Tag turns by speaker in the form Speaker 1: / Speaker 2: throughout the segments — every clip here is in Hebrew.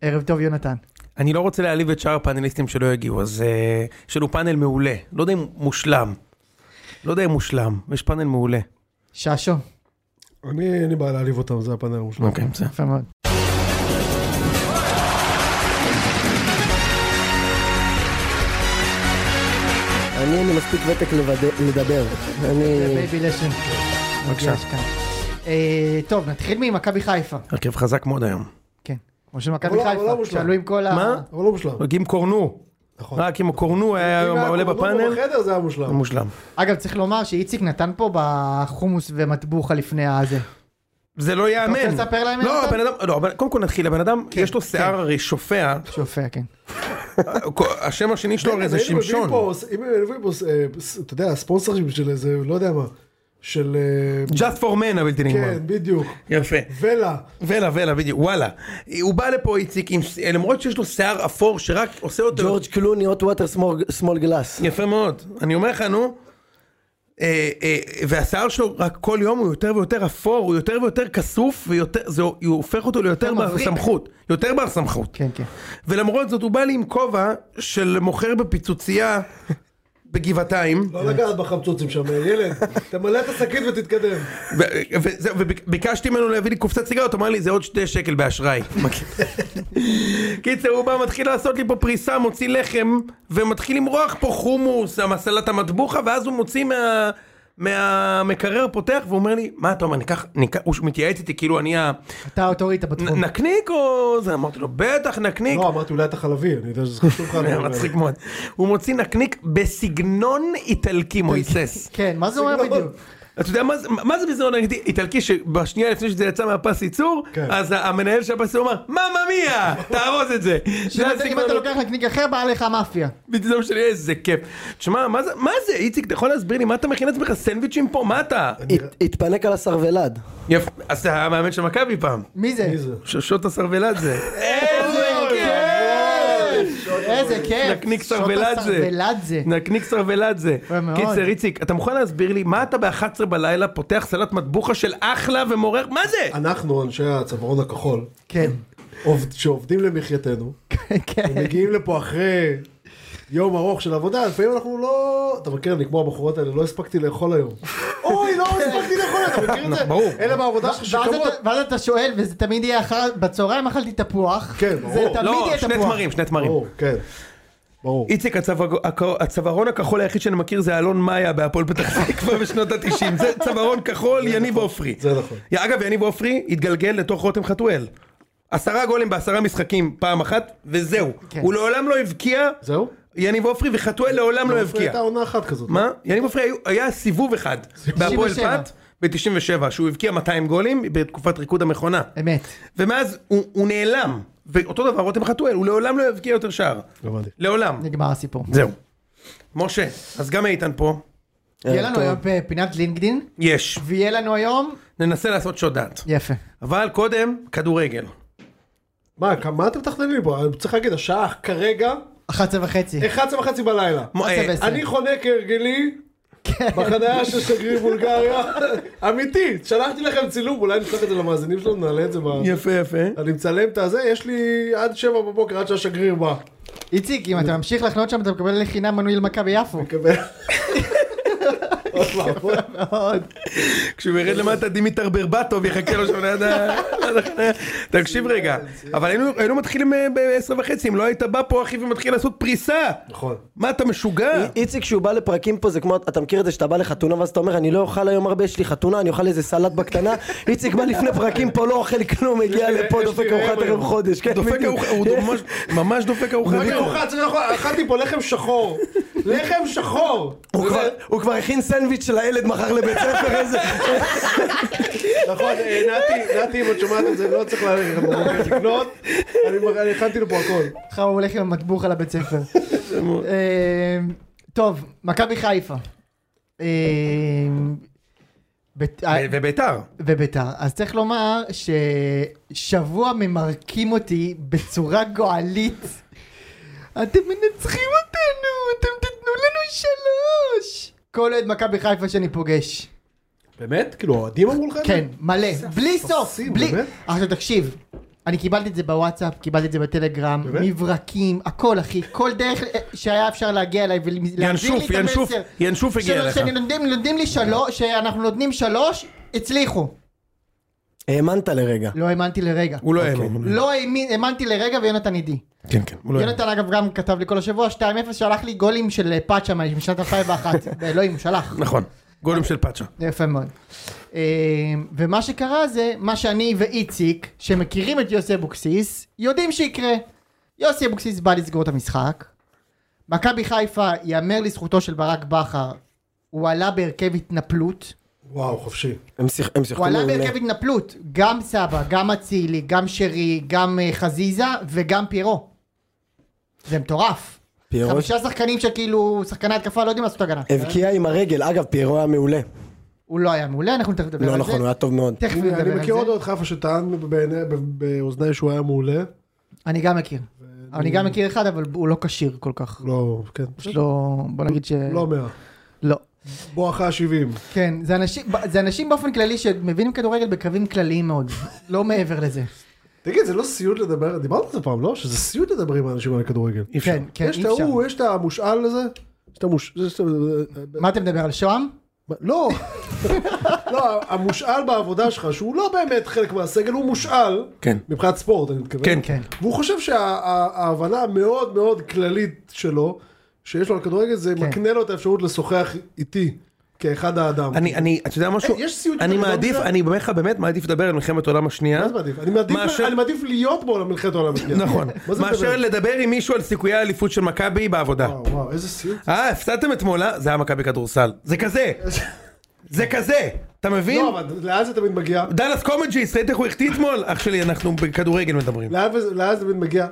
Speaker 1: ערב טוב, יונתן.
Speaker 2: אני לא רוצה להעליב את שאר הפאנליסטים שלא הגיעו, אז אה, יש לנו פאנל מעולה. לא יודע אם מושלם. לא יודע אם מושלם, יש פאנל מעולה.
Speaker 1: ששו,
Speaker 3: אני, אין לי בעיה להעליב אותם, זה הפאנל המושלם.
Speaker 2: אוקיי, בסדר.
Speaker 1: יפה מאוד.
Speaker 3: אה.
Speaker 4: אני, אין לי מספיק ותק לבד- לדבר. אני...
Speaker 1: בייבי לשן.
Speaker 2: בבקשה.
Speaker 1: מגיע כאן. אה, טוב, נתחיל ממכבי חיפה.
Speaker 2: הרכב חזק מאוד היום.
Speaker 1: כן. כמו של מכבי
Speaker 3: אבל לא- אבל לא
Speaker 1: חיפה,
Speaker 3: מושלם.
Speaker 1: שעלו עם כל ה...
Speaker 2: מה?
Speaker 3: אבל לא מושלם.
Speaker 2: רק עם קורנו.
Speaker 3: נכון.
Speaker 2: רק עם קורנו היה היום
Speaker 3: אם היה
Speaker 2: עולה
Speaker 3: קורדובה
Speaker 2: בפאנל.
Speaker 3: בחדר זה היה מושלם.
Speaker 2: מושלם.
Speaker 1: אגב, צריך לומר שאיציק נתן פה בחומוס ומטבוחה לפני הזה.
Speaker 2: זה לא ייאמן.
Speaker 1: רוצה לספר להם,
Speaker 2: לא,
Speaker 1: יונתן?
Speaker 2: הבן אדם, לא, אבל קודם כל נתחיל, הבן אדם, יש לו שיער הרי שופע,
Speaker 1: שופע, כן.
Speaker 2: השם השני שלו הרי זה
Speaker 3: היינו מביאים
Speaker 2: שמשון.
Speaker 3: פה- אם היינו מביאים פה, אה, ס- אתה יודע, הספונסרים של איזה, לא יודע מה, של... אה,
Speaker 2: Just for men הבלתי נגמר.
Speaker 3: כן, בדיוק.
Speaker 2: יפה.
Speaker 3: ולה.
Speaker 2: ולה, ולה, בדיוק, וואלה. הוא בא לפה, איציק, עם- למרות שיש לו שיער אפור שרק עושה אותו...
Speaker 4: ג'ורג' קלוני, hot water small glass.
Speaker 2: יפה מאוד. אני אומר לך, נו. אה, אה, והשיער שלו רק כל יום הוא יותר ויותר אפור, הוא יותר ויותר כסוף, וזה הופך אותו ליותר
Speaker 1: יותר
Speaker 2: בר
Speaker 1: מבריק.
Speaker 2: סמכות. יותר בר סמכות.
Speaker 1: כן, כן.
Speaker 2: ולמרות זאת הוא בא לי עם כובע של מוכר בפיצוצייה בגבעתיים.
Speaker 3: לא לגעת בחמצוצים שם, ילד. תמלא את השקית ותתקדם.
Speaker 2: ו- וזה- וביקשתי ממנו להביא לי קופסת סיגריות, הוא אמר לי זה עוד שתי שקל באשראי. קיצר, הוא בא, מתחיל לעשות לי פה פריסה, מוציא לחם, ומתחיל למרוח פה חומוס, המסלת המטבוחה, ואז הוא מוציא מה... מהמקרר פותח ואומר לי, מה אתה אומר, ניקח, ניקח, הוא מתייעץ איתי, כאילו אני
Speaker 1: אתה האוטוריטה בתחום.
Speaker 2: הנקניק או זה? אמרתי לו, בטח נקניק.
Speaker 3: לא, אמרתי אולי אתה חלבי, אני יודע שזה חשוב לך.
Speaker 2: היה מצחיק מאוד. הוא מוציא נקניק בסגנון איטלקי מויסס.
Speaker 1: כן, מה זה אומר
Speaker 3: סגנון.
Speaker 1: בדיוק?
Speaker 2: אתה יודע מה זה- מה זה בסגנון איטלקי שבשנייה לפני שזה יצא מהפס ייצור,
Speaker 3: כן.
Speaker 2: אז המנהל של הפס ייצור אמר, מאמא מיה, תארוז את זה. זה
Speaker 1: שאם אתה- אם
Speaker 2: הסגנון-
Speaker 1: אתה לוקח לקניק אחר, בא עליך המאפיה.
Speaker 2: בדיוק שלי, איזה כיף. תשמע, מה זה- מה זה, איציק, אתה יכול להסביר לי מה אתה מכין לעצמך סנדוויצ'ים פה? מה אתה?
Speaker 4: הת- התפנק על הסרבלד.
Speaker 2: יפה, אז זה היה מאמן של מכבי פעם.
Speaker 1: מי זה?
Speaker 3: מי זה?
Speaker 2: שושות הסרבלדזה. איזה כיף!
Speaker 1: איזה כיף.
Speaker 2: נקניק
Speaker 1: שוטה
Speaker 2: סרבלדזה.
Speaker 1: סרבלדזה.
Speaker 2: נקניק סרבלדזה.
Speaker 1: יפה מאוד.
Speaker 2: קיצר, איציק, אתה מוכן להסביר לי מה אתה ב-11 בלילה פותח סלט מטבוחה של אחלה ומורר? מה זה?
Speaker 3: אנחנו, אנשי הצווארון הכחול,
Speaker 1: כן.
Speaker 3: עובד- שעובדים למחייתנו,
Speaker 1: כן.
Speaker 3: מגיעים לפה אחרי יום ארוך של עבודה, לפעמים אנחנו לא... אתה מכיר, אני כמו הבחורות האלה, לא הספקתי לאכול היום. אוי, לא הספקתי לאכול, אתה מכיר את זה?
Speaker 2: ברור.
Speaker 3: אלה בעבודה שלך
Speaker 1: ואז
Speaker 3: שקמות.
Speaker 1: אתה- ואז אתה שואל, וזה תמיד יהיה אחר, בצהריים אכלתי תפוח.
Speaker 3: כן,
Speaker 1: זה
Speaker 3: ברור.
Speaker 1: תמיד
Speaker 2: לא,
Speaker 1: יהיה
Speaker 2: שני
Speaker 1: תפוח.
Speaker 2: תמרים, שני תמרים.
Speaker 3: ברור, כן. ברור.
Speaker 2: איציק, הצוואר- הכ- הצווארון הכחול היחיד שאני מכיר זה אלון מאיה בהפועל פתח תקווה בשנות התשעים. זה צווארון כחול, יניב עופרי.
Speaker 3: זה נכון.
Speaker 2: יא, אגב, יניב עופרי התגלגל לתוך רותם חתואל. עשרה גולים בעשרה משחקים פעם אחת, וזהו.
Speaker 1: כן.
Speaker 2: הוא לעולם לא הבקיע,
Speaker 3: זהו?
Speaker 2: יניב עופרי, וחתואל לעולם לא הבקיע.
Speaker 3: הייתה עונה אחת כזאת.
Speaker 2: מה? יניב עופרי היו- היה סיבוב אחד בהפועל
Speaker 1: 97.
Speaker 2: פת ב-97, שהוא הבקיע 200 גולים בתקופת ריקוד המכונה.
Speaker 1: אמת.
Speaker 2: ומאז הוא הוא נעלם. ואותו דבר רותם חתואל, הוא לעולם לא יבקיע יותר שער.
Speaker 3: הבנתי.
Speaker 2: לעולם.
Speaker 1: נגמר הסיפור.
Speaker 2: זהו. משה, אז גם איתן פה.
Speaker 1: יהיה לנו
Speaker 4: טוב.
Speaker 1: היום פ- פינת לינקדין,
Speaker 2: יש.
Speaker 1: ויהיה לנו היום...
Speaker 2: ננסה לעשות שוד דעת.
Speaker 1: יפה.
Speaker 2: אבל קודם, כדורגל.
Speaker 3: מה, כ- מה אתם מתכננים פה? אני צריך להגיד, השעה כרגע,
Speaker 1: 11 וחצי.
Speaker 3: 11 וחצי בלילה.
Speaker 2: מ- אה,
Speaker 1: בסדר.
Speaker 3: אני חונה כהרגלי
Speaker 1: כן.
Speaker 3: בחניה של שגריר בולגריה. אמיתי, שלחתי לכם צילום, אולי נשלח את זה למאזינים שלנו, נעלה את זה ב...
Speaker 2: יפה יפה.
Speaker 3: אני מצלם את הזה, יש לי עד שבע בבוקר, עד שהשגריר בא.
Speaker 1: איציק, אם אתה ממשיך לחנות שם, אתה מקבל לחינם מנוי למכבי יפו.
Speaker 3: מקבל. עוד פעם,
Speaker 1: מאוד.
Speaker 2: כשהוא ירד למטה דימיטר ברבטוב יחכה לו שם ליד ה... ליד החניה. תקשיב רגע, אבל היינו- היינו מתחילים ב-10 וחצי, אם לא היית בא פה אחי ומתחיל לעשות פריסה.
Speaker 3: נכון.
Speaker 2: מה אתה משוגע?
Speaker 4: אי- איציק כשהוא בא לפרקים פה זה כמו אתה מכיר את זה שאתה בא לחתונה ואז אתה אומר אני לא אוכל היום הרבה יש לי חתונה אני אוכל איזה סלט בקטנה איציק בא לפני פרקים פה לא אוכל כלום מגיע
Speaker 3: לי-
Speaker 4: לפה
Speaker 3: יש לי
Speaker 4: דופק
Speaker 3: ראם
Speaker 4: ארוחת
Speaker 3: היום.
Speaker 4: ערב חודש כן
Speaker 2: דופק
Speaker 4: בדיוק.
Speaker 2: ארוחה, הוא ממש- ממש דופק ארוחה.
Speaker 3: רק ארוחת, זה נכון, אכלתי פה לחם שחור. לחם שחור.
Speaker 4: הוא כבר- הוא כבר הכין סנדוויץ' של הילד מחר לבית ספר איזה
Speaker 3: נכון, אה, נתי, נתי, אם את שומעת את זה, לא צריך ללכת בבוקר לקנות. אני מ- אני הכנתי לפה הכל.
Speaker 1: מחר הוא הולך עם המטבוח על הבית ספר. אה, טוב, מכבי חיפה. אה, בית-
Speaker 2: ו- וביתר.
Speaker 1: וביתר. אז צריך לומר ששבוע ממרקים אותי בצורה גועלית. אתם מנצחים אותנו, אתם תיתנו לנו שלוש. כל אוהד מכבי חיפה שאני פוגש.
Speaker 3: באמת? כאילו, האוהדים אמרו לך את זה?
Speaker 1: כן, מלא, בלי סוף,
Speaker 3: עושים,
Speaker 1: בלי...
Speaker 3: באמת?
Speaker 1: עכשיו תקשיב, אני קיבלתי את זה בוואטסאפ, קיבלתי את זה בטלגרם,
Speaker 3: באמת?
Speaker 1: מברקים, הכל אחי, כל דרך אה, שהיה אפשר להגיע אליי ולהעביר לי
Speaker 2: ינשוף,
Speaker 1: את
Speaker 2: ינשוף,
Speaker 1: המסר.
Speaker 2: ינשוף הגיע
Speaker 1: שלא-
Speaker 2: אליך.
Speaker 1: שנותנים נותנים לי שלוש, שאנחנו נותנים שלוש, הצליחו.
Speaker 4: האמנת לרגע.
Speaker 1: לא האמנתי לרגע.
Speaker 2: הוא לא
Speaker 3: אוקיי.
Speaker 2: האמין.
Speaker 1: לא האמין- האמנתי לרגע ויונתן איתי.
Speaker 2: כן, כן, הוא לא האמין.
Speaker 1: יונתן אגב גם כתב לי כל השבוע 2-0 שלח לי גולים של אה, פאצ'ה מה- משנת 2001. באלוהים הוא שלח.
Speaker 2: נכון, גולם של פאצ'ה.
Speaker 1: יפה מאוד. אה, ומה שקרה זה מה שאני ואיציק שמכירים את יוסי אבוקסיס יודעים שיקרה. יוסי אבוקסיס בא לסגור את המשחק. מכבי חיפה יאמר לזכותו של ברק בכר הוא עלה בהרכב התנפלות.
Speaker 3: וואו, חופשי.
Speaker 4: הם שיח- הם שיחקו
Speaker 1: הוא עלה
Speaker 4: מעולה.
Speaker 1: בהרכב התנפלות, גם סבא, גם אצילי, גם שרי, גם אה, חזיזה וגם פיירו. זה מטורף.
Speaker 4: פיירו-
Speaker 1: חמישה שחקנים שכאילו, שחקני התקפה לא יודעים לעשות הגנה.
Speaker 4: הבקיע עם הרגל, אגב פיירו היה מעולה.
Speaker 1: הוא לא היה מעולה, אנחנו תכף נדבר על
Speaker 4: לא
Speaker 1: זה.
Speaker 4: נכון, הוא היה טוב מאוד.
Speaker 1: תכף
Speaker 3: הנה,
Speaker 1: נדבר
Speaker 3: אני מכיר עוד
Speaker 1: על זה.
Speaker 3: עוד חיפה שטען בעיני- ב- באוזניי שהוא היה מעולה.
Speaker 1: אני גם מכיר. אני גם מכיר אחד, אבל הוא לא כשיר כל כך.
Speaker 3: לא, כן.
Speaker 1: יש לו, בוא נגיד ש...
Speaker 3: לא מאה.
Speaker 1: לא.
Speaker 3: בוא אחרי ה-70.
Speaker 1: כן, זה אנשים- זה אנשים באופן כללי שמבינים כדורגל בקווים כלליים מאוד. לא מעבר לזה.
Speaker 3: תגיד, זה לא סיוט לדבר, דיברנו על זה פעם, לא? שזה סיוט לדבר עם האנשים על כדורגל.
Speaker 2: אי אפשר.
Speaker 1: כן, כן,
Speaker 3: יש
Speaker 1: אי
Speaker 3: את
Speaker 1: אפשר.
Speaker 3: ההוא, יש את המושאל הזה. יש את המוש... יש את ה-
Speaker 1: מה אתה מדבר על שוהם?
Speaker 3: לא, לא, המושאל בעבודה שלך, שהוא לא באמת חלק מהסגל, הוא מושאל,
Speaker 2: כן.
Speaker 3: מבחינת ספורט אני מתכוון,
Speaker 2: כן,
Speaker 1: כן.
Speaker 3: והוא חושב שההבנה המאוד מאוד כללית שלו, שיש לו על כדורגל, זה
Speaker 1: כן.
Speaker 3: מקנה לו את האפשרות לשוחח איתי, כאחד האדם.
Speaker 2: אני, אני, אתה יודע משהו?
Speaker 3: אה, יש סיוט
Speaker 2: אני
Speaker 3: יותר
Speaker 2: מעדיף,
Speaker 3: גדול מזה?
Speaker 2: אני אומר לך באמת מעדיף לדבר על מלחמת העולם השנייה.
Speaker 3: מה זה מעדיף? אני מעדיף-
Speaker 2: מאשר-
Speaker 3: אני מעדיף להיות בעולם מלחמת העולם השנייה.
Speaker 2: נכון.
Speaker 3: מה זה
Speaker 2: מאשר
Speaker 3: מדבר?
Speaker 2: לדבר עם מישהו על סיכויי האליפות של מכבי בעבודה.
Speaker 3: וואו, וואו, איזה סיוט.
Speaker 2: אה, הפסדתם אתמול, אה? זה היה מכבי כדורסל. זה כזה. זה כזה. אתה מבין?
Speaker 3: לא, אבל לאן זה תמיד מגיע?
Speaker 2: דאלאס קומג'יס, ראית איך הוא החטיא אתמול? אח שלי, אנחנו בכדורגל מדברים.
Speaker 3: לאן וזה- לאן זה תמיד מגיע?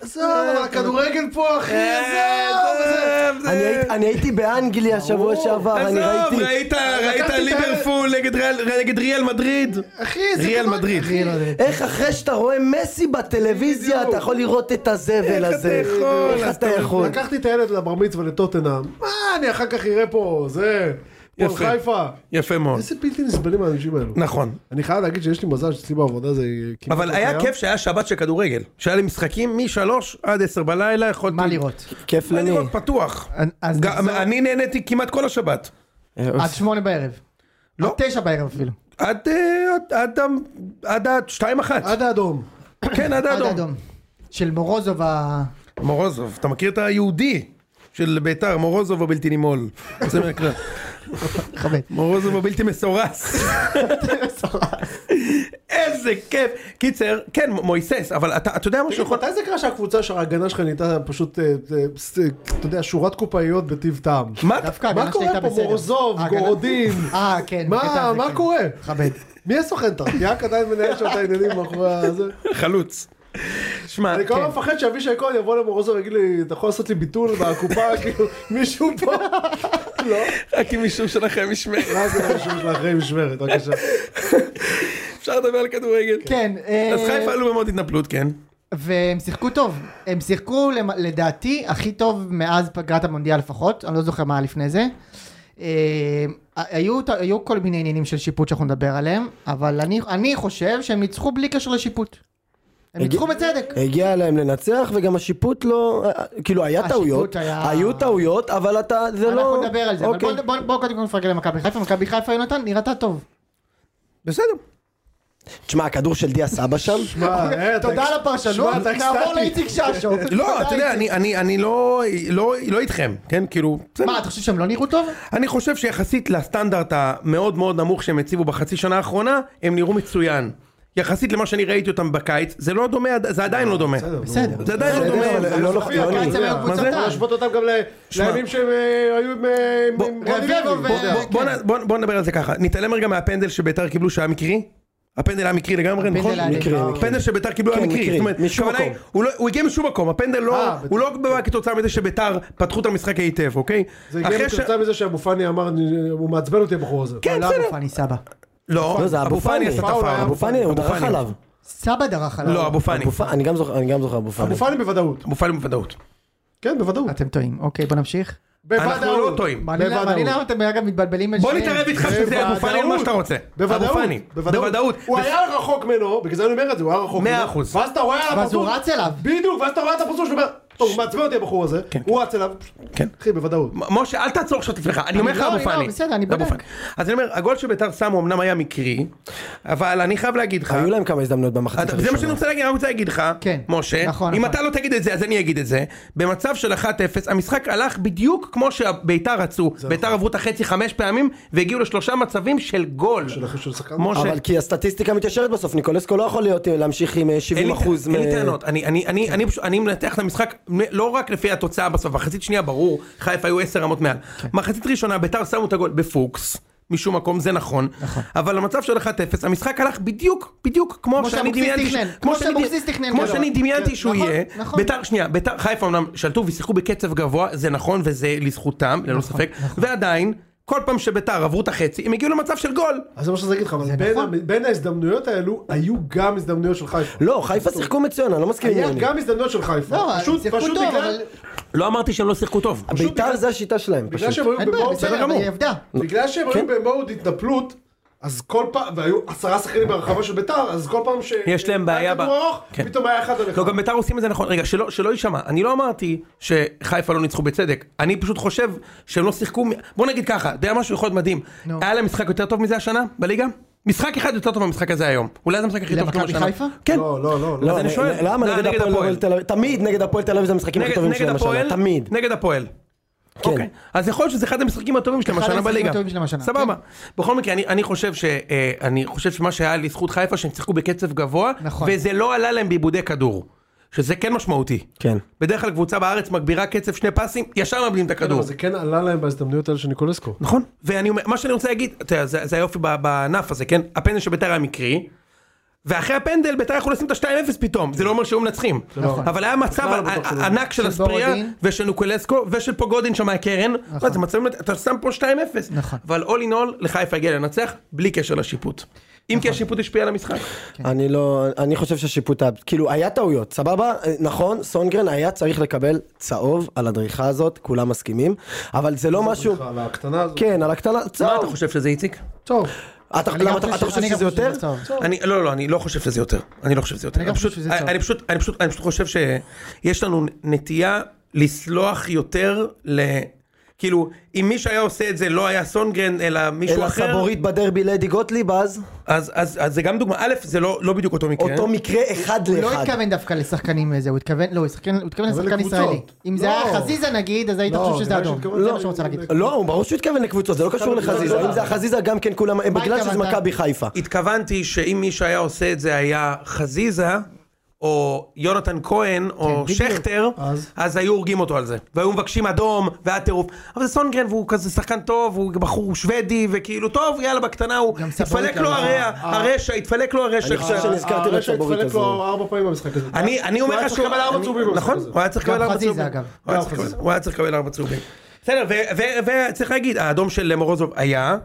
Speaker 3: עזוב,
Speaker 2: אה,
Speaker 3: אבל הכדורגל פה, אחי, עזוב, וזה.
Speaker 4: אני הייתי- אני הייתי באנגליה שבוע שעבר, אני
Speaker 2: אה. עזוב,
Speaker 4: ראיתי.
Speaker 2: ראית, ראית
Speaker 3: לקחתי את ה- אה,
Speaker 2: ליברפול נגד ריאל- נגד ריאל מדריד?
Speaker 3: אחי, זה
Speaker 2: אה, ריאל
Speaker 3: כדורגל,
Speaker 2: מדריד.
Speaker 3: אחי.
Speaker 4: איך אחרי שאתה רואה מסי בטלוויזיה
Speaker 3: בדיוק.
Speaker 4: אתה יכול לראות את הזבל
Speaker 2: איך
Speaker 4: הזה?
Speaker 2: אתה יכול?
Speaker 4: איך
Speaker 2: אז
Speaker 4: אתה יכול?
Speaker 3: לקחתי את הילד לבר מצווה לטוטנאם, מה אני אחר כך אראה פה, זה, פועל
Speaker 2: יפה.
Speaker 3: חיפה.
Speaker 2: יפה מאוד.
Speaker 3: איזה בלתי נסבלים האנשים האלו.
Speaker 2: נכון.
Speaker 3: אני חייב להגיד שיש לי מזל שאצלי בעבודה זה כמעט
Speaker 2: אבל
Speaker 3: לא
Speaker 2: היה
Speaker 3: קיים.
Speaker 2: כיף שהיה שבת של כדורגל. שהיה לי משחקים משלוש עד עשר בלילה, יכולתי...
Speaker 1: מה לראות?
Speaker 4: כיף
Speaker 2: מה
Speaker 4: לי.
Speaker 2: לראות? פתוח.
Speaker 1: אז
Speaker 2: גם-
Speaker 1: נחזור-
Speaker 2: אני נהניתי כמעט כל השבת. אה, אוקיי.
Speaker 1: עד שמונה בערב.
Speaker 2: לא.
Speaker 1: עד תשע בערב אפילו.
Speaker 2: עד אה, עד- עד ה- עד השתיים אחת.
Speaker 3: עד האדום.
Speaker 2: כן,
Speaker 1: עד
Speaker 2: עד האדום.
Speaker 1: אדום. של מורוזוב ה...
Speaker 2: מורוזוב, אתה מכיר את היהודי של ביתר, מורוזוב הבלתי נימול. זה מהכלל.
Speaker 1: חבל.
Speaker 2: מורוזוב הבלתי מסורס. איזה כיף. קיצר, כן, מויסס, אבל אתה אתה יודע משהו נכון?
Speaker 3: מתי זה קרה שהקבוצה של ההגנה שלך נהייתה פשוט, אה, אה, ס- אה, אתה יודע, שורת קופאיות בטיב טעם?
Speaker 2: מה?
Speaker 1: דווקא
Speaker 3: מה
Speaker 1: ההגנה שלי
Speaker 3: קורה
Speaker 1: הייתה
Speaker 3: פה,
Speaker 1: בסדר.
Speaker 3: מורוזוב,
Speaker 1: ההגנה-
Speaker 3: גורודין?
Speaker 1: אה, כן.
Speaker 3: מה-
Speaker 1: בקטע הזה,
Speaker 3: מה
Speaker 1: כן.
Speaker 3: קורה?
Speaker 1: כבד.
Speaker 3: מי הסוכן תרטיאק עדיין מנהל שם את העניינים מאחורי הזה?
Speaker 2: חלוץ. שמע,
Speaker 3: אני כל הזמן
Speaker 2: כן.
Speaker 3: מפחד שאבישי כהן יבוא למורוזוב ויגיד לי, אתה יכול לעשות לי ביטול בקופה, כאילו, מישהו פה? לא.
Speaker 2: רק אם מישהו שלכם ישמע.
Speaker 3: מה זה משהו של אחרי משמרת, בבקשה.
Speaker 2: אפשר לדבר על כדורגל.
Speaker 1: כן.
Speaker 2: אז
Speaker 1: אה,
Speaker 3: לא-
Speaker 2: חיפה עלו במאוד התנפלות, כן.
Speaker 1: והם שיחקו טוב. הם שיחקו למ- לדעתי הכי טוב מאז פגרת המונדיאל לפחות. אני לא זוכר מה היה לפני זה. אה, היו, ת- היו כל מיני עניינים של שיפוט שאנחנו נדבר עליהם, אבל אני, אני חושב שהם ניצחו בלי קשר לשיפוט. הם ניצחו בצדק.
Speaker 4: הגיע להם לנצח וגם השיפוט לא, כאילו היה
Speaker 1: השיפוט
Speaker 4: טעויות,
Speaker 1: היה-
Speaker 4: היו טעויות אבל אתה, זה לא,
Speaker 1: אנחנו נדבר על זה, אבל
Speaker 4: אוקיי.
Speaker 1: בואו בוא, בוא קודם כל נפרגן למכבי חיפה, מכבי חיפה יונתן נראתה טוב.
Speaker 2: בסדר.
Speaker 4: תשמע הכדור של דיה סבא שם,
Speaker 3: מה, אה, אתה-
Speaker 1: תודה על
Speaker 3: שמע,
Speaker 1: הפרשנות,
Speaker 3: אתה
Speaker 1: נעבור
Speaker 3: אקסטטי.
Speaker 1: לאיציק ששו.
Speaker 2: לא, אתה יודע, אני- אני- אני לא לא- לא איתכם, כן? כאילו, בסדר.
Speaker 1: מה, אתה חושב שהם לא נראו טוב?
Speaker 2: אני חושב שיחסית לסטנדרט המאוד מאוד נמוך שהם הציבו בחצי שנה האחרונה, הם נראו מצוין. יחסית למה שאני ראיתי אותם בקיץ, זה לא דומה, עד- זה עדיין לא דומה.
Speaker 1: בסדר.
Speaker 2: זה עדיין לא
Speaker 4: בסדר,
Speaker 2: דומה.
Speaker 1: אה,
Speaker 4: אבל לא נכון,
Speaker 3: אתה
Speaker 4: לא
Speaker 1: בעצם
Speaker 3: יודע,
Speaker 1: היו
Speaker 3: מה
Speaker 2: זה?
Speaker 1: קבוצתן.
Speaker 3: יכול להשוות אותם גם ל-
Speaker 2: שמע.
Speaker 3: לימים שהם אה, היו עם, אה, עם
Speaker 2: בוא-
Speaker 3: עם
Speaker 2: בוא-
Speaker 3: רוני
Speaker 1: רביבו
Speaker 3: לוי.
Speaker 1: ו-
Speaker 3: אתה יודע.
Speaker 2: בוא- בוא נ- בוא- בוא נדבר על זה ככה, נתעלם רגע מהפנדל שביתר קיבלו שהיה מקרי? הפנדל היה מקרי לגמרי,
Speaker 1: הפנדל
Speaker 2: נכון?
Speaker 1: היה מקרי, מקרי.
Speaker 2: הפנדל שביתר קיבלו היה
Speaker 4: כן,
Speaker 2: מקרי.
Speaker 4: מקרי,
Speaker 2: זאת אומרת,
Speaker 4: משום
Speaker 2: הכוונה היא,
Speaker 4: מקום.
Speaker 2: הוא לא- הוא הגיע משום מקום, הפנדל לא,
Speaker 3: אה,
Speaker 2: הוא לא בא כתוצאה מזה שביתר פתחו את המשחק היטב, אוקיי?
Speaker 3: זה הגיע
Speaker 2: אחרי ש-
Speaker 3: כתוצאה מזה שהמופני אמר, "אני- אה, הוא מעצבן אותי הבחור הזה.
Speaker 2: כן,
Speaker 1: לא
Speaker 2: בסדר.
Speaker 1: אבו פאני סבא.
Speaker 2: לא,
Speaker 4: לא, זה אבו פאני.
Speaker 2: עשה את
Speaker 3: פאול
Speaker 2: הפאול.
Speaker 3: היה
Speaker 4: אבו פאני הוא
Speaker 2: אבו
Speaker 4: דרך
Speaker 2: פאני.
Speaker 4: עליו,
Speaker 1: סבא דרך עליו.
Speaker 2: לא, אבו פאני.
Speaker 4: אבו פאני, אני גם זוכר, אני גם זוכר אבו פאני,
Speaker 3: המופני בוודאות.
Speaker 2: אבו פאני בוודאות.
Speaker 3: כן, בוודאות.
Speaker 1: אתם טועים. אוקיי, בוא נמשיך.
Speaker 2: אנחנו לא טועים.
Speaker 1: מעניין למה-
Speaker 3: בוודאות.
Speaker 1: מעניין למה אתם אגב מתבלבלים בין
Speaker 2: בוא
Speaker 1: שניהם.
Speaker 2: נתערב איתך שזה אבו פאני על מה
Speaker 3: בוודאות.
Speaker 2: שאתה רוצה. אבו פאני. בוודאות.
Speaker 3: הוא היה רחוק ממנו, בגלל זה אני אומר את זה, הוא היה רחוק ממנו.
Speaker 2: מאה אחוז.
Speaker 3: ואז אתה רואה על הפרצוף.
Speaker 1: ואז הוא רץ אליו.
Speaker 3: בדיוק, ואז אתה רואה את הפרצוף שלו, ואומר, טוב, הוא מעצבן אותי הבחור הזה. הוא רץ אליו.
Speaker 2: כן.
Speaker 3: אחי, בוודאות.
Speaker 2: מ- משה, אל תעצור עכשיו את עצמך, אני אומר לך
Speaker 1: לא,
Speaker 2: אבו
Speaker 1: אני לא,
Speaker 2: פאני.
Speaker 1: בסדר, אני
Speaker 2: אבו
Speaker 1: בודק.
Speaker 2: פאני. אז אני אומר, הגול שביתר שמו אמנם היה מקרי, אבל אני חייב להגיד לך,
Speaker 4: היו להם כמה הזדמנויות במחצית
Speaker 2: אתה- אה, זה מה שאני
Speaker 4: הראשונה.
Speaker 2: רוצה להגיד, אני רוצה להגיד לך,
Speaker 1: כן.
Speaker 2: משה,
Speaker 1: נכון,
Speaker 2: אם
Speaker 1: נכון.
Speaker 2: אתה לא תגיד את זה אז אני אגיד את זה, במצב של 1-0 המשחק הלך בדיוק כמו שביתר רצו, ביתר
Speaker 3: נכון.
Speaker 2: עברו את החצי חמש פעמים והגיעו לשלושה מצבים של גול.
Speaker 3: של אחי של שחקן.
Speaker 2: משה,
Speaker 4: אבל כי הסטטיסטיקה מתיישרת בסוף, ניקולסקו לא יכול להיות להמשיך עם אה, 70%
Speaker 2: אין לי- אין לי
Speaker 4: מ-
Speaker 2: טענות, אני- אני- אני
Speaker 1: כן.
Speaker 2: אני פשוט- אני מנתח את המשחק לא רק לפי התוצאה בסוף, מחצית שנייה ברור, חיפה היו עשר רמות מעל.
Speaker 1: כן.
Speaker 2: מחצית ראשונה ביתר שמו את הגול בפוקס. משום מקום זה נכון, אבל המצב של 1-0 המשחק הלך בדיוק בדיוק כמו
Speaker 1: כמו
Speaker 2: שאני
Speaker 1: שאבוקסיס
Speaker 2: דמיינתי ש-
Speaker 1: תכנן,
Speaker 2: כמו
Speaker 1: כמו
Speaker 2: שאני דמ-
Speaker 1: שאבוקסיס תכנן
Speaker 2: כמו
Speaker 1: גדול.
Speaker 2: שאני דמיינתי
Speaker 1: כן,
Speaker 2: שהוא
Speaker 1: נכון,
Speaker 2: יהיה,
Speaker 1: נכון.
Speaker 2: ביתר שנייה ביתר חיפה אמנם שלטו ושיחקו בקצב גבוה זה נכון וזה לזכותם ללא
Speaker 1: נכון,
Speaker 2: ספק ועדיין כל פעם שביתר עברו את החצי הם הגיעו למצב של גול
Speaker 3: אז זה מה שאני רוצה להגיד לך, אבל בין
Speaker 1: נכון.
Speaker 3: ה- בין ההזדמנויות האלו, היו גם הזדמנויות של חיפה.
Speaker 4: לא, חיפה שיחקו מצוין, אני לא מסכים עם
Speaker 3: היה
Speaker 4: יוני.
Speaker 3: גם הזדמנויות של חיפה.
Speaker 1: לא,
Speaker 3: פשוט,
Speaker 1: שיחקו
Speaker 3: פשוט
Speaker 1: טוב,
Speaker 3: בגלל-
Speaker 1: אבל-
Speaker 2: לא אמרתי שהם לא שיחקו טוב
Speaker 4: ביתר זה השיטה שלהם
Speaker 3: בגלל
Speaker 4: פשוט.
Speaker 3: שהם היו
Speaker 1: אין בעיה,
Speaker 3: בבואו,
Speaker 1: בסדר, לא. כן. אבל היא עבדה.
Speaker 3: בגלל שהם היו במוד התנפלות, אז כל פעם, והיו עשרה שחקנים ברחבה של ביתר, אז כל פעם ש...
Speaker 2: יש להם בעיה
Speaker 3: היה
Speaker 2: ב-
Speaker 3: כדור ארוך,
Speaker 2: כן.
Speaker 3: פתאום היה אחד על אחד.
Speaker 2: לא, גם ביתר עושים את זה נכון. רגע, שלא, שלא יישמע, אני לא אמרתי שחיפה לא ניצחו בצדק. אני פשוט חושב שהם לא שיחקו... מ- בוא נגיד ככה, אתה יודע משהו יכול להיות מדהים.
Speaker 1: נו.
Speaker 2: היה להם משחק יותר טוב מזה השנה בליגה? משחק אחד יותר טוב מהמשחק הזה היום. אולי זה המשחק הכי טוב
Speaker 1: למכבי
Speaker 2: שלנו השנה.
Speaker 1: חיפה?
Speaker 2: כן.
Speaker 3: לא, לא, לא.
Speaker 4: לא,
Speaker 2: אני שואל, למה
Speaker 4: למה נגד
Speaker 2: נגד הפועל?
Speaker 4: הפועל תל אביב? תמיד נגד הפועל תל אביב זה המשחקים הכי
Speaker 2: נגד,
Speaker 4: טובים
Speaker 2: נגד
Speaker 4: שלהם השנה,
Speaker 2: הפועל?
Speaker 4: תמיד.
Speaker 2: נגד הפועל.
Speaker 4: כן.
Speaker 2: אוקיי. אז יכול להיות שזה אחד המשחקים הטובים שלהם
Speaker 1: אחד
Speaker 2: השנה
Speaker 1: המשחקים
Speaker 2: בליגה.
Speaker 1: הטובים שלהם השנה, כן.
Speaker 2: סבבה. בכל מקרה, אני- אני חושב ש- אה, אני חושב שמה שהיה לזכות חיפה, שהם שיחקו בקצב גבוה,
Speaker 1: נכון.
Speaker 2: וזה לא עלה להם בעיבודי כדור. שזה כן משמעותי.
Speaker 4: כן.
Speaker 2: בדרך כלל קבוצה בארץ מגבירה קצב שני פסים, ישר מאבדים את הכדור.
Speaker 3: אבל זה כן עלה להם בהזדמנויות האלה של ניקולסקו.
Speaker 2: נכון. ואני אומר, מה שאני רוצה להגיד, אתה יודע, זה זה היופי ב- בענף הזה, כן? הפנדל של ביתר היה מקרי, ואחרי הפנדל ביתר יכלו לשים את ה-2-0 פתאום, זה לא אומר שהיו מנצחים.
Speaker 1: נכון.
Speaker 2: אבל היה מצב
Speaker 3: בכלל לא
Speaker 2: ע-
Speaker 3: בטוח שלא.
Speaker 2: ענק של
Speaker 1: של
Speaker 2: אספריה,
Speaker 1: בורדין.
Speaker 2: ושל נוקולסקו, ושל פוגודין שם מהקרן.
Speaker 1: נכון.
Speaker 2: זה מצבים, אתה שם פה 2-0.
Speaker 1: נכון.
Speaker 2: אבל all in all, לחיפה הגיע לנצח, בלי קשר לשיפוט. אם כי השיפוט השפיע על המשחק.
Speaker 3: כן.
Speaker 4: אני לא, אני חושב שהשיפוט, ה- כאילו היה טעויות, סבבה? אה, נכון, סונגרן היה צריך לקבל צהוב על הדריכה הזאת, כולם מסכימים, אבל זה לא משהו,
Speaker 3: על הקטנה הזאת.
Speaker 4: כן, על הקטנה,
Speaker 2: מה אתה
Speaker 4: צהוב.
Speaker 2: חושב שזה איציק?
Speaker 3: טוב.
Speaker 4: אתה
Speaker 1: אני גם
Speaker 4: למה אתה- אתה חושב
Speaker 1: אני גם
Speaker 4: שזה יותר?
Speaker 1: שזה צהוב.
Speaker 2: אני לא לא אני לא חושב שזה יותר אני לא חושב שזה יותר
Speaker 1: אני גם
Speaker 2: אני פשוט-
Speaker 1: חושב שזה צהוב.
Speaker 2: אני פשוט אני פשוט אני פשוט חושב שיש לנו נטייה לסלוח יותר ל... כאילו אם מישהו היה עושה את זה לא היה סונגרן אלא מישהו
Speaker 4: אלא
Speaker 2: אחר כן.
Speaker 4: סבורית בדרבי לדי גוטליב אז,
Speaker 2: אז אז אז זה גם דוגמא א' זה לא לא בדיוק אותו מקרה
Speaker 4: אותו מקרה אחד
Speaker 1: הוא לא
Speaker 4: לאחד.
Speaker 1: התכוון דווקא לשחקנים איזה, הוא התכוון, לא, הוא התכוון- הוא התכוון
Speaker 3: אבל
Speaker 1: לשחקן
Speaker 3: לקבוצות.
Speaker 1: ישראלי. אם זה היה
Speaker 3: לא.
Speaker 1: חזיזה נגיד, אז היית
Speaker 3: לא,
Speaker 1: חושב שזה
Speaker 3: נראה
Speaker 1: אדום.
Speaker 3: שהתכוון
Speaker 1: זה
Speaker 3: ל-
Speaker 1: מה שאני רוצה להגיד.
Speaker 4: לא, הוא ברור שהוא התכוון לקבוצות, זה לא קשור לחזיזה, אם זה החזיזה גם כן כולם, הם בגלל שזה
Speaker 1: התכוונת?
Speaker 4: מכבי חיפה.
Speaker 2: התכוונתי שאם מישהו היה עושה את זה היה חזיזה או יונתן כהן או
Speaker 1: בדיוק.
Speaker 2: שכטר
Speaker 3: כן, אז?
Speaker 2: אז היו הורגים אותו על זה והיו מבקשים אדום והיה טירוף אבל זה סונגרן והוא כזה שחקן טוב הוא בחור שוודי וכאילו טוב יאללה בקטנה הוא
Speaker 1: גם סבורית
Speaker 2: התפלק לו
Speaker 1: לא-
Speaker 2: הרע הרשע התפלק לו הרשע
Speaker 4: אני חושב
Speaker 2: עכשיו.
Speaker 4: שנזכרתי
Speaker 3: הרשע
Speaker 4: בצבורית
Speaker 3: התפלק
Speaker 4: הזו.
Speaker 3: אה, לו ארבע פעמים במשחק הזה.
Speaker 2: אני אני אומר לך
Speaker 3: שהוא... היה צריך לקבל ארבע
Speaker 2: אני-
Speaker 3: צהובים במשחק
Speaker 2: נכון
Speaker 3: הזה.
Speaker 2: הוא היה צריך
Speaker 1: גם
Speaker 2: לקבל ארבע
Speaker 1: חזיזה,
Speaker 2: צהובים.
Speaker 1: אגב.
Speaker 2: הוא היה
Speaker 3: גם
Speaker 2: צריך לקבל-
Speaker 3: חזיזה.
Speaker 2: הוא היה צריך לקבל ארבע צהובים. בסדר ו- ו- וצריך להגיד האדום של מורוזוב היה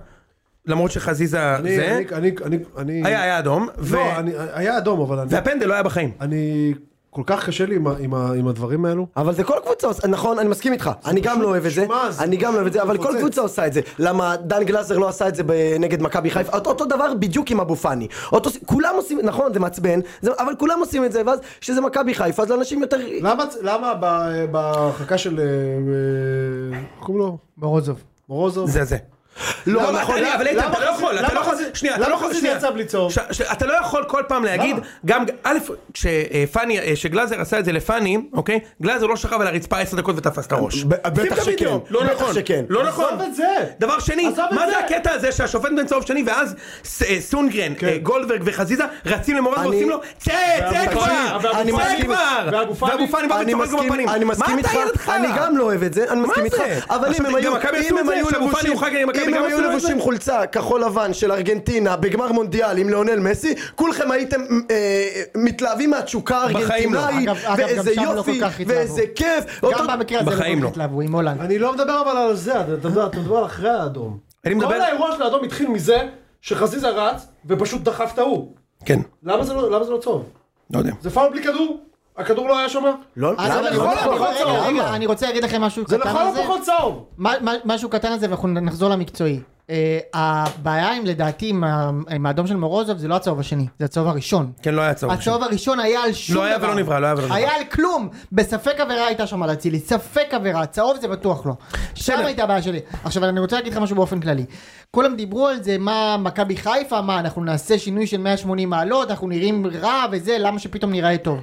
Speaker 2: למרות שחזיזה
Speaker 3: אני-
Speaker 2: זה
Speaker 3: אני- אני... אני- אני...
Speaker 2: היה היה אדום ו-
Speaker 3: לא, אני- היה אדום, אבל אני...
Speaker 2: והפנדל לא היה בחיים.
Speaker 3: אני... כל כך קשה לי עם ה- עם ה- עם הדברים האלו.
Speaker 4: אבל זה כל קבוצה עושה, נכון, אני מסכים איתך, אני גם
Speaker 3: פשוט-
Speaker 4: לא אוהב את זה,
Speaker 3: שמע, זה
Speaker 4: אני גם לא אוהב את זה,
Speaker 3: פשוט
Speaker 4: אבל כל
Speaker 3: מפוצץ.
Speaker 4: קבוצה עושה את זה. למה דן גלאזר לא עשה את זה ב- נגד מכבי חיפה, אותו- אותו דבר בדיוק עם אבו פאני. אותו- כולם עושים, נכון, זה מעצבן, זה- אבל כולם עושים את זה, ואז כשזה מכבי חיפה, אז לאנשים יותר...
Speaker 3: למה, למה ב- בהרחקה של... אה, אה, איך קוראים לו?
Speaker 1: מורוזוב.
Speaker 3: מורוזוב?
Speaker 2: זה זה.
Speaker 4: לא,
Speaker 2: אבל
Speaker 4: נכון,
Speaker 2: אתה-
Speaker 3: למה-
Speaker 2: אבל איתן, אתה
Speaker 3: למה
Speaker 2: לא יכול,
Speaker 3: חזיזה-
Speaker 2: אתה לא
Speaker 3: למה
Speaker 2: יכול,
Speaker 3: חזיזה-
Speaker 2: שנייה,
Speaker 3: למה
Speaker 2: אתה לא יכול,
Speaker 3: חזיזה
Speaker 2: שנייה.
Speaker 3: יצא בלי צהוב?
Speaker 2: ש- ש- אתה לא יכול כל פעם להגיד, גם, א', כשפאני, אה, שגלאזר עשה את זה לפני, אוקיי? גלאזר לא שכב על הרצפה עשר דקות ותפס את הראש.
Speaker 4: ב- בטח
Speaker 2: שים את
Speaker 4: שכן,
Speaker 2: הוידאו. לא
Speaker 4: בטח
Speaker 2: נכון,
Speaker 4: שכן.
Speaker 2: לא
Speaker 3: עזוב
Speaker 2: נכון.
Speaker 3: את זה.
Speaker 2: דבר שני,
Speaker 3: עזוב את
Speaker 2: מה
Speaker 3: זה.
Speaker 2: זה הקטע הזה שהשופט בין צהוב שני, ואז ס- אה, סונגרן, אה, גולדברג וחזיזה רצים למורן
Speaker 4: אני-
Speaker 2: ועושים לו, צא, צא
Speaker 4: ואבו
Speaker 2: כבר,
Speaker 4: פאני, ואבו
Speaker 2: צא
Speaker 4: פאני,
Speaker 2: כבר,
Speaker 3: ואבו פאני,
Speaker 2: ואבו פאני בא
Speaker 4: אני
Speaker 2: וצוחק לו
Speaker 4: מסכים,
Speaker 2: בפנים.
Speaker 4: אני מסכים
Speaker 2: מה אתה
Speaker 4: איתך,
Speaker 2: ילד חרא?
Speaker 4: אני גם לא אוהב את זה, אני
Speaker 2: מה
Speaker 4: מסכים איתך,
Speaker 2: זה? עכשיו,
Speaker 4: אבל אם הם
Speaker 2: גם
Speaker 4: היו,
Speaker 2: מכבי עשו
Speaker 4: אם
Speaker 2: את
Speaker 4: הם
Speaker 2: זה,
Speaker 4: היו
Speaker 2: עכשיו, אופני
Speaker 4: לבושים,
Speaker 2: הורחק נגד מכבי,
Speaker 4: אם
Speaker 2: גם
Speaker 4: הם
Speaker 2: עשו
Speaker 4: היו
Speaker 2: את זה.
Speaker 4: לבושים חולצה כחול לבן של ארגנטינה בגמר מונדיאל עם ליאונל מסי, כולכם הייתם אה, מתלהבים מהתשוקה
Speaker 2: בחיים לא.
Speaker 4: הארגנטינאית,
Speaker 1: אגב, אגב, גם
Speaker 4: ואיזה
Speaker 1: שם לא
Speaker 4: יופי,
Speaker 1: כל כך התלהבו.
Speaker 4: ואיזה כיף,
Speaker 1: גם
Speaker 4: אותו-
Speaker 1: במקרה הזה לא
Speaker 2: בחיים
Speaker 1: כל כך
Speaker 2: לא.
Speaker 1: התלהבו, עם הולנד.
Speaker 3: אני לא מדבר אבל על זה, אתה- אתה מדבר- אתה מדבר על אחרי האדום.
Speaker 2: אני מדבר-
Speaker 3: כל האירוע של האדום התחיל מזה שחזיזה רץ ופשוט דחף את ההוא.
Speaker 2: כן,
Speaker 3: למה זה לא למה זה לא צהוב?
Speaker 2: לא יודע.
Speaker 3: זה פאול בלי כדור? הכדור לא היה שם?
Speaker 4: לא,
Speaker 2: אה,
Speaker 1: אז
Speaker 4: למה?
Speaker 1: אבל
Speaker 4: לא
Speaker 1: אני-
Speaker 3: לכל
Speaker 4: נכון.
Speaker 3: הפחות
Speaker 1: רגע,
Speaker 3: צהוב.
Speaker 1: רגע, אני רוצה להגיד לכם משהו
Speaker 3: זה
Speaker 1: קטן
Speaker 3: לכל
Speaker 1: על זה.
Speaker 3: הפחות צהוב.
Speaker 1: מה- מה- משהו קטן על זה ואנחנו נחזור למקצועי. אה, הבעיה עם לדעתי עם ה- עם האדום של מורוזוב זה לא הצהוב השני, זה הצהוב הראשון.
Speaker 2: כן, לא היה צהוב.
Speaker 1: הצהוב הראשון היה על שום
Speaker 2: לא
Speaker 1: דבר.
Speaker 2: היה ולא נברא, לא היה ולא נברא.
Speaker 1: היה על כלום. בספק עבירה הייתה שם על אצילי, ספק עבירה, צהוב זה בטוח לא. שם הייתה הבעיה שלי. עכשיו אני רוצה להגיד לך משהו באופן כללי. כולם דיברו על זה, מה מכבי חיפה, מה אנחנו נעשה שינוי של 180 מעלות, אנחנו נראים רע וזה, למה שפתאום ניראה טוב.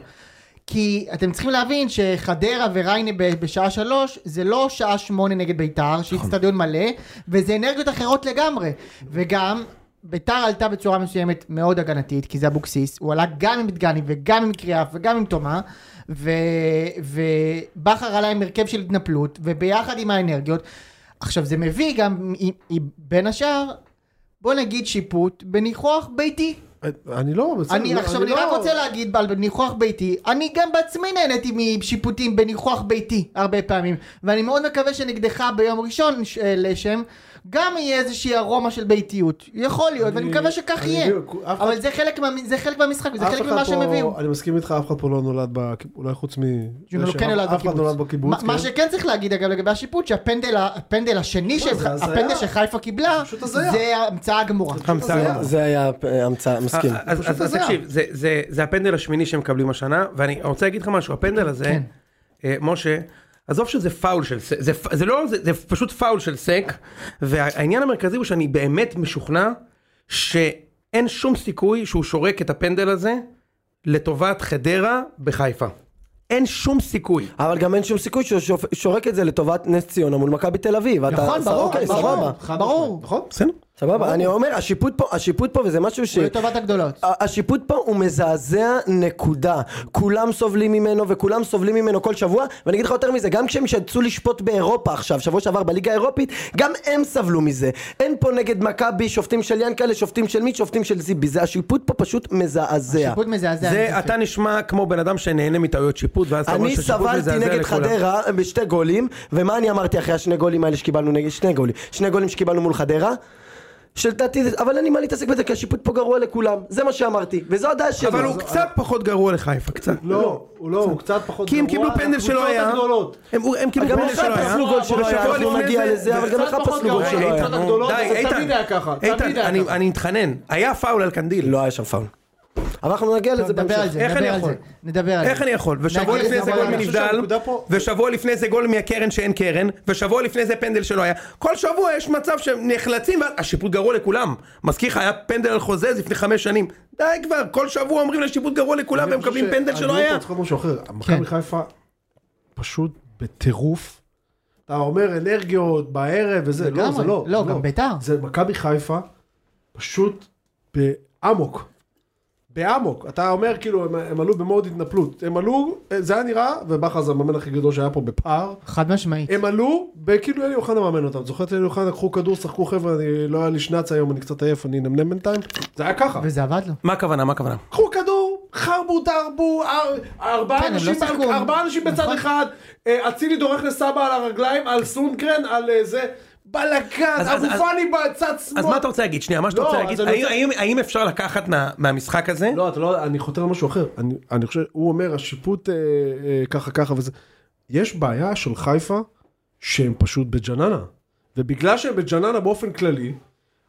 Speaker 1: כי אתם צריכים להבין שחדרה וריינה ב- בשעה שלוש זה לא שעה שמונה נגד ביתר, שהיא אצטדיון מלא, וזה אנרגיות אחרות לגמרי. וגם, ביתר עלתה בצורה מסוימת מאוד הגנתית, כי זה אבוקסיס, הוא עלה גם עם דגני וגם עם קריאף וגם עם תומה, ו- ובכר עלה עם הרכב של התנפלות, וביחד עם האנרגיות. עכשיו זה מביא גם, עם- עם- בין השאר, בוא נגיד שיפוט בניחוח ביתי.
Speaker 3: אני לא, בסדר.
Speaker 1: אני עכשיו אני
Speaker 3: לא-
Speaker 1: רק רוצה להגיד על ניחוח ביתי, אני גם בעצמי נהניתי משיפוטים בניחוח ביתי הרבה פעמים, ואני מאוד מקווה שנגדך ביום ראשון ש- אה, לשם, גם יהיה איזושהי ארומה של ביתיות, יכול להיות, ואני
Speaker 3: אני-
Speaker 1: מקווה שכך
Speaker 3: אני
Speaker 1: יהיה,
Speaker 3: בדיוק, אף
Speaker 1: אבל
Speaker 3: אחד-
Speaker 1: זה חלק מה- זה חלק מהמשחק, וזה
Speaker 3: אף
Speaker 1: חלק
Speaker 3: אחד
Speaker 1: ממה
Speaker 3: פה- אה,
Speaker 1: שהם הביאו.
Speaker 3: אני מסכים איתך, אף אחד פה לא נולד, בק- אולי חוץ מ...
Speaker 1: ג'ונו
Speaker 3: זה
Speaker 1: כן
Speaker 3: שאף-
Speaker 1: נולד
Speaker 3: אה, אף אחד נולד בקיבוץ.
Speaker 1: מה- מה
Speaker 3: כן.
Speaker 1: שכן צריך להגיד אגב לגבי השיפוט, שהפנדל ה- הפנדל השני, שהם-
Speaker 3: לא, זה הזיה.
Speaker 1: הפנדל שחיפה קיבלה,
Speaker 3: פשוט הזיה.
Speaker 1: זה המצאה גמורה.
Speaker 2: המצאה גמורה.
Speaker 4: זה היה אה, המצאה, מסכים.
Speaker 2: אה, אז-
Speaker 3: פשוט
Speaker 2: אז אז
Speaker 3: הזיה.
Speaker 2: תקשיב, זה- זה- זה הפנדל השמיני שהם מקבלים השנה, ואני רוצה להגיד לך משהו, הפנדל הזה, אה, משה, עזוב שזה פאול של סק, זה פ- זה לא, זה זה פשוט פאול של סק, והעניין המרכזי הוא שאני באמת משוכנע שאין שום סיכוי שהוא שורק את הפנדל הזה לטובת חדרה בחיפה. אין שום סיכוי.
Speaker 4: אבל גם אין שום סיכוי שהוא שופ- שורק את זה לטובת נס ציונה מול מכבי תל אביב. אתה-
Speaker 1: נכון,
Speaker 4: סבבה,
Speaker 1: ברור,
Speaker 4: אוקיי, סבבה.
Speaker 1: ברור, ברור,
Speaker 3: נכון?
Speaker 2: בסדר.
Speaker 4: סבבה, אני אומר, השיפוט פה, השיפוט פה, וזה משהו ש...
Speaker 1: הוא לטובת הגדולות.
Speaker 3: אה,
Speaker 4: ה- השיפוט פה הוא מזעזע נקודה. כולם סובלים ממנו וכולם סובלים ממנו כל שבוע, ואני אגיד לך יותר מזה, גם כשהם שצאו לשפוט באירופה עכשיו, שבוע שעבר בליגה האירופית, גם הם סבלו מזה. אין פה נגד מכבי שופטים של ינקלה, שופטים של מי, שופטים של זיבי. זה השיפוט פה פשוט מזעזע.
Speaker 1: שיפוט מזעזע. אין
Speaker 2: זה
Speaker 1: ספק.
Speaker 2: אתה נשמע כמו בן אדם שנהנה מטעויות שיפוט, ואז אתה רואה
Speaker 4: אני
Speaker 2: שהשיפוט
Speaker 4: סבלתי
Speaker 2: מזעזע
Speaker 4: נגד
Speaker 2: לכולם.
Speaker 4: חדרה בשתי גולים, ומה אני אמרתי אחרי השני גולים האלה שקיבלנו נגד, שני גולים, שני גולים שקיבלנו מול חדרה? שלדעתי, זה- אבל אין לי מה להתעסק בזה, כי השיפוט פה גרוע לכולם, זה מה שאמרתי, וזו הדעה שלי.
Speaker 2: אבל הוא קצת פחות גרוע לחיפה, קצת.
Speaker 3: לא, הוא לא, הוא קצת פחות
Speaker 2: כי הם
Speaker 3: גרוע,
Speaker 2: קיבלו פנדל
Speaker 3: הקבוצות
Speaker 2: שלא היה.
Speaker 3: הגדולות.
Speaker 2: הם הם קיבלו
Speaker 4: גם
Speaker 2: פנדל
Speaker 4: לך
Speaker 2: שלא היה.
Speaker 4: פסלו גול שלא היה,
Speaker 2: ושבוע
Speaker 4: אנחנו
Speaker 2: לפני
Speaker 4: נגיע
Speaker 2: זה-
Speaker 4: לזה, אבל גם לך
Speaker 3: קצת פחות
Speaker 4: פסלו גול
Speaker 3: גרוע.
Speaker 4: שלא היה.
Speaker 3: איתן, הגדולות,
Speaker 2: די,
Speaker 3: אבל זה
Speaker 2: איתן.
Speaker 3: תמיד היה ככה,
Speaker 2: איתן,
Speaker 3: תמיד היה
Speaker 2: אני-
Speaker 3: ככה.
Speaker 2: אני מתחנן, היה פאול על קנדיל.
Speaker 4: לא היה שם פאול. אבל אנחנו נגיע לזה
Speaker 1: טוב, נדבר על
Speaker 4: בהמשך.
Speaker 1: זה,
Speaker 2: איך אני
Speaker 1: נדבר על
Speaker 2: יכול?
Speaker 1: זה, נדבר על זה.
Speaker 2: איך אני יכול? ושבוע
Speaker 1: נגיד
Speaker 2: לפני
Speaker 1: את
Speaker 2: זה
Speaker 1: אבל
Speaker 2: גול
Speaker 1: אני חושב
Speaker 2: מנבדל,
Speaker 3: שהנקודה פה-
Speaker 2: ושבוע לפני זה גול מהקרן שאין קרן, ושבוע לפני זה פנדל שלא היה. כל שבוע יש מצב שהם נחלצים, והשיפוט גרוע לכולם. מזכיר לך, היה פנדל על חוזז לפני חמש שנים. די כבר, כל שבוע אומרים לשיפוט גרוע לכולם, והם
Speaker 3: אני חושב
Speaker 2: מקבלים פנדל שלא
Speaker 3: שהדיון פה
Speaker 2: היה.
Speaker 3: צריך להיות משהו אחר. מכבי
Speaker 1: כן.
Speaker 3: חיפה פשוט בטירוף. אתה אומר אנרגיות בערב וזה, לא,
Speaker 1: לגמרי.
Speaker 3: זה לא.
Speaker 1: לא,
Speaker 3: זה
Speaker 1: גם בית"ר.
Speaker 3: זה מכבי חיפה פשוט באמוק. באמוק. אתה אומר כאילו, הם- הם עלו במוד התנפלות. הם עלו, זה היה נראה, ובכר זה המאמן הכי גדול שהיה פה בפער.
Speaker 1: חד משמעית.
Speaker 3: הם עלו, וכאילו אלי אוחנה מאמן אותם. זוכר את אלי אוחנה, לקחו כדור, שחקו חבר'ה, אני לא היה לי שנץ היום, אני קצת עייף, אני נמנם בינתיים. זה היה ככה.
Speaker 1: וזה עבד לו.
Speaker 2: מה הכוונה, מה הכוונה?
Speaker 3: קחו כדור, חרבו תרבו, אר- ארבעה
Speaker 1: כן, הם לא
Speaker 3: אנשים על-
Speaker 1: שיחקו.
Speaker 3: ארבעה אנשים בצד
Speaker 1: נכון.
Speaker 3: אחד, אה, אצילי דורך לסבא על הרגליים, על סונגרן, על אה, זה, בלאגן,
Speaker 2: אז- אז-
Speaker 3: אבו
Speaker 2: אז-
Speaker 3: פאני בצד שמאל.
Speaker 2: אז מה אתה רוצה להגיד? שנייה, מה שאתה
Speaker 3: לא,
Speaker 2: רוצה
Speaker 3: אז
Speaker 2: להגיד,
Speaker 3: אני
Speaker 2: האם-
Speaker 3: רוצה-
Speaker 2: האם- האם אפשר לקחת מה- מהמשחק הזה?
Speaker 3: לא, אתה לא, אני חותר למשהו אחר. אני, אני חושב, הוא אומר, השיפוט אה, אה, ככה ככה וזה. יש בעיה של חיפה שהם פשוט בג'ננה. ובגלל שהם בג'ננה באופן כללי,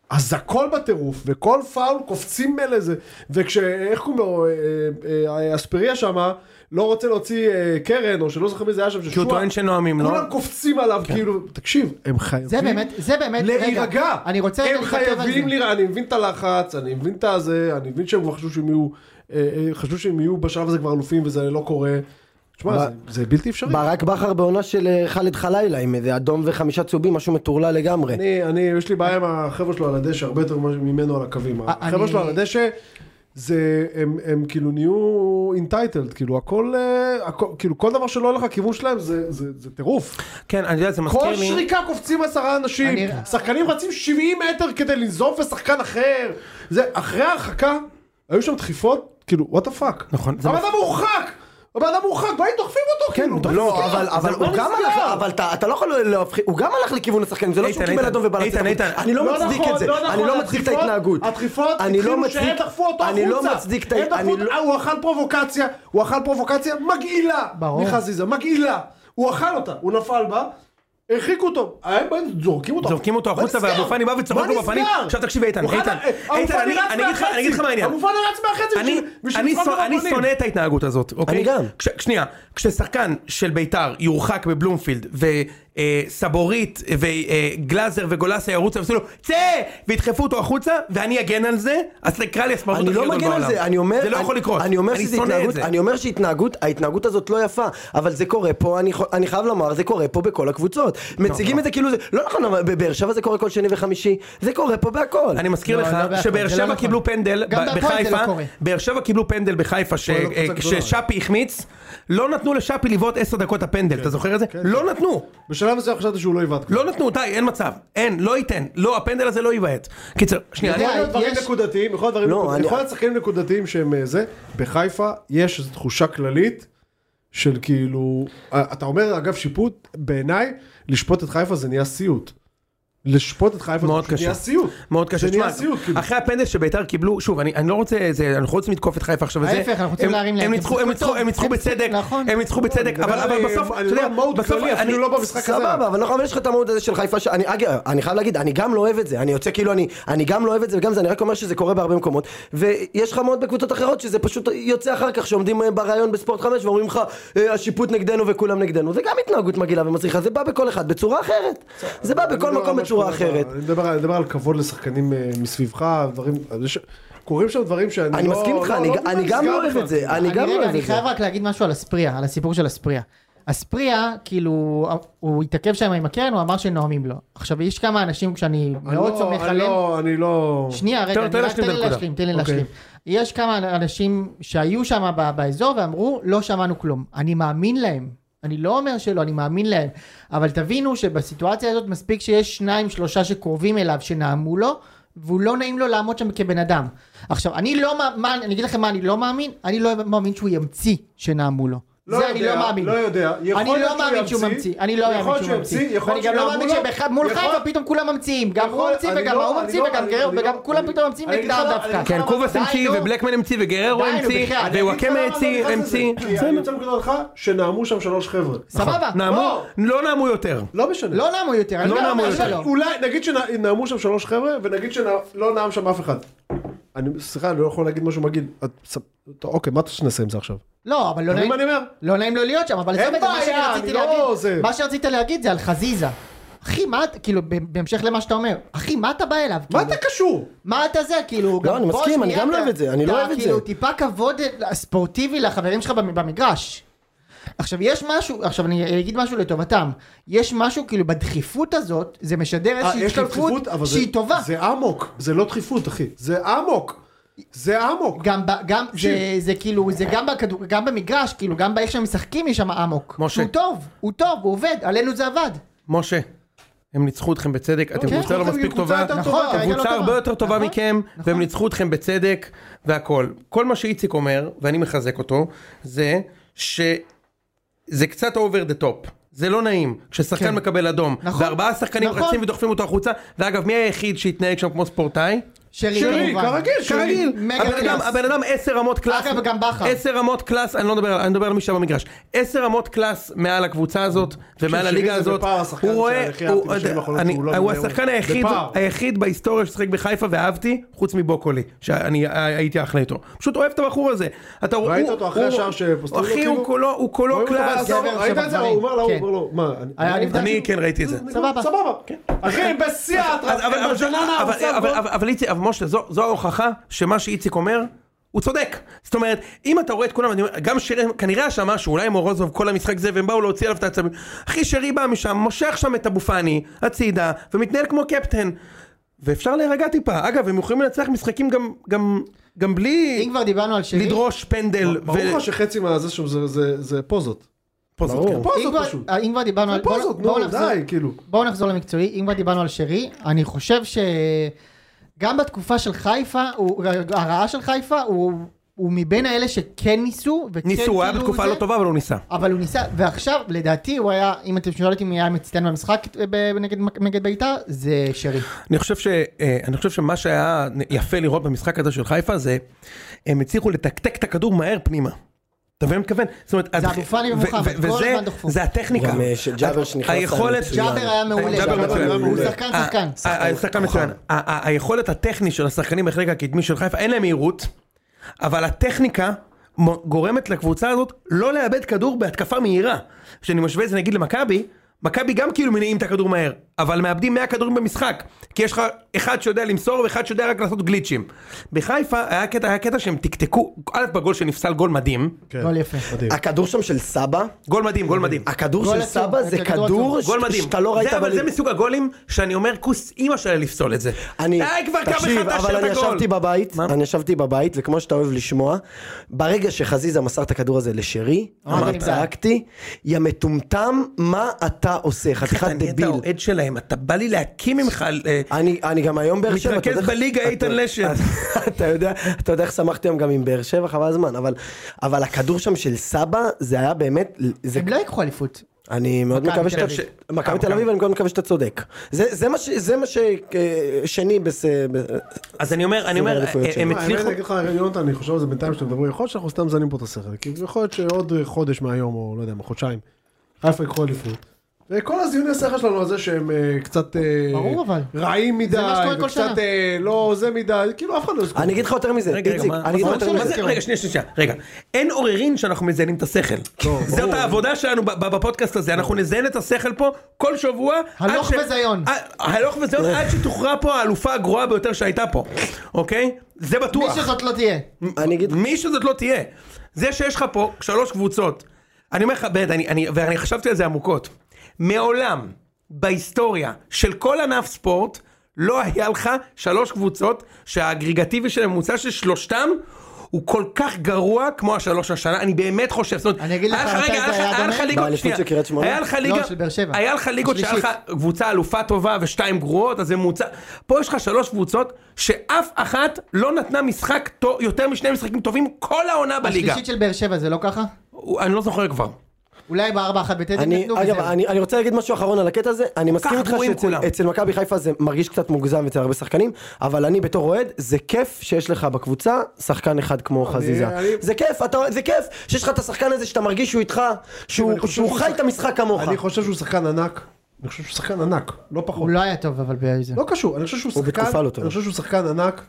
Speaker 3: אז הכל בטירוף, וכל פאול קופצים אל איזה, וכש... איך קוראים לו? אה, אה, אה, אספריה שמה, לא רוצה להוציא אה, קרן, או שלא זוכר מי זה היה שם,
Speaker 2: כי הוא טוען לא? כן. שנואמים לו.
Speaker 3: כולם קופצים עליו, כאילו, תקשיב, הם חייבים...
Speaker 1: זה באמת, זה באמת, רגע,
Speaker 3: להירגע.
Speaker 1: אני רוצה רגע
Speaker 3: הם
Speaker 1: להתעכב על
Speaker 3: חייבים
Speaker 1: זה.
Speaker 3: להירגע. אני מבין את הלחץ, אני מבין את הזה, אני מבין שהם כבר חשבו שהם יהיו, אה, אה, חשבו שהם יהיו בשלב הזה כבר אלופים וזה לא קורה. תשמע,
Speaker 4: ב-
Speaker 3: זה- זה בלתי אפשרי.
Speaker 4: ברק בכר בעונה של אה, ח'אלד חלילה עם איזה אדום וחמישה צהובים, משהו מטורלל לגמרי.
Speaker 3: אני, אני, יש לי בעיה עם החבר'ה שלו על הדשא, הרבה יותר ממה- ממנו על הקווים. החבר'ה
Speaker 1: אה, אני-
Speaker 3: שלו על הדשא, זה, הם, הם כאילו נהיו אינטייטלד, כאילו הכל, אה, הכל, כאילו כל דבר שלא הולך לכיוון שלהם זה, זה, זה טירוף.
Speaker 2: כן, אני יודע, זה
Speaker 3: כל
Speaker 2: מזכיר לי.
Speaker 3: שריקה קופצים עשרה אנשים,
Speaker 1: אני-
Speaker 3: שחקנים רצים 70 מטר כדי לנזוף לשחקן אחר. זה, אחרי ההרחקה, היו שם דחיפות, כאילו, וואט דה פאק.
Speaker 2: נכון, זה
Speaker 3: הבן
Speaker 2: מס-
Speaker 3: אדם הורחק! הבן אדם הורחק, באים דוחפים אותו,
Speaker 4: כן,
Speaker 3: כאילו. מה
Speaker 4: לא,
Speaker 3: נסגר?
Speaker 4: אבל, אבל
Speaker 3: מה
Speaker 4: הוא גם
Speaker 3: נסגר?
Speaker 4: הלך, אבל אתה, אתה לא יכול להפחיד, הוא גם הלך לכיוון השחקנים, זה לא שהוא
Speaker 2: איתן,
Speaker 4: קיבל
Speaker 2: איתן,
Speaker 4: אדום ובלט
Speaker 2: איתן,
Speaker 4: את החוץ.
Speaker 2: איתן.
Speaker 4: אני לא
Speaker 3: לא
Speaker 4: מצדיק
Speaker 3: נכון,
Speaker 4: את זה,
Speaker 3: לא
Speaker 4: אני
Speaker 3: נכון,
Speaker 4: לא מצדיק את
Speaker 3: הדחיפות-
Speaker 4: ההתנהגות.
Speaker 3: הדחיפות
Speaker 4: אני לא
Speaker 3: התחילו
Speaker 4: מצדיק-
Speaker 3: שהם דחפו אותו החוצה.
Speaker 4: אני לא מצדיק את
Speaker 3: הם
Speaker 4: ההת-
Speaker 3: דחפו
Speaker 4: אני
Speaker 3: אותו-
Speaker 4: לא-
Speaker 3: אה, הוא אכל פרובוקציה, הוא אכל פרובוקציה מגעילה.
Speaker 1: ברור.
Speaker 3: מחזיזה, מגעילה. הוא אכל אותה, הוא נפל בה, הרחיקו אותו. הם באים, זורקים אותו.
Speaker 2: זורקים אותו
Speaker 3: מה
Speaker 2: החוצה,
Speaker 3: נסגר?
Speaker 2: ואבו פאני בא וצוחק
Speaker 3: מה
Speaker 2: לו בפנים.
Speaker 3: נסגר?
Speaker 2: עכשיו תקשיב, איתן,
Speaker 3: הוא
Speaker 2: איתן,
Speaker 3: חד- אה,
Speaker 2: איתן,
Speaker 3: אבו
Speaker 2: אני-
Speaker 3: פאני רץ
Speaker 2: אני אגיד לך- אני אגיד לך מה
Speaker 3: מהחצי.
Speaker 2: העניין.
Speaker 3: אבו פאני רץ מהחצי
Speaker 2: אני,
Speaker 3: בשביל- בשביל לא
Speaker 2: אני,
Speaker 3: לצחוק
Speaker 2: שונא- אני
Speaker 3: ברבנים.
Speaker 2: שונא את ההתנהגות הזאת, אוקיי?
Speaker 4: אני גם.
Speaker 2: כש, שנייה, כששחקן של ביתר יורחק בבלומפילד, אה, וסבורית וגלאזר אה, וגולסה ירוצו ויעשו לו, צא! וידחפו אותו החוצה, ואני אגן על זה, אז נקרא לי הסמרטוט
Speaker 4: אני
Speaker 2: הכי
Speaker 4: לא
Speaker 2: גדול
Speaker 4: מגן על
Speaker 2: בעולם.
Speaker 4: זה, אני אומר,
Speaker 2: זה לא
Speaker 4: אני-
Speaker 2: יכול לקרות.
Speaker 4: אני אומר
Speaker 2: אני
Speaker 4: שזה
Speaker 2: שונא את
Speaker 4: התנהגות,
Speaker 2: זה.
Speaker 4: אני אומר שהתנהגות, ההתנהגות הזאת לא יפה, אבל זה קורה פה, אני, חו- אני חייב לומר, זה קורה פה בכל הקבוצות. מציגים את זה כאילו זה, לא נכון, אבל בבאר שבע זה קורה כל שני וחמישי, זה קורה פה בהכל.
Speaker 2: אני מזכיר
Speaker 1: לא,
Speaker 2: לך
Speaker 1: לא בהכל,
Speaker 2: שבאר
Speaker 1: זה לא
Speaker 2: שבע
Speaker 1: נכון.
Speaker 2: קיבלו פנדל
Speaker 1: גם
Speaker 2: ב-
Speaker 1: בהפועל זה
Speaker 2: בחיפה,
Speaker 1: לא קורה.
Speaker 2: באר שבע קיבלו פנדל בחיפה ש-
Speaker 3: לא קבוצה גדולה.
Speaker 2: ששאפי החמיץ, לא נתנו לשאפי לבעוט עשר דקות
Speaker 3: כן.
Speaker 2: הפנדל, אתה זוכר את זה? לא נתנו,
Speaker 3: בשלב מסוים חשבתי שהוא לא יבעט.
Speaker 2: לא נתנו, די, אין מצב, אין, לא ייתן, לא, הפנדל הזה לא ייבעט. קיצר, שנייה,
Speaker 1: יודע,
Speaker 2: אני-
Speaker 3: יכול להיות דברים
Speaker 1: יש-
Speaker 3: נקודתיים, יכול להיות דברים
Speaker 4: לא,
Speaker 3: נקודתיים,
Speaker 4: אני-
Speaker 3: יכול להיות שחקנים נקודתיים שהם אה, זה, בחיפה יש איזו תחושה כללית של כאילו, אה, אתה אומר אגב שיפוט, בעיניי לשפוט את חיפה זה נהיה סיוט. לשפוט את חיפה
Speaker 2: מאוד
Speaker 3: זה פשוט
Speaker 2: קשה.
Speaker 3: נהיה סיוט.
Speaker 2: מאוד קשה,
Speaker 3: זה נהיה
Speaker 2: תשמע,
Speaker 3: סיוט, כאילו.
Speaker 2: אחרי הפנדל שביתר קיבלו, שוב, אני אני לא רוצה, זה- אנחנו רוצים לתקוף את חיפה עכשיו, וזה-
Speaker 1: ההפך, אנחנו רוצים
Speaker 2: הם-
Speaker 1: להרים להם,
Speaker 2: הם
Speaker 1: הם
Speaker 2: ניצחו- הם
Speaker 1: שיחקו
Speaker 2: ניצחו-
Speaker 1: טוב.
Speaker 2: הם ניצחו
Speaker 1: הם שיחקו-
Speaker 2: בצדק,
Speaker 1: נכון.
Speaker 2: הם ניצחו בצדק, אבל אבל בסוף, אתה
Speaker 3: אני מדבר
Speaker 2: יודע,
Speaker 3: על מהות
Speaker 2: בסוף,
Speaker 3: כללי,
Speaker 2: אני-
Speaker 3: אפילו לא במשחק הזה.
Speaker 4: סבבה, אבל נכון, אבל יש לך את המהות הזה של חיפה, שאני, אגב, אני חייב להגיד, אני גם לא אוהב את זה, אני יוצא כאילו, אני, אני גם לא אוהב את זה וגם זה, אני רק אומר שזה קורה בהרבה מקומות, ויש לך מאוד בקבוצות אחרות שזה פשוט יוצא אחר כך, שעומדים אה, בריאיון בספורט 5 ואומרים לך, "אה, השיפוט נגדנו וכולם נגדנו, זה גם התנהגות מגעילה ומצליחה, זה בא בכל אחד בצורה אחרת, זה בא
Speaker 3: אני לא
Speaker 4: בכל
Speaker 3: מדבר על
Speaker 4: מקום
Speaker 3: מה
Speaker 4: בצורה
Speaker 3: שקורה
Speaker 4: אחרת.
Speaker 3: ב- אני מדבר על- אני מדבר על כבוד לשחקנים אה, מסביבך, דברים, אז יש- קורים שם דברים שאני לא...
Speaker 4: אני מסכים איתך,
Speaker 3: לא-
Speaker 4: אני-
Speaker 3: לא
Speaker 4: אני
Speaker 3: נסגר
Speaker 4: גם לא אוהב
Speaker 3: בכלל.
Speaker 4: את זה, אני גם לא
Speaker 1: רגע,
Speaker 4: אוהב
Speaker 1: אני
Speaker 4: את זה.
Speaker 1: חייב רק להגיד משהו על אספריה, על הסיפור של אספריה. אספריה, כאילו, הוא התעכב שם עם הקרן, הוא אמר שנואמים לו. עכשיו, יש כמה אנשים שאני
Speaker 3: אני
Speaker 1: מאוד
Speaker 3: לא-
Speaker 1: סומך
Speaker 3: אני
Speaker 1: עליהם.
Speaker 3: לא- אני לא...
Speaker 1: שנייה, רגע,
Speaker 2: תן-
Speaker 1: אני
Speaker 2: תן
Speaker 1: רק-
Speaker 2: להשלים
Speaker 1: תן לי
Speaker 2: את הנקודה.
Speaker 1: להשלים, תן לי
Speaker 3: אוקיי.
Speaker 1: להשלים. יש כמה אנשים שהיו שם ב- באזור ואמרו, לא שמענו כלום. אני מאמין להם. אני לא אומר שלא, אני מאמין להם. אבל תבינו שבסיטואציה הזאת מספיק שיש שניים, שלושה שקרובים אליו, שנאמו לו, והוא לא נעים לו לעמוד שם כבן אדם. עכשיו, אני לא מאמין, אני אגיד לכם מה אני לא מאמין, אני לא מאמין שהוא ימציא שנאמו לו.
Speaker 3: לא
Speaker 1: זה
Speaker 3: יודע,
Speaker 1: אני לא מאמין.
Speaker 3: לא יודע. יכול
Speaker 1: אני
Speaker 3: להיות
Speaker 1: לא
Speaker 3: שהוא
Speaker 1: מאמין שהוא
Speaker 3: ימציא,
Speaker 1: ממציא. אני לא
Speaker 3: יכול
Speaker 1: מאמין
Speaker 3: להיות
Speaker 1: שהוא
Speaker 3: שהוא
Speaker 1: ממציא.
Speaker 3: ימציא, יכול
Speaker 1: ואני גם
Speaker 3: להיות
Speaker 1: לא
Speaker 3: שהוא
Speaker 1: מאמין
Speaker 3: יעבור לו.
Speaker 1: שמול
Speaker 3: יכול-
Speaker 1: חיפה פתאום כולם ממציאים. גם הוא
Speaker 3: יכול-
Speaker 1: ממציא
Speaker 3: אני
Speaker 1: וגם
Speaker 3: לא-
Speaker 1: ההוא
Speaker 3: אני
Speaker 1: ממציא
Speaker 3: לא-
Speaker 1: וגם
Speaker 3: אני
Speaker 1: גרר
Speaker 3: לא-
Speaker 1: וגם
Speaker 3: אני-
Speaker 1: כולם פתאום ממציאים
Speaker 3: אני אגיד לך
Speaker 1: נגדם
Speaker 3: מה- אני
Speaker 1: דווקא.
Speaker 3: אגיד לך
Speaker 2: כן,
Speaker 3: למה-
Speaker 2: קובס
Speaker 1: לא, די,
Speaker 2: המציא,
Speaker 1: נו.
Speaker 2: ובלקמן המציא, וגררו
Speaker 1: די, נו,
Speaker 2: המציא,
Speaker 1: בחייאת. אני
Speaker 3: אני אגיד לך למה
Speaker 2: ווואקמה
Speaker 3: אני נכנס
Speaker 2: המציא,
Speaker 3: לזה,
Speaker 2: המציא.
Speaker 3: כי אני רוצה לנקודה לך שנאמו שם שלוש חבר'ה.
Speaker 1: סבבה.
Speaker 2: נעמו, לא נעמו יותר.
Speaker 3: לא משנה.
Speaker 1: לא נעמו יותר. אני
Speaker 2: לא נעמו
Speaker 1: אומר
Speaker 2: יותר.
Speaker 1: שלא.
Speaker 3: אולי נגיד שנאמו שם שלוש חבר'ה ונגיד שלא נאם שם אף אחד. אני סליחה אני לא יכול להגיד משהו מגעיל. את- ס- טוב, אוקיי מה אתה שנעשה עם זה עכשיו?
Speaker 1: לא, אבל לא
Speaker 3: אתה
Speaker 1: נעים.
Speaker 3: מבין מה אני אומר?
Speaker 1: לא נעים לו להיות שם, אבל
Speaker 3: אין
Speaker 1: עזוב את זה, מה
Speaker 3: בעיה,
Speaker 1: שאני
Speaker 3: אני
Speaker 1: רציתי
Speaker 3: לא
Speaker 1: להגיד,
Speaker 3: זה.
Speaker 1: מה שרצית להגיד זה על חזיזה. אחי, מה אתה, כאילו, ב- בהמשך למה שאתה אומר, אחי, מה אתה בא אליו?
Speaker 3: מה
Speaker 1: כאילו?
Speaker 3: אתה קשור?
Speaker 1: מה אתה זה, כאילו,
Speaker 4: לא, אני
Speaker 1: פה
Speaker 4: מסכים, אני
Speaker 1: שנייה
Speaker 4: גם לא
Speaker 1: אתה-
Speaker 4: אוהב את זה, אני לא
Speaker 1: אתה
Speaker 4: אוהב את
Speaker 1: כאילו
Speaker 4: זה.
Speaker 1: טיפה כבוד ספורטיבי לחברים שלך במ- במגרש. עכשיו יש משהו, עכשיו אני אגיד משהו לטובתם, יש משהו כאילו בדחיפות הזאת, זה משדר
Speaker 3: אה,
Speaker 1: איזושהי
Speaker 3: יש להם
Speaker 1: דחיפות
Speaker 3: דחיפות אבל זה-
Speaker 1: שהיא טובה.
Speaker 3: זה אמוק. זה לא דחיפות אחי. זה אמוק. זה אמוק.
Speaker 1: גם, ב, גם
Speaker 3: תקשיב.
Speaker 1: זה, זה כאילו, זה גם, בכדור, גם במגרש, כאילו, גם באיך שהם משחקים יש שם אמוק.
Speaker 2: משה.
Speaker 1: הוא טוב, הוא טוב, הוא עובד, עלינו זה עבד.
Speaker 2: משה, הם ניצחו אתכם בצדק, אתם
Speaker 1: כן,
Speaker 2: קבוצה לא
Speaker 1: אתם
Speaker 2: מספיק
Speaker 3: קבוצה
Speaker 2: טובה,
Speaker 3: יותר
Speaker 1: נכון, טובה. כרגע לא
Speaker 2: קבוצה הרבה
Speaker 1: טובה.
Speaker 2: יותר טובה
Speaker 1: נכון,
Speaker 2: מכם,
Speaker 1: נכון.
Speaker 2: והם ניצחו אתכם בצדק והכל. כל מה שאיציק אומר, ואני מחזק אותו, זה שזה קצת over the top. זה לא נעים, כששחקן
Speaker 1: כן.
Speaker 2: מקבל אדום,
Speaker 1: נכון,
Speaker 2: וארבעה שחקנים
Speaker 1: נכון.
Speaker 2: רצים ודוחפים אותו החוצה, ואגב, מי היחיד שהתנהג שם כמו ספורטאי?
Speaker 1: שרי,
Speaker 3: שרי,
Speaker 1: כמובן.
Speaker 3: כרגיל,
Speaker 2: כרגיל,
Speaker 1: מגה
Speaker 2: הבן אדם-
Speaker 1: קלאס.
Speaker 2: הבן אדם עשר רמות קלאס,
Speaker 1: אגב, גם בכר.
Speaker 2: עשר רמות קלאס, אני לא מדבר, על- אני מדבר על מי שהיה במגרש, עשר רמות קלאס מעל הקבוצה הזאת ומעל
Speaker 3: שרי
Speaker 2: הליגה
Speaker 3: זה
Speaker 2: הזאת,
Speaker 3: בפער השחקן
Speaker 2: הוא רואה,
Speaker 3: שהכי אהבתי
Speaker 2: הוא
Speaker 3: בשנים האחרונות,
Speaker 2: אני-
Speaker 3: שהוא לא
Speaker 2: הוא
Speaker 3: נראה
Speaker 2: השחקן
Speaker 3: אותו.
Speaker 2: היחיד,
Speaker 3: בפער.
Speaker 2: היחיד בהיסטוריה ששיחק בחיפה ואהבתי, חוץ מבוקולי, שאני הייתי אחלה איתו, פשוט אוהב את הבחור הזה, אתה רואה,
Speaker 3: ראית
Speaker 2: הוא-
Speaker 3: אותו אחרי
Speaker 2: הוא-
Speaker 3: השער שפוסטו לו,
Speaker 2: אחי
Speaker 3: כאילו?
Speaker 2: הוא כולו, הוא כולו
Speaker 3: רואים אותו
Speaker 2: קלאס,
Speaker 3: בעזור,
Speaker 1: גבר
Speaker 3: ראית את זה?
Speaker 1: שבדברים.
Speaker 3: הוא אומר לו, הוא
Speaker 1: כן.
Speaker 3: אומר לו, מה? אני-
Speaker 1: היה
Speaker 3: אני-
Speaker 1: נבדל.
Speaker 2: אני כן ראיתי את זה.
Speaker 1: סבבה.
Speaker 3: סבבה. אחי, הם לא? בשיא
Speaker 2: אז- אבל- אבל-
Speaker 3: בג'ננה,
Speaker 2: אבל-
Speaker 3: הוא שם
Speaker 2: אבל-
Speaker 3: גול.
Speaker 2: אבל- אבל איציק, אבל משה, זו זו ההוכחה שמה שאיציק אומר, הוא צודק. זאת אומרת, אם אתה רואה את כולם, אני אומר, גם שרי, כנראה היה שם משהו, אולי מורוזוב כל המשחק זה, והם באו להוציא עליו את העצבים. אחי, שרי בא משם, מושך שם את אבו פאני, הצידה, ומתנהל כמו קפטן. ואפשר להירגע טיפה. אגב, הם יכולים לנצח משחקים גם- גם- גם בלי
Speaker 1: אם כבר דיברנו על שרי,
Speaker 2: לדרוש פנדל.
Speaker 3: ברור לך שחצי מהזה שם זה- זה- זה פוזות.
Speaker 2: פוזות,
Speaker 3: ברור.
Speaker 2: כן.
Speaker 3: פה
Speaker 1: אם
Speaker 3: זאת
Speaker 1: כבר-
Speaker 3: פשוט.
Speaker 1: אם כבר דיברנו על... בואו-
Speaker 3: פוזות,
Speaker 1: בואו
Speaker 3: נו,
Speaker 1: נחזור-
Speaker 3: די, כאילו.
Speaker 1: בואו נחזור למקצועי, אם כבר דיברנו על שרי, אני חושב שגם בתקופה של חיפה, הוא- הרעה של חיפה, הוא הוא מבין האלה שכן ניסו, וכן
Speaker 2: ניסו, הוא היה
Speaker 1: כאילו
Speaker 2: בתקופה
Speaker 1: זה,
Speaker 2: לא טובה, אבל הוא ניסה.
Speaker 1: אבל הוא ניסה, ועכשיו, לדעתי, הוא היה, אם אתם שואלים אותי מי היה מצטיין במשחק אה, ב- נגד- נגד בית"ר, זה שרי.
Speaker 2: אני חושב, ש, אה, אני חושב שמה שהיה יפה לראות במשחק הזה של חיפה זה הם הצליחו לתקתק את הכדור מהר פנימה. אתה מבין מה אני מתכוון? זאת אומרת, הדח-
Speaker 1: אבו פאני ומוחמד,
Speaker 2: ו- ו-
Speaker 1: כל
Speaker 2: וזה-
Speaker 1: הזמן דחפו.
Speaker 2: זה הטכניקה.
Speaker 4: גם, אה, שג'אבר שנכנס היה
Speaker 2: היכולת,
Speaker 4: מצוין.
Speaker 1: ג'אבר היה מעולה,
Speaker 2: לא. ג'אבר
Speaker 1: ג'אבר
Speaker 2: מצוין. אה,
Speaker 1: היה מעולה. לא, הוא שחקן,
Speaker 2: ה-
Speaker 1: שחקן.
Speaker 2: ה- ה- הוא שחקן מצוין. ה- ה- היכולת הטכנית של השחקנים בחלק הקדמי של חיפה, אין להם מהירות, אבל הטכניקה מ- גורמת לקבוצה הזאת לא לאבד כדור בהתקפה מהירה. כשאני משווה את זה נגיד למכבי, מכבי גם כאילו מניעים את הכדור מהר, אבל מאבדים 100 כדורים במשחק, כי יש לך אחד שיודע למסור ואחד שיודע רק לעשות גליצ'ים. בחיפה היה קטע, היה קטע שהם תקתקו, א' בגול שנפסל גול מדהים,
Speaker 3: כן.
Speaker 1: גול יפה. אה,
Speaker 3: מדהים.
Speaker 4: הכדור שם של סבא,
Speaker 2: גול מדהים, גול מדהים.
Speaker 4: הכדור
Speaker 1: גול
Speaker 4: של
Speaker 1: עצום,
Speaker 4: סבא
Speaker 1: זה
Speaker 4: זה
Speaker 1: כדור
Speaker 4: כדור
Speaker 1: עצום.
Speaker 4: ש-
Speaker 2: גול מדהים.
Speaker 4: שאתה לא ראית
Speaker 2: זה, אבל
Speaker 4: בליגה.
Speaker 2: זה מסוג הגולים שאני אומר כוס אימא שלה לפסול את זה.
Speaker 4: אני,
Speaker 2: די אה, כבר כמה
Speaker 4: תקשיב,
Speaker 2: אחד תאשר
Speaker 4: אבל
Speaker 2: את
Speaker 4: אני
Speaker 2: הגול.
Speaker 4: ישבתי בבית,
Speaker 2: מה?
Speaker 4: אני ישבתי בבית, וכמו שאתה אוהב לשמוע, ברגע שחזיזה מסר את הכדור הזה לשרי,
Speaker 1: אמרת
Speaker 4: אמר,
Speaker 1: לי,
Speaker 4: צעקתי, יא מטומטם, מה אתה עושה? חתיכת
Speaker 2: אתה נהיית
Speaker 4: דביל.
Speaker 2: האוהד שלהם, אתה בא לי להקים ממך, אה,
Speaker 4: אני, אני גם היום באר שבע, אתה
Speaker 2: מתרכז
Speaker 4: יודע-
Speaker 2: בליגה
Speaker 4: אתה-
Speaker 2: איתן לשם.
Speaker 4: אתה יודע, אתה יודע איך שמחתי היום גם עם באר שבע, חבל הזמן, אבל, אבל הכדור שם של סבא, זה היה באמת, זה,
Speaker 1: הם לא יקחו אליפות.
Speaker 4: אני מאוד
Speaker 1: מכבי
Speaker 4: מקווה
Speaker 1: תל
Speaker 4: שאתה,
Speaker 1: אביב. אה,
Speaker 4: מכבי תל אביב, אני מאוד מקווה שאתה צודק. זה זה מה ש- זה מה ששני בס... אה, ב-
Speaker 2: אז אני אומר, אני אומר,
Speaker 4: האליפויות
Speaker 2: אה,
Speaker 4: שלהם.
Speaker 2: הם
Speaker 3: מה, האמת,
Speaker 2: הצליחו,
Speaker 3: אני אגיד לך, יונתן, אני חושב על זה בינתיים שאתם מדברים, יכול להיות שאנחנו סתם מזנים פה את השכל, כי יכול להיות שעוד אה, חודש מהיום, או לא יודע, מה, חודשיים, חיפה יקחו אליפות. וכל הזיוני השכל שלנו על זה שהם אה, קצת אה,
Speaker 1: ברור, אבל.
Speaker 3: רעים מדי,
Speaker 1: זה מה שקורה כל
Speaker 3: וקצת
Speaker 1: שנה.
Speaker 3: אה, לא זה מדי, כאילו אף אחד לא יזכור.
Speaker 4: אני אגיד לך יותר מזה,
Speaker 2: רגע, רגע,
Speaker 4: איציק,
Speaker 2: מה-
Speaker 4: אני אגיד לך
Speaker 1: מה
Speaker 4: יותר
Speaker 1: זה?
Speaker 4: מזה.
Speaker 2: מה זה- רגע, שנייה, שנייה, שנייה, רגע, אין עוררין שאנחנו מזיינים את השכל.
Speaker 3: ברור.
Speaker 2: זאת העבודה שלנו ב- ב- בפודקאסט הזה, אנחנו נזיין את השכל פה כל שבוע. עד
Speaker 1: הלוך
Speaker 2: ש-
Speaker 1: וזיון.
Speaker 2: אה, הלוך וזיון עד שתוכרע פה האלופה הגרועה ביותר שהייתה פה, אוקיי? זה
Speaker 1: מי
Speaker 2: בטוח.
Speaker 1: שזאת לא תהיה.
Speaker 4: אני אגיד,
Speaker 2: מי שזאת לא תהיה. זה שיש לך פה שלוש קבוצות. אני אומר לך, באמת, אני, אני, ואני חשבתי על זה עמוקות. מעולם בהיסטוריה של כל ענף ספורט לא היה לך שלוש קבוצות שהאגריגטיבי של הממוצע של שלושתם הוא כל כך גרוע כמו השלוש השנה, אני באמת חושב, זאת אומרת,
Speaker 1: אני אגיד
Speaker 2: היה
Speaker 1: לך
Speaker 2: לך-
Speaker 1: מתי
Speaker 2: רגע,
Speaker 1: זה
Speaker 2: היה
Speaker 1: היה
Speaker 2: לך- היה
Speaker 1: דומה?
Speaker 2: לך ליגות,
Speaker 4: באליפות
Speaker 2: שנייה.
Speaker 4: של קריית שמונה?
Speaker 2: היה לך ליגה,
Speaker 1: לא, של באר שבע.
Speaker 2: היה לך ליגות שהיה לך
Speaker 1: השלישית.
Speaker 2: קבוצה אלופה טובה ושתיים גרועות, אז זה ממוצע. פה יש לך שלוש קבוצות שאף אחת לא נתנה משחק טוב, יותר משני משחקים טובים כל העונה בליגה.
Speaker 1: השלישית של באר שבע זה לא ככה?
Speaker 2: הוא- אני לא זוכר כבר.
Speaker 1: אולי בארבע אחת בטדי
Speaker 4: אני,
Speaker 1: נתנו
Speaker 4: אגב,
Speaker 1: וזהו.
Speaker 4: אני, אני רוצה להגיד משהו אחרון על הקטע הזה, אני מסכים איתך
Speaker 2: גרועים כולם.
Speaker 4: שאצל אצל מכבי חיפה זה מרגיש קצת מוגזם אצל הרבה שחקנים, אבל אני בתור אוהד, זה כיף שיש לך בקבוצה שחקן אחד כמו חזיזה.
Speaker 3: אני-
Speaker 4: זה כיף, אתה, זה כיף שיש לך את השחקן הזה שאתה מרגיש שהוא איתך,
Speaker 3: אני
Speaker 4: שהוא,
Speaker 3: חושב
Speaker 4: שהוא
Speaker 3: שהוא
Speaker 4: חי
Speaker 3: שחק-
Speaker 4: את המשחק כמוך.
Speaker 3: אני חושב שהוא שחקן ענק, אני חושב שהוא שחקן ענק, לא פחות.
Speaker 1: הוא לא היה טוב אבל באיזה.
Speaker 3: לא קשור, אני חושב שהוא
Speaker 4: הוא
Speaker 3: שחקן,
Speaker 4: בתקופה לא טובה.
Speaker 3: אני חושב שהוא שחקן ענק.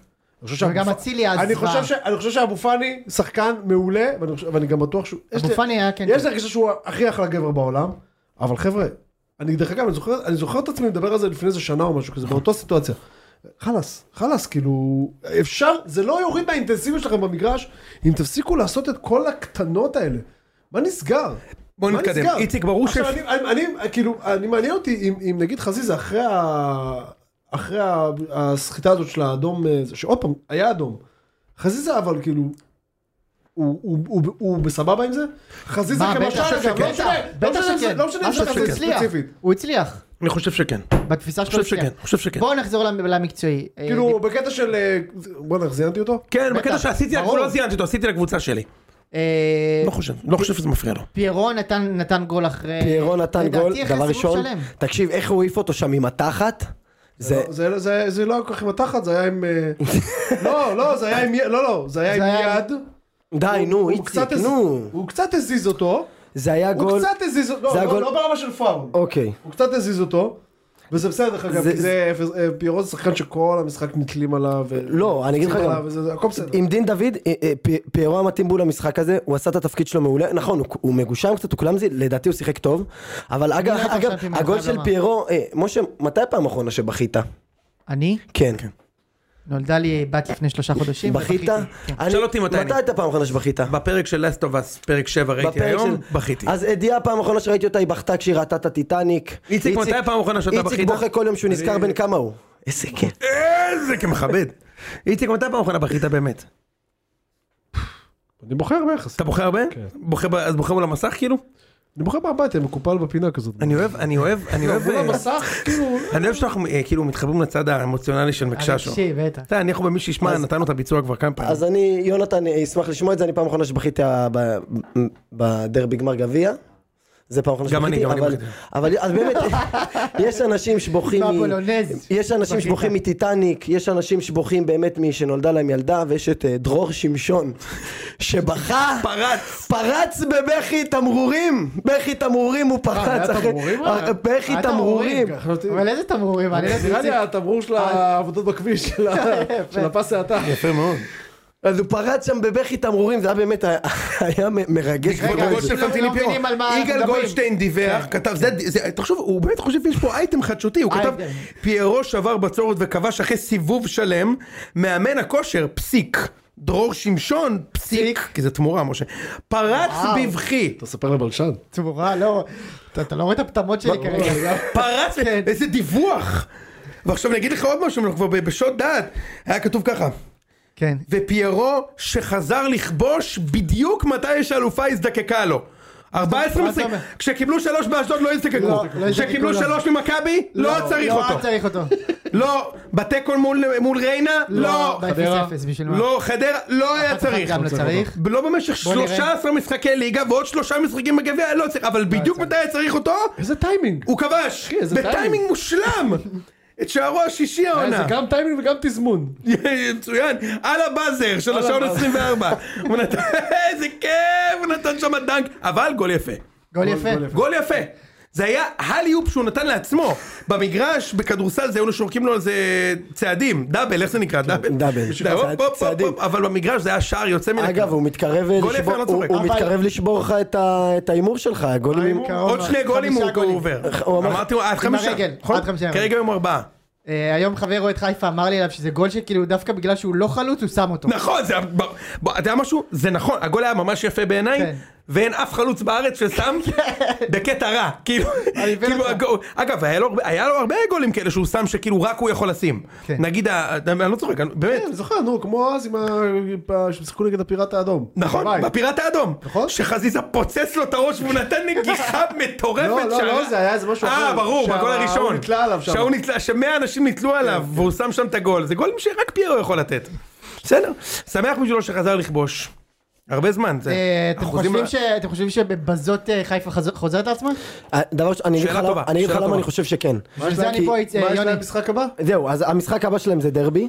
Speaker 3: אני חושב
Speaker 1: אבל
Speaker 3: שאבו
Speaker 1: גם
Speaker 3: פ-
Speaker 1: אצילי אז
Speaker 3: אני
Speaker 1: כבר.
Speaker 3: חושב ש- אני חושב שאבו פאני שחקן מעולה, ואני חושב- ואני גם בטוח שהוא... יש
Speaker 1: אבו
Speaker 3: לי-
Speaker 1: פאני היה כן
Speaker 3: יש
Speaker 1: טוב.
Speaker 3: לי הרגשה שהוא הכי אחלה גבר בעולם, אבל חבר'ה, אני דרך אגב, אני זוכר- אני זוכר את עצמי מדבר על זה לפני איזה שנה או משהו כזה, באותה סיטואציה. חלאס, חלאס, כאילו, אפשר, זה לא יוריד מהאינטנסיביות שלכם במגרש, אם תפסיקו לעשות את כל הקטנות האלה. מה נסגר?
Speaker 2: בוא
Speaker 3: מה
Speaker 2: נתקדם.
Speaker 3: נסגר?
Speaker 2: איציק, ברור
Speaker 3: עכשיו,
Speaker 2: ש-
Speaker 3: אני- אני, אני, כאילו, אני מעניין אותי אם, אם נגיד חזיזה אחרי, ה... אחרי ה... הסחיטה הזאת של האדום, אה, זה- שעוד פעם, היה אדום. חזיזה אבל כאילו, הוא, הוא, הוא, הוא בסבבה עם זה? חזיזה
Speaker 1: מה,
Speaker 3: כמשל,
Speaker 1: בטח
Speaker 3: גם,
Speaker 1: שכן.
Speaker 3: לא משנה, לא
Speaker 1: בטח
Speaker 3: משנה אם זה-
Speaker 1: שכן. אה,
Speaker 3: לא משנה אם זה
Speaker 1: אשרף, הוא
Speaker 3: חזיזה
Speaker 1: הצליח.
Speaker 3: ספציפית.
Speaker 1: הוא הצליח.
Speaker 2: אני חושב שכן.
Speaker 1: בתפיסה שלו
Speaker 2: חושב
Speaker 1: הוא הצליח.
Speaker 2: שכן, חושב שכן.
Speaker 1: בואו נחזור למ- למקצועי. אה,
Speaker 3: כן. כאילו, בקטע של, אה, בוא'נה, איך זיינתי אותו?
Speaker 2: כן,
Speaker 1: בטח,
Speaker 2: בקטע שעשיתי,
Speaker 1: ברור.
Speaker 2: לא זיינתי אותו, עשיתי לקבוצה שלי.
Speaker 1: אה,
Speaker 2: לא חושב, לא חושב שזה מפריע לו.
Speaker 1: פיירו נתן נתן גול אחרי...
Speaker 4: פיירו נתן
Speaker 1: לדעתי
Speaker 4: גול,
Speaker 1: אחרי
Speaker 4: דבר
Speaker 1: סיבוב
Speaker 4: ראשון,
Speaker 1: שלם.
Speaker 4: תקשיב איך הוא העיף אותו שם עם התחת, זה,
Speaker 3: זה, זה, זה, זה לא היה כל כך עם התחת, זה היה עם... אה, לא, לא, זה היה עם... י- לא, לא, זה היה
Speaker 1: זה היה-
Speaker 3: עם יד.
Speaker 4: די נו
Speaker 3: הוא
Speaker 4: איציק,
Speaker 3: קצת הז-
Speaker 4: נו,
Speaker 3: הוא קצת הזיז אותו.
Speaker 4: זה היה
Speaker 3: הוא
Speaker 4: גול,
Speaker 3: קצת הזיז אותו.
Speaker 4: זה
Speaker 3: לא,
Speaker 4: הגול-
Speaker 3: לא, לא ברמה של פאול.
Speaker 4: אוקיי,
Speaker 3: הוא קצת הזיז אותו. וזה בסדר, דרך אגב,
Speaker 4: זה-
Speaker 3: כי זה אפס- אה, פיירו זה שחקן שכל המשחק נתלים עליו. ו-
Speaker 4: לא, אני אגיד לך
Speaker 3: נתלים
Speaker 4: גם.
Speaker 3: עליו, וזה- זה- הכל בסדר.
Speaker 4: עם דין דוד, אה, אה, פ- פיירו המתאים בול למשחק הזה, הוא עשה את התפקיד שלו מעולה, נכון, הוא- הוא מגושם קצת, הוא קלאמזי, לדעתי הוא שיחק טוב, אבל אגב,
Speaker 1: לא
Speaker 4: אגב,
Speaker 1: חשבתי, אני
Speaker 4: הגול
Speaker 1: חייב
Speaker 4: של
Speaker 1: לומר.
Speaker 4: פיירו, אה, משה, מתי הפעם האחרונה שבכית?
Speaker 1: אני?
Speaker 4: כן.
Speaker 1: נולדה לי בת לפני שלושה חודשים.
Speaker 4: בכית?
Speaker 1: כן.
Speaker 4: אני-
Speaker 2: שאל אותי מתי אני.
Speaker 4: מתי הייתה הפעם האחרונה שבכית?
Speaker 2: בפרק של Last of Us, פרק 7 ראיתי
Speaker 4: בפרק
Speaker 2: היום,
Speaker 4: של-
Speaker 2: בכיתי.
Speaker 4: אז אדיה הפעם האחרונה שראיתי אותה היא בכתה כשהיא ראתה את הטיטניק.
Speaker 2: איציק, מתי הפעם האחרונה שאתה בכית?
Speaker 4: איציק בוכה כל יום שהוא נזכר בן כמה הוא. איזה כן.
Speaker 2: איזה כמכבד. איציק, מתי הפעם האחרונה בכית באמת?
Speaker 3: אני בוחר ביחס.
Speaker 2: אתה בוכה הרבה? בוכה ב- אז בוכה מול המסך כאילו?
Speaker 3: אני בוחר מהבטן, מקופל בפינה כזאת.
Speaker 2: אני אוהב, אני אוהב, אני אוהב,
Speaker 3: מול
Speaker 2: אה,
Speaker 3: המסך, כאילו...
Speaker 2: אני אוהב שאנחנו אה, כאילו מתחברים לצד האמוציונלי של מקששו.
Speaker 1: תקשיב, בטח.
Speaker 2: אתה יודע, אני יכול במי שישמע, נתנו את הביצוע כבר כמה פעמים.
Speaker 4: אז אני, יונתן, אשמח לשמוע את זה, אני פעם אחרונה שבכיתי ה- ב- בדרבי גמר גביע. זה פעם אחרונה
Speaker 2: גם אני,
Speaker 4: שבכיתי,
Speaker 2: גם אני
Speaker 4: אבל,
Speaker 2: בכיתי.
Speaker 4: אבל אז באמת, יש אנשים שבוכים, מ-
Speaker 1: בבולונז.
Speaker 4: יש אנשים
Speaker 1: בכית.
Speaker 4: שבוכים מטיטניק, יש אנשים שבוכים באמת משנולדה להם ילדה, ויש את אה, דרור שמשון, שבכה,
Speaker 2: פרץ!
Speaker 4: פרץ בבכי תמרורים, בכי תמרורים הוא פרץ,
Speaker 3: היה
Speaker 4: אחרי-
Speaker 3: תמרורים?
Speaker 4: אה, בכי
Speaker 1: היה
Speaker 4: תמרורים,
Speaker 3: חשבתי-
Speaker 1: אבל איזה תמרורים? אני לא
Speaker 3: נראה לי
Speaker 1: יודע.
Speaker 3: התמרור של העבודות בכביש, של ה- של הפס האטה.
Speaker 2: יפה מאוד.
Speaker 4: אז הוא פרץ שם בבכי תמרורים, זה היה באמת, היה- היה מ- מרגש,
Speaker 1: רגע,
Speaker 4: מאוד.
Speaker 2: בגול
Speaker 1: אנשים
Speaker 2: של
Speaker 1: לא-
Speaker 2: פלטיני
Speaker 1: לא
Speaker 2: פירו.
Speaker 1: מבינים על מה אנחנו
Speaker 2: יגאל
Speaker 1: מדברים. כן.
Speaker 2: גולדשטיין דיווח, כתב, זה- זה- תחשוב, הוא באמת חושב שיש פה אייטם חדשותי, הוא כתב,
Speaker 1: אייטם.
Speaker 2: פיירו שבר בצורת וכבש אחרי סיבוב שלם, מאמן הכושר, פסיק. דרור שמשון, פסיק, כי זה תמורה משה, פרץ
Speaker 1: וואו.
Speaker 2: בבכי,
Speaker 3: תספר לבלשן.
Speaker 1: תמורה, לא. אתה- אתה לא רואה את הפטמות שלי כרגע.
Speaker 2: פרץ,
Speaker 1: כן.
Speaker 2: איזה דיווח. ועכשיו אני אגיד לך עוד משהו, אנחנו כבר ב- בשוד דעת, היה כתוב ככה,
Speaker 1: כן.
Speaker 2: ופיירו שחזר לכבוש בדיוק מתי שהאלופה הזדקקה לו.
Speaker 1: מה
Speaker 2: 14
Speaker 1: אתה
Speaker 2: משחקים,
Speaker 1: אומר?
Speaker 2: כשקיבלו שלוש באשדוד לא
Speaker 1: לא,
Speaker 2: הזדקקו,
Speaker 1: לא הזדקקו
Speaker 2: כשקיבלו
Speaker 1: לו.
Speaker 2: שלוש ממכבי לא צריך
Speaker 1: לא
Speaker 2: אותו,
Speaker 1: צריך אותו.
Speaker 2: לא, בתיקו מול- מול ריינה לא,
Speaker 3: חדרה.
Speaker 1: ב-0-0 בשביל מה?
Speaker 2: לא, חדרה לא היה
Speaker 1: אף אחד
Speaker 2: צריך,
Speaker 1: גם לא צריך.
Speaker 2: ב- לא במשך
Speaker 1: בוא נראה.
Speaker 2: 13 משחקי ליגה ועוד שלושה משחקים בגביע לא צריך, אבל בדיוק
Speaker 1: צריך.
Speaker 2: מתי היה צריך אותו,
Speaker 3: איזה טיימינג.
Speaker 2: הוא כבש,
Speaker 3: איזה
Speaker 2: בטיימינג
Speaker 3: טיימינג.
Speaker 2: מושלם, את שערו השישי
Speaker 3: אה, זה
Speaker 2: העונה.
Speaker 3: גם טיימינג וגם תזמון.
Speaker 2: מצוין, על הבאזר של
Speaker 3: על
Speaker 2: השעון
Speaker 3: הבאזר.
Speaker 2: 24. הוא נתן, איזה כיף, הוא נתן שם דנק, אבל גול יפה.
Speaker 4: לא,
Speaker 1: גול
Speaker 3: גול-
Speaker 1: יפה.
Speaker 3: גול יפה.
Speaker 2: גול יפה. זה היה הליופ שהוא נתן לעצמו. במגרש, בכדורסל, זה היו שורקים לו על זה צעדים, דאבל, איך זה נקרא? דאבל.
Speaker 4: דאבל.
Speaker 2: זה הופ, הופ, הופ, הופ,
Speaker 4: צעדים.
Speaker 2: אבל במגרש זה היה שער יוצא מן
Speaker 4: אגב, הוא מתקרב אה,
Speaker 2: גול יפה,
Speaker 4: לשבור-
Speaker 2: לא
Speaker 4: הוא-
Speaker 2: צוחק.
Speaker 4: הוא
Speaker 1: אבל-
Speaker 4: מתקרב לשבור לך את ה- את ההימור שלך, הגולים עם...
Speaker 1: קרוב
Speaker 2: עוד
Speaker 1: מאוד.
Speaker 2: שני גולים
Speaker 1: חמישה
Speaker 2: הוא הוא
Speaker 1: גולים.
Speaker 2: עובר.
Speaker 4: הוא אמר-
Speaker 2: אמרתי לו, עד חמישה.
Speaker 1: הרגל,
Speaker 2: נכון?
Speaker 1: עד חמישה.
Speaker 2: כרגע הם ארבעה.
Speaker 1: אה, היום חבר רואה את חיפה אמר לי עליו שזה גול שכאילו דווקא בגלל שהוא לא חלוץ הוא שם אותו.
Speaker 2: נכון, זה... בוא, בוא, אתה יודע משהו? זה נכון, הגול היה ממש יפה בעיניי,
Speaker 1: כן.
Speaker 2: ואין אף חלוץ בארץ ששם בקטע רע. כאילו,
Speaker 1: אני מבין
Speaker 2: כאילו
Speaker 1: אותך.
Speaker 2: הגול- אגב, היה לו, הרבה- היה לו הרבה גולים כאלה שהוא שם שכאילו רק הוא יכול לשים.
Speaker 1: כן.
Speaker 2: נגיד, ה- אני לא צוחק, אני- באמת.
Speaker 3: כן, אני זוכר, נו, כמו אז עם ה... שהם שיחקו נגד הפיראט האדום.
Speaker 2: נכון,
Speaker 3: בבית.
Speaker 2: בפיראט האדום.
Speaker 3: נכון.
Speaker 2: שחזיזה פוצץ לו את הראש והוא נתן נגיחה מטורפת.
Speaker 3: לא, לא,
Speaker 2: שעלה-
Speaker 3: לא, זה היה איזה משהו
Speaker 2: אה,
Speaker 3: אחר.
Speaker 2: ברור, בגול
Speaker 3: שההוא
Speaker 2: הראשון.
Speaker 3: נתלה עליו שם. כן,
Speaker 2: שההוא נתלה, שמאה אנשים נתלו עליו, והוא שם שם את הגול. זה גולים שרק פיירו יכול לתת. בסדר. שמח בשבילו שחזר לכבוש. הרבה זמן, זה.
Speaker 1: אה, אתם
Speaker 2: אחוזים-
Speaker 1: חושבים ש- אתם חושבים שבבזאת אה, חיפה חז- חוזרת לעצמה?
Speaker 4: אה, דבר ש... אני אגיד לך
Speaker 2: שאלה
Speaker 4: למה-
Speaker 2: טובה,
Speaker 4: אני אגיד לך
Speaker 2: שאלה
Speaker 4: למה אני
Speaker 2: טובה.
Speaker 4: חושב שכן.
Speaker 1: בשביל זה אני
Speaker 4: כי-
Speaker 1: פה, אה,
Speaker 3: מה יש
Speaker 1: יוני.
Speaker 3: להם משחק הבא?
Speaker 4: זהו, אז המשחק הבא שלהם זה דרבי.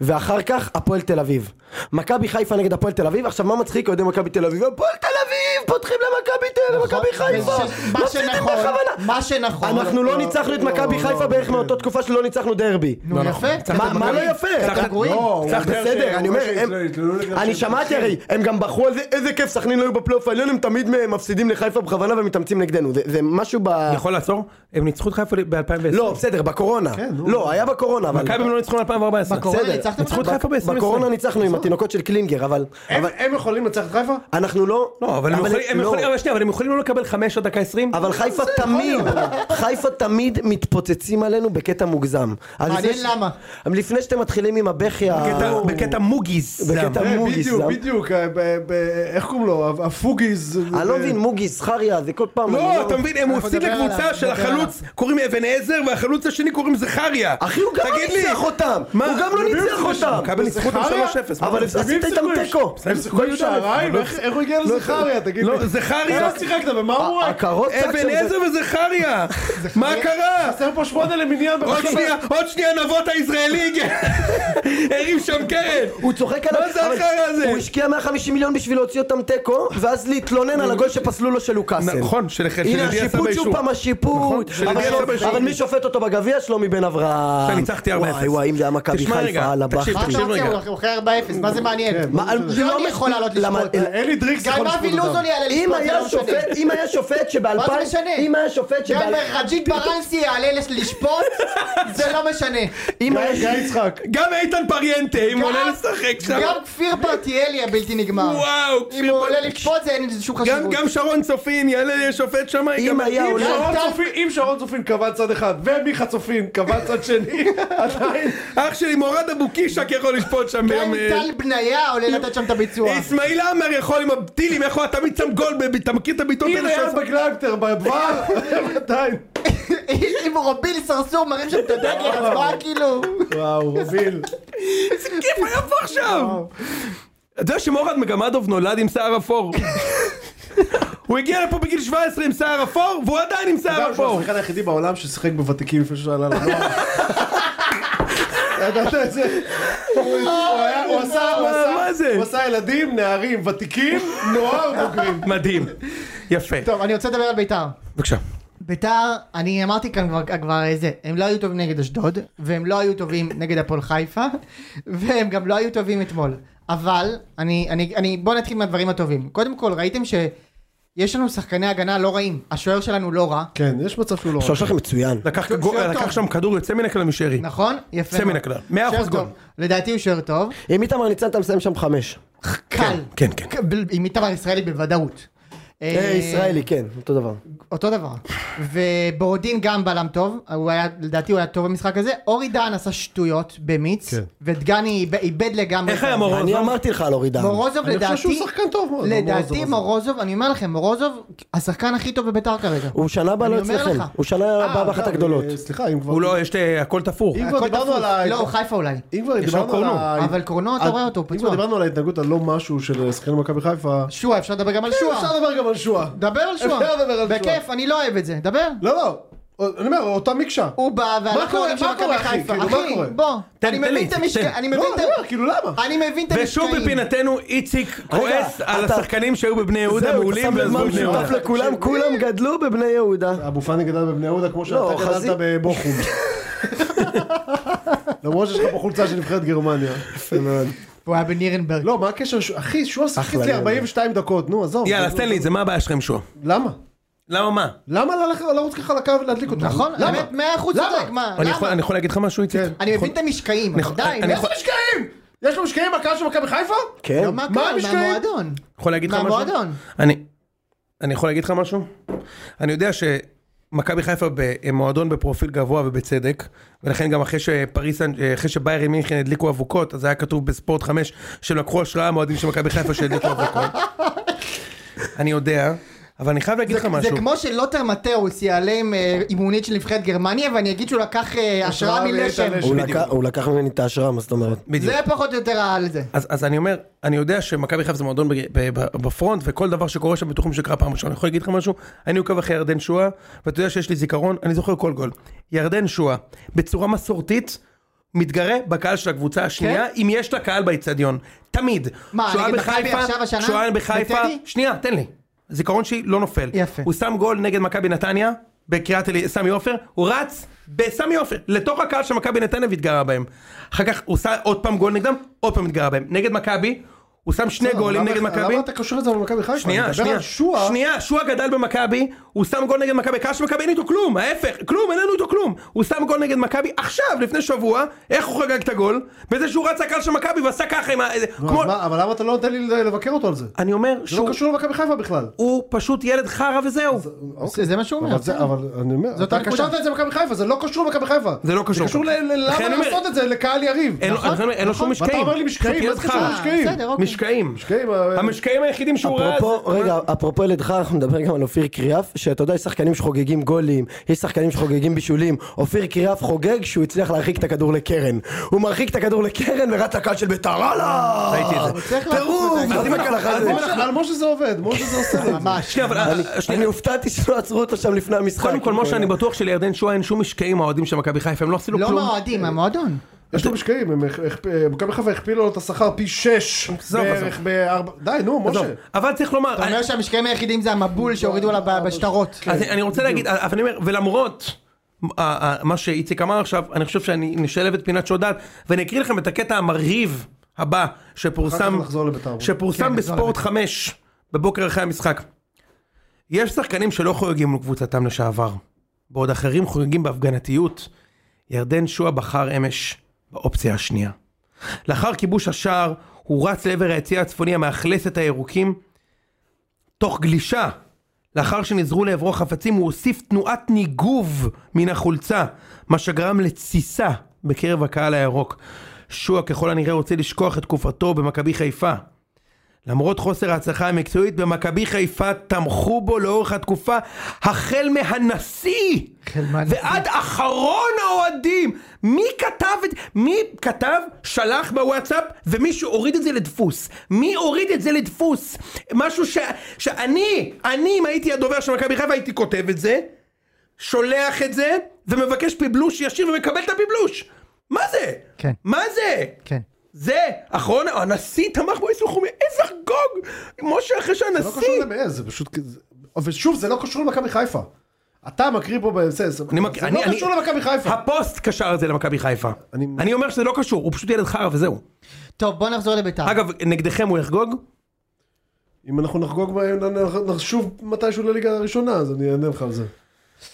Speaker 4: ואחר כך הפועל תל אביב. מכבי חיפה נגד הפועל תל אביב, עכשיו מה מצחיק אוהדי מכבי תל אביב? הפועל תל אביב! פותחים למכבי תל אביב, למכבי חיפה!
Speaker 1: וש- נכון, אה, מה
Speaker 4: מפסידים
Speaker 1: שנכון,
Speaker 4: בכוונה!
Speaker 1: מה שנכון.
Speaker 4: אנחנו לא ניצחנו את מכבי חיפה בערך מאותה תקופה שלא ניצחנו דרבי.
Speaker 1: נו
Speaker 2: לא נכון.
Speaker 1: יפה.
Speaker 2: צריך
Speaker 4: מה- מה לא יפה? לא.
Speaker 1: אתם גרועים.
Speaker 4: בסדר, בסדר, אני אומר, הם- אני שמעתי הרי, הם גם בחרו על זה, איזה כיף סכנין לא היו בפלייאוף העליון, הם תמיד מפסידים לחיפה בכוונה ומתאמצים נגדנו, זה- זה משהו ב...
Speaker 2: יכול לעצור? הם ניצחו את חיפה ב-2010.
Speaker 4: לא, בסדר, בקורונה.
Speaker 3: נו.
Speaker 4: לא, היה בקורונה, אבל...
Speaker 2: כן, מכבי הם לא ניצחו ב-2014.
Speaker 1: בקורונה
Speaker 4: בסדר,
Speaker 1: ניצחתם
Speaker 2: ניצחו את
Speaker 1: אותם?
Speaker 2: חיפה ב-2020.
Speaker 4: בקורונה ניצחנו עם התינוקות של קלינגר, אבל... אבל
Speaker 3: הם יכולים לנצח את חיפה?
Speaker 4: אנחנו לא...
Speaker 2: לא, אבל הם יכולים- הם
Speaker 4: לא.
Speaker 2: יכולים, אבל שנייה, אבל הם יכולים לא לקבל חמש עד דקה עשרים?
Speaker 4: אבל חיפה תמיד, חיפה תמיד מתפוצצים עלינו בקטע מוגזם. אז
Speaker 1: מעניין
Speaker 4: לפני ש-
Speaker 1: למה.
Speaker 4: אבל לפני שאתם מתחילים עם הבכי ה...
Speaker 2: בקטע- בקטע מוגיז.
Speaker 4: בקטע-
Speaker 3: אה,
Speaker 4: מוגיס,
Speaker 3: בדיוק,
Speaker 4: למה?
Speaker 3: בדיוק, אה, ב- ב- איך קוראים לו? הפוגיז. אה,
Speaker 4: אני לא מבין, מוגי, זכריה, זה כל פעם... אני
Speaker 2: לא, אתה מבין, הם
Speaker 1: אנחנו
Speaker 2: עושים
Speaker 1: נדבר
Speaker 2: לקבוצה
Speaker 1: עליו,
Speaker 2: של
Speaker 1: נדבר
Speaker 2: החלוץ, קוראים אבן עזר, והחלוץ השני קוראים זכריה.
Speaker 4: אחי, הוא גם לא
Speaker 2: תגיד לי,
Speaker 4: ניצח אותם! הוא
Speaker 2: מה?
Speaker 4: גם לא
Speaker 2: מי
Speaker 4: ניצח
Speaker 2: הוא
Speaker 4: אותם!
Speaker 2: מכבי ניצחו אותם
Speaker 3: זכריה?
Speaker 2: 3-0.
Speaker 4: אבל
Speaker 2: מה זה?
Speaker 4: עשית איתם תיקו.
Speaker 3: הם שיחקו עם שעריים? איך איך הוא הגיע לזכריה? תגיד לי.
Speaker 2: לא, זכריה,
Speaker 3: אתה שיחקת, ומה הוא רק?
Speaker 4: הקרוצה
Speaker 2: אבן עזר וזכריה. מה קרה?
Speaker 3: חסר פה שמונה למניין
Speaker 2: עוד
Speaker 3: במשחק.
Speaker 2: שנייה, עוד שנייה נבות הישראלי הגיע. הרים שם קרן.
Speaker 4: הוא צוחק עליו,
Speaker 2: מה זה
Speaker 4: אבל
Speaker 2: החרא הזה?
Speaker 4: הוא השקיע 150 מיליון בשביל להוציא אותם תיקו, ואז להתלונן על הגול שפסלו לו של לוקאסן.
Speaker 2: נכון, של- של
Speaker 4: הנה
Speaker 2: ידיעה
Speaker 4: השיפוט
Speaker 2: סבא
Speaker 4: שוב
Speaker 2: אישור.
Speaker 4: פעם השיפוט,
Speaker 2: של
Speaker 4: אבל
Speaker 2: ידיעה
Speaker 4: לא-
Speaker 2: סבא אישור.
Speaker 4: אבל מי שופט אותו בגביע? שלומי בן אברהם.
Speaker 2: אתה ניצחתי 4-0.
Speaker 4: וואי וואי, אם זה היה מכבי
Speaker 2: תשמע רגע,
Speaker 4: חיפה, על הבכי.
Speaker 2: תקשיב,
Speaker 1: מה אתה
Speaker 2: תקשיב
Speaker 1: רוצה?
Speaker 2: רגע.
Speaker 1: הוא אחרי 4-0, מה זה מעניין?
Speaker 3: כן,
Speaker 4: מה,
Speaker 3: לא
Speaker 1: יוני
Speaker 4: מח-
Speaker 1: יכול לעלות
Speaker 4: למה-
Speaker 1: לשפוט.
Speaker 4: אה,
Speaker 3: אלי דריקס
Speaker 1: גם
Speaker 3: יכול
Speaker 1: אבי
Speaker 3: לשפוט אותם.
Speaker 1: לוזון יעלה לשפוט.
Speaker 4: אם
Speaker 1: זה לא
Speaker 4: היה
Speaker 1: משנה.
Speaker 4: שופט, אם היה שופט שבאלפיים,
Speaker 1: מה זה משנה?
Speaker 4: אם היה שופט
Speaker 1: גם
Speaker 4: שבאל...
Speaker 1: רג'יק ברנסי יעלה לש- לשפוט, זה לא משנה.
Speaker 4: אם היה
Speaker 3: גיא יצחק.
Speaker 2: גם איתן פריאנטה, אם הוא עולה
Speaker 1: גם-
Speaker 2: לשחק שם.
Speaker 1: גם כפיר פרטיאלי הבלתי נגמר.
Speaker 2: וואו,
Speaker 1: אם הוא עולה לשפוט זה אין לזה שום
Speaker 2: גם,
Speaker 1: חשיבות.
Speaker 2: גם שרון צופין יעלה שופט שם,
Speaker 4: אם
Speaker 2: גם-
Speaker 4: היה
Speaker 2: אם-
Speaker 4: עולה-
Speaker 3: שרון
Speaker 1: טל-
Speaker 3: צופין- אם שרון צופין קבע צד אחד ומיכה צופין קבע צד שני, עדיין
Speaker 2: אח שלי מורד אבו קישק יכול לשפוט שם
Speaker 1: גם אם
Speaker 2: ביום... אה,
Speaker 1: טל בניה עולה לתת שם את הביצוע.
Speaker 2: אסמאעיל עמר יכול עם הטילים, איך הוא היה תמיד שם גול, ב- אתה מכיר את
Speaker 3: הבעיטות
Speaker 2: הנה,
Speaker 3: האלה שהיה
Speaker 2: יפה.
Speaker 3: בגלנטר, בבר, עדיין.
Speaker 1: אם רוביל סרסור מרים שם את הדג להצבעה כאילו.
Speaker 3: וואו, הוביל.
Speaker 2: איזה כיף היה פה עכשיו! אתה יודע שמורד מגמדוב נולד עם שיער אפור. הוא הגיע לפה בגיל 17 עם שיער אפור, והוא עדיין עם
Speaker 1: לא,
Speaker 2: שיער
Speaker 3: אגב, שהוא
Speaker 2: אפור.
Speaker 3: השחקן היחידי בעולם ששיחק בוותיקים לפני שהוא עלה לנוער. ידעת את זה? הוא
Speaker 1: אה,
Speaker 3: היה- הוא עשה- הוא עשה-
Speaker 2: מה זה?
Speaker 3: הוא עשה ילדים, נערים, ותיקים, נוער, בוגרים.
Speaker 2: מדהים. יפה.
Speaker 1: טוב, אני רוצה לדבר על ביתר.
Speaker 2: בבקשה.
Speaker 1: ביתר, אני אמרתי כאן כבר, כבר אה, זה, הם לא היו טובים נגד אשדוד, והם לא היו טובים נגד הפועל חיפה, והם גם לא היו טובים אתמול. אבל, אני, אני, אני, בואו נתחיל מהדברים הטובים. קודם כל, ראיתם שיש לנו שחקני הגנה לא רעים, השוער שלנו לא רע,
Speaker 3: כן, יש מצב שהוא לא...
Speaker 4: השוער שלכם מצוין.
Speaker 2: לקח
Speaker 1: שוער
Speaker 2: גול-
Speaker 1: טוב.
Speaker 2: לקח שם כדור יוצא מן הכלל משרי.
Speaker 1: נכון? יפה.
Speaker 2: יוצא מן
Speaker 1: מאוד.
Speaker 2: הכלל. מאה
Speaker 1: שוער
Speaker 2: אחוז גול.
Speaker 1: טוב. לדעתי הוא שוער טוב.
Speaker 4: עם אה, איתמר ניצן אתה מסיים שם חמש.
Speaker 1: קל.
Speaker 2: כן, כן.
Speaker 1: ב- עם איתמר ישראלי בוודאות.
Speaker 4: אה, ישראלי, כן, אותו דבר.
Speaker 1: אותו דבר. ובורודין גם בלם טוב, הוא היה, לדעתי הוא היה טוב במשחק הזה. אורי דהן עשה שטויות במיץ,
Speaker 3: כן.
Speaker 1: ודגני איב- איבד לגמרי.
Speaker 2: איך
Speaker 1: את
Speaker 2: היה
Speaker 1: ה-
Speaker 2: מורוזוב?
Speaker 4: אני אמרתי לך על אורי דהן.
Speaker 1: מורוזוב
Speaker 3: אני
Speaker 1: לדעתי,
Speaker 3: חושב שהוא שחקן טוב מאוד.
Speaker 1: לדעתי מורוזוב, אני אומר לכם, מורוזוב השחקן הכי טוב בביתר כרגע.
Speaker 4: הוא שנה הבאה
Speaker 1: אני
Speaker 4: לא
Speaker 1: אומר
Speaker 4: אצלכם.
Speaker 1: לך.
Speaker 4: הוא שנה הבאה
Speaker 3: אגב,
Speaker 4: באחת הגדולות.
Speaker 3: אה, סליחה, אם כבר...
Speaker 2: הוא לא, יש לי הכל תפור.
Speaker 3: אם כבר
Speaker 1: הכל
Speaker 3: דיברנו
Speaker 1: תפוס.
Speaker 3: על ה...
Speaker 1: לא, הוא חיפה אולי.
Speaker 3: אם כבר
Speaker 2: יש לו
Speaker 3: דיברנו על
Speaker 2: קורנו.
Speaker 3: ה...
Speaker 1: אבל קורנו, אתה
Speaker 3: על-
Speaker 1: רואה אותו,
Speaker 3: אם כבר
Speaker 1: פצוע.
Speaker 3: דיברנו על ההתנהגות הלא משהו של שחקנים במכבי חיפה...
Speaker 1: שועה, אפשר לדבר גם על
Speaker 3: כן, אפשר
Speaker 1: שועה.
Speaker 3: לדבר גם על שועה.
Speaker 1: דבר על שועה.
Speaker 3: אפשר לדבר על שועה.
Speaker 1: בכיף, אני לא אוהב את זה. דבר.
Speaker 3: לא, לא. אני אומר, אותה מקשה.
Speaker 1: הוא בא והלך
Speaker 3: קורה?
Speaker 1: לאוהדים של
Speaker 3: מה קורה,
Speaker 1: מכבי
Speaker 3: אחי?
Speaker 1: חיפה.
Speaker 3: כאילו, מה
Speaker 1: אחי,
Speaker 3: קורה?
Speaker 1: בוא.
Speaker 2: תן
Speaker 1: אני
Speaker 2: לי, תן
Speaker 1: מבין
Speaker 2: לי,
Speaker 1: את המשקעים.
Speaker 2: תן.
Speaker 1: אני
Speaker 3: לא,
Speaker 1: מבין
Speaker 3: אני
Speaker 1: את
Speaker 3: אומר, כאילו למה?
Speaker 1: אני מבין את
Speaker 2: ושוב
Speaker 1: המשקעים.
Speaker 2: בפינתנו איציק כועס על
Speaker 4: אתה-
Speaker 2: השחקנים שהיו בבני יהודה מעולים
Speaker 4: זהו, אתה שם
Speaker 2: ועזבו
Speaker 4: בזמן
Speaker 2: בני יהודה.
Speaker 4: משותף לכולם, כולם גדלו בבני יהודה.
Speaker 3: אבו פאני גדל בבני יהודה כמו
Speaker 4: לא,
Speaker 3: שאתה
Speaker 4: חזיז-
Speaker 3: גדלת בבוכום. למרות שיש לך פה חולצה של נבחרת גרמניה.
Speaker 1: הוא היה בנירנברג.
Speaker 3: לא, מה הקשר? ש- אחי, שועה שיחק לי 42 דקות, נו, עזוב.
Speaker 2: יאללה, אז תן לי את זה, מה הבעיה שלך עם שועה?
Speaker 3: למה?
Speaker 2: למה מה?
Speaker 3: למה ללכת- לרוץ ככה לקו ולהדליק אותו?
Speaker 1: נכון,
Speaker 3: למה?
Speaker 1: האמת, מאה אחוז
Speaker 3: למה?
Speaker 1: צודק, מה?
Speaker 2: אני יכול-
Speaker 1: למה?
Speaker 2: אני יכול להגיד לך משהו, איציק?
Speaker 1: אני מבין את המשקעים, אבל
Speaker 2: יכול-
Speaker 1: די,
Speaker 2: אני
Speaker 1: מה
Speaker 2: יכול-
Speaker 1: זה משקעים?
Speaker 3: יש לו משקעים בקהל של מכבי חיפה?
Speaker 4: כן.
Speaker 1: לא, מה
Speaker 3: מה
Speaker 1: קרה?
Speaker 3: המשקעים?
Speaker 1: מהמועדון.
Speaker 2: יכול להגיד לך משהו?
Speaker 1: מהמועדון.
Speaker 2: אני, אני יכול להגיד לך משהו? אני יודע שמכבי חיפה במועדון בפרופיל גבוה ובצדק, ולכן גם אחרי שפריס, אחרי שביירי מינכן הדליקו אבוקות, אז היה כתוב בספורט 5 שהם לקחו השראה מהאוהדים של מכבי חיפה שהדליקו אבוקות. אני יודע, אבל אני חייב להגיד לך
Speaker 1: זה
Speaker 2: משהו.
Speaker 1: כמו שלוטר מתאוס יעלה עם אה, אימונית של נבחרת גרמניה ואני אגיד שהוא לקח אה, השראה
Speaker 3: השראה
Speaker 1: מלשם.
Speaker 3: מאיתן לשם.
Speaker 4: הוא
Speaker 2: בדיוק.
Speaker 4: לקח- הוא לקח ממני את ההשראה, מה זאת אומרת?
Speaker 2: בדיוק.
Speaker 1: זה פחות או יותר על זה.
Speaker 2: אז, אז אני אומר, אני יודע שמכבי חיפה זה מועדון בג- ב- ב- בפרונט, וכל דבר שקורה שם בטוחים שקרה פעם ראשונה. אני יכול להגיד לך משהו? אני עוקב אחרי ירדן שואה, ואתה יודע שיש לי זיכרון, אני זוכר כל גול. ירדן שואה, בצורה מסורתית, מתגרה בקהל של הקבוצה השנייה,
Speaker 1: כן?
Speaker 2: אם יש לה קהל באיצטדיון. תמיד.
Speaker 1: מה,
Speaker 2: שואה
Speaker 1: נגד מכבי
Speaker 2: בחיפה-
Speaker 1: עכשיו השנה?
Speaker 2: שואה בחיפה,
Speaker 1: בטדי?
Speaker 2: שנייה, תן לי. הזיכרון שלי לא נופל.
Speaker 1: יפה.
Speaker 2: הוא שם גול נגד מכבי נתניה, בקריית אלי, סמי עופר, הוא רץ בסמי עופר, לתוך הקהל של מכבי נתניה והתגרה בהם. אחר כך הוא שם עוד פעם גול נגדם, עוד פעם התגרה בהם. נגד מכבי, הוא שם שני כן, גולים
Speaker 3: למה-
Speaker 2: נגד מכבי.
Speaker 3: למה אתה קשור את זה למכבי חיפה?
Speaker 2: שנייה,
Speaker 3: אני מדבר
Speaker 2: שנייה,
Speaker 3: על שועה.
Speaker 2: שנייה, שועה גדל במכבי, הוא שם גול נגד מכבי, קהל של מכבי אין איתו כלום, ההפך, כלום, אין לנו איתו כלום. הוא שם גול נגד מכבי עכשיו, לפני שבוע, איך הוא חגג את הגול? בזה שהוא רץ לקהל של מכבי ועשה ככה עם ה...
Speaker 3: נו,
Speaker 2: כמו...
Speaker 3: אז מה- אבל למה אתה לא נותן לי לבקר אותו על זה?
Speaker 2: אני אומר
Speaker 3: זה לא
Speaker 2: שהוא
Speaker 3: קשור למכבי חיפה בכלל.
Speaker 2: הוא פשוט ילד חרא וזהו.
Speaker 1: זה- זה מה שהוא אומר.
Speaker 3: אוקיי. אבל זה, אבל אני אומר, אתה
Speaker 1: הנקודה.
Speaker 3: קשרת את זה למכבי חיפה, זה לא קשור למכבי חיפה.
Speaker 2: זה לא קשור.
Speaker 3: זה קשור ל- ל-
Speaker 2: לכן
Speaker 3: למה
Speaker 2: אני אומר- אה, כן.
Speaker 3: לעשות את זה לקהל יריב.
Speaker 2: אין לו-
Speaker 1: נכון,
Speaker 2: אני אומר, אין לו שום
Speaker 1: נכון.
Speaker 2: משקעים.
Speaker 3: ואתה אומר לי משקעים,
Speaker 2: פשוט
Speaker 3: מה
Speaker 2: ילד
Speaker 3: זה קשור
Speaker 2: חרא.
Speaker 1: אה,
Speaker 3: משקעים.
Speaker 1: בסדר, אוקיי.
Speaker 2: משקעים.
Speaker 3: משקעים, אה,
Speaker 2: המשקעים היחידים שהוא ראה...
Speaker 4: אפרופו,
Speaker 2: זה-
Speaker 4: רגע, אפרופו ילדך, אנחנו נדבר גם על אופיר קריאף, שאתה יודע, יש שחקנים שחוגגים גולים, יש שחקנים שחוגגים בישולים. אופיר קריאף חוגג שהוא הצליח להרחיק את הכדור לקרן. הוא מרחיק את הכדור לקרן ורץ לקהל של ביתר, הלאה!
Speaker 2: ראיתי את זה.
Speaker 1: צריך להחזיק
Speaker 4: טירוף!
Speaker 1: אותה.
Speaker 4: אז אם הכל אחרי זה.
Speaker 3: על משה- על משה זה עובד, משה זה עושה את זה.
Speaker 1: ממש.
Speaker 2: שנייה, אבל... אה,
Speaker 4: אני-
Speaker 2: שנייה.
Speaker 4: אני הופתעתי שלא עצרו אותו שם לפני המשחק.
Speaker 2: קודם כל, מה שאני בטוח שלירדן שואה אין שום משקעים האוהדים של מכבי חיפה, הם לא עשינו
Speaker 1: לא
Speaker 2: כלום.
Speaker 1: מהאוהדים, מהמועדון.
Speaker 3: יש לו משקעים, הם הכ- הכ- אה, מכבי חיפה הכפילו לו את השכר פי שש.
Speaker 2: עזוב,
Speaker 3: בערך בארבע... די, נו,
Speaker 2: עזוב.
Speaker 3: משה.
Speaker 2: אבל צריך לומר,
Speaker 1: אתה אומר שהמשקעים היחידים זה המבול שהורידו
Speaker 2: אה,
Speaker 1: לה ב- בשטרות.
Speaker 3: כן,
Speaker 2: אז אני רוצה להגיד, אבל אני אומר, ולמרות אה, אה, מה שאיציק אמר עכשיו, אני חושב שאני נשלב את פינת שודד, ואני אקריא לכם את הקטע המרהיב הבא
Speaker 3: אחר
Speaker 2: שפורסם,
Speaker 3: כך נחזור לבית"ר.
Speaker 2: שפורסם בספורט 5 בבוקר אחרי המשחק. יש שחקנים שלא חוגגים לקבוצתם לשעבר, בעוד אחרים חוגגים בהפגנתיות. ירדן שועה בחר אמש באופציה השנייה. לאחר כיבוש השער, הוא רץ לעבר היציע הצפוני המאכלס את הירוקים, תוך גלישה. לאחר שנזרו לעברו חפצים, הוא הוסיף תנועת ניגוב מן החולצה, מה שגרם לתסיסה בקרב הקהל הירוק. שועה ככל הנראה רוצה לשכוח את תקופתו במכבי חיפה. למרות חוסר ההצלחה המקצועית, במכבי חיפה תמכו בו לאורך התקופה, החל מהנשיא
Speaker 1: החל מהנשיא.
Speaker 2: ועד אחרון האוהדים. מי כתב את מי כתב, שלח בוואטסאפ, ומישהו הוריד את זה לדפוס. מי הוריד את זה לדפוס? משהו ש... שאני, אני, אם הייתי הדובר של מכבי חיפה, הייתי כותב את זה, שולח את זה, ומבקש פבלוש ישיר ומקבל את הפבלוש. מה זה?
Speaker 1: כן.
Speaker 2: מה זה?
Speaker 1: כן.
Speaker 2: זה, אחרון, הנשיא תמך בו איסור חומי, איזה חגוג! משה אחרי
Speaker 3: זה לא קשור
Speaker 2: שהנשיא...
Speaker 3: למעז, זה פשוט... כזה- ושוב, זה לא קשור למכבי חיפה. אתה מקריא פה בסס,
Speaker 2: אני מכיר-
Speaker 3: זה
Speaker 2: אני-
Speaker 3: לא
Speaker 2: אני-
Speaker 3: קשור למכבי חיפה.
Speaker 2: הפוסט קשר את זה למכבי חיפה.
Speaker 3: אני-
Speaker 2: אני אומר שזה לא קשור, הוא פשוט ילד חרא וזהו.
Speaker 1: טוב, בוא נחזור לביתר.
Speaker 2: אגב, נגדכם הוא יחגוג?
Speaker 3: אם אנחנו נחגוג בהם, נ- נ- נשוב מתישהו לליגה הראשונה, אז אני אענה לך על זה.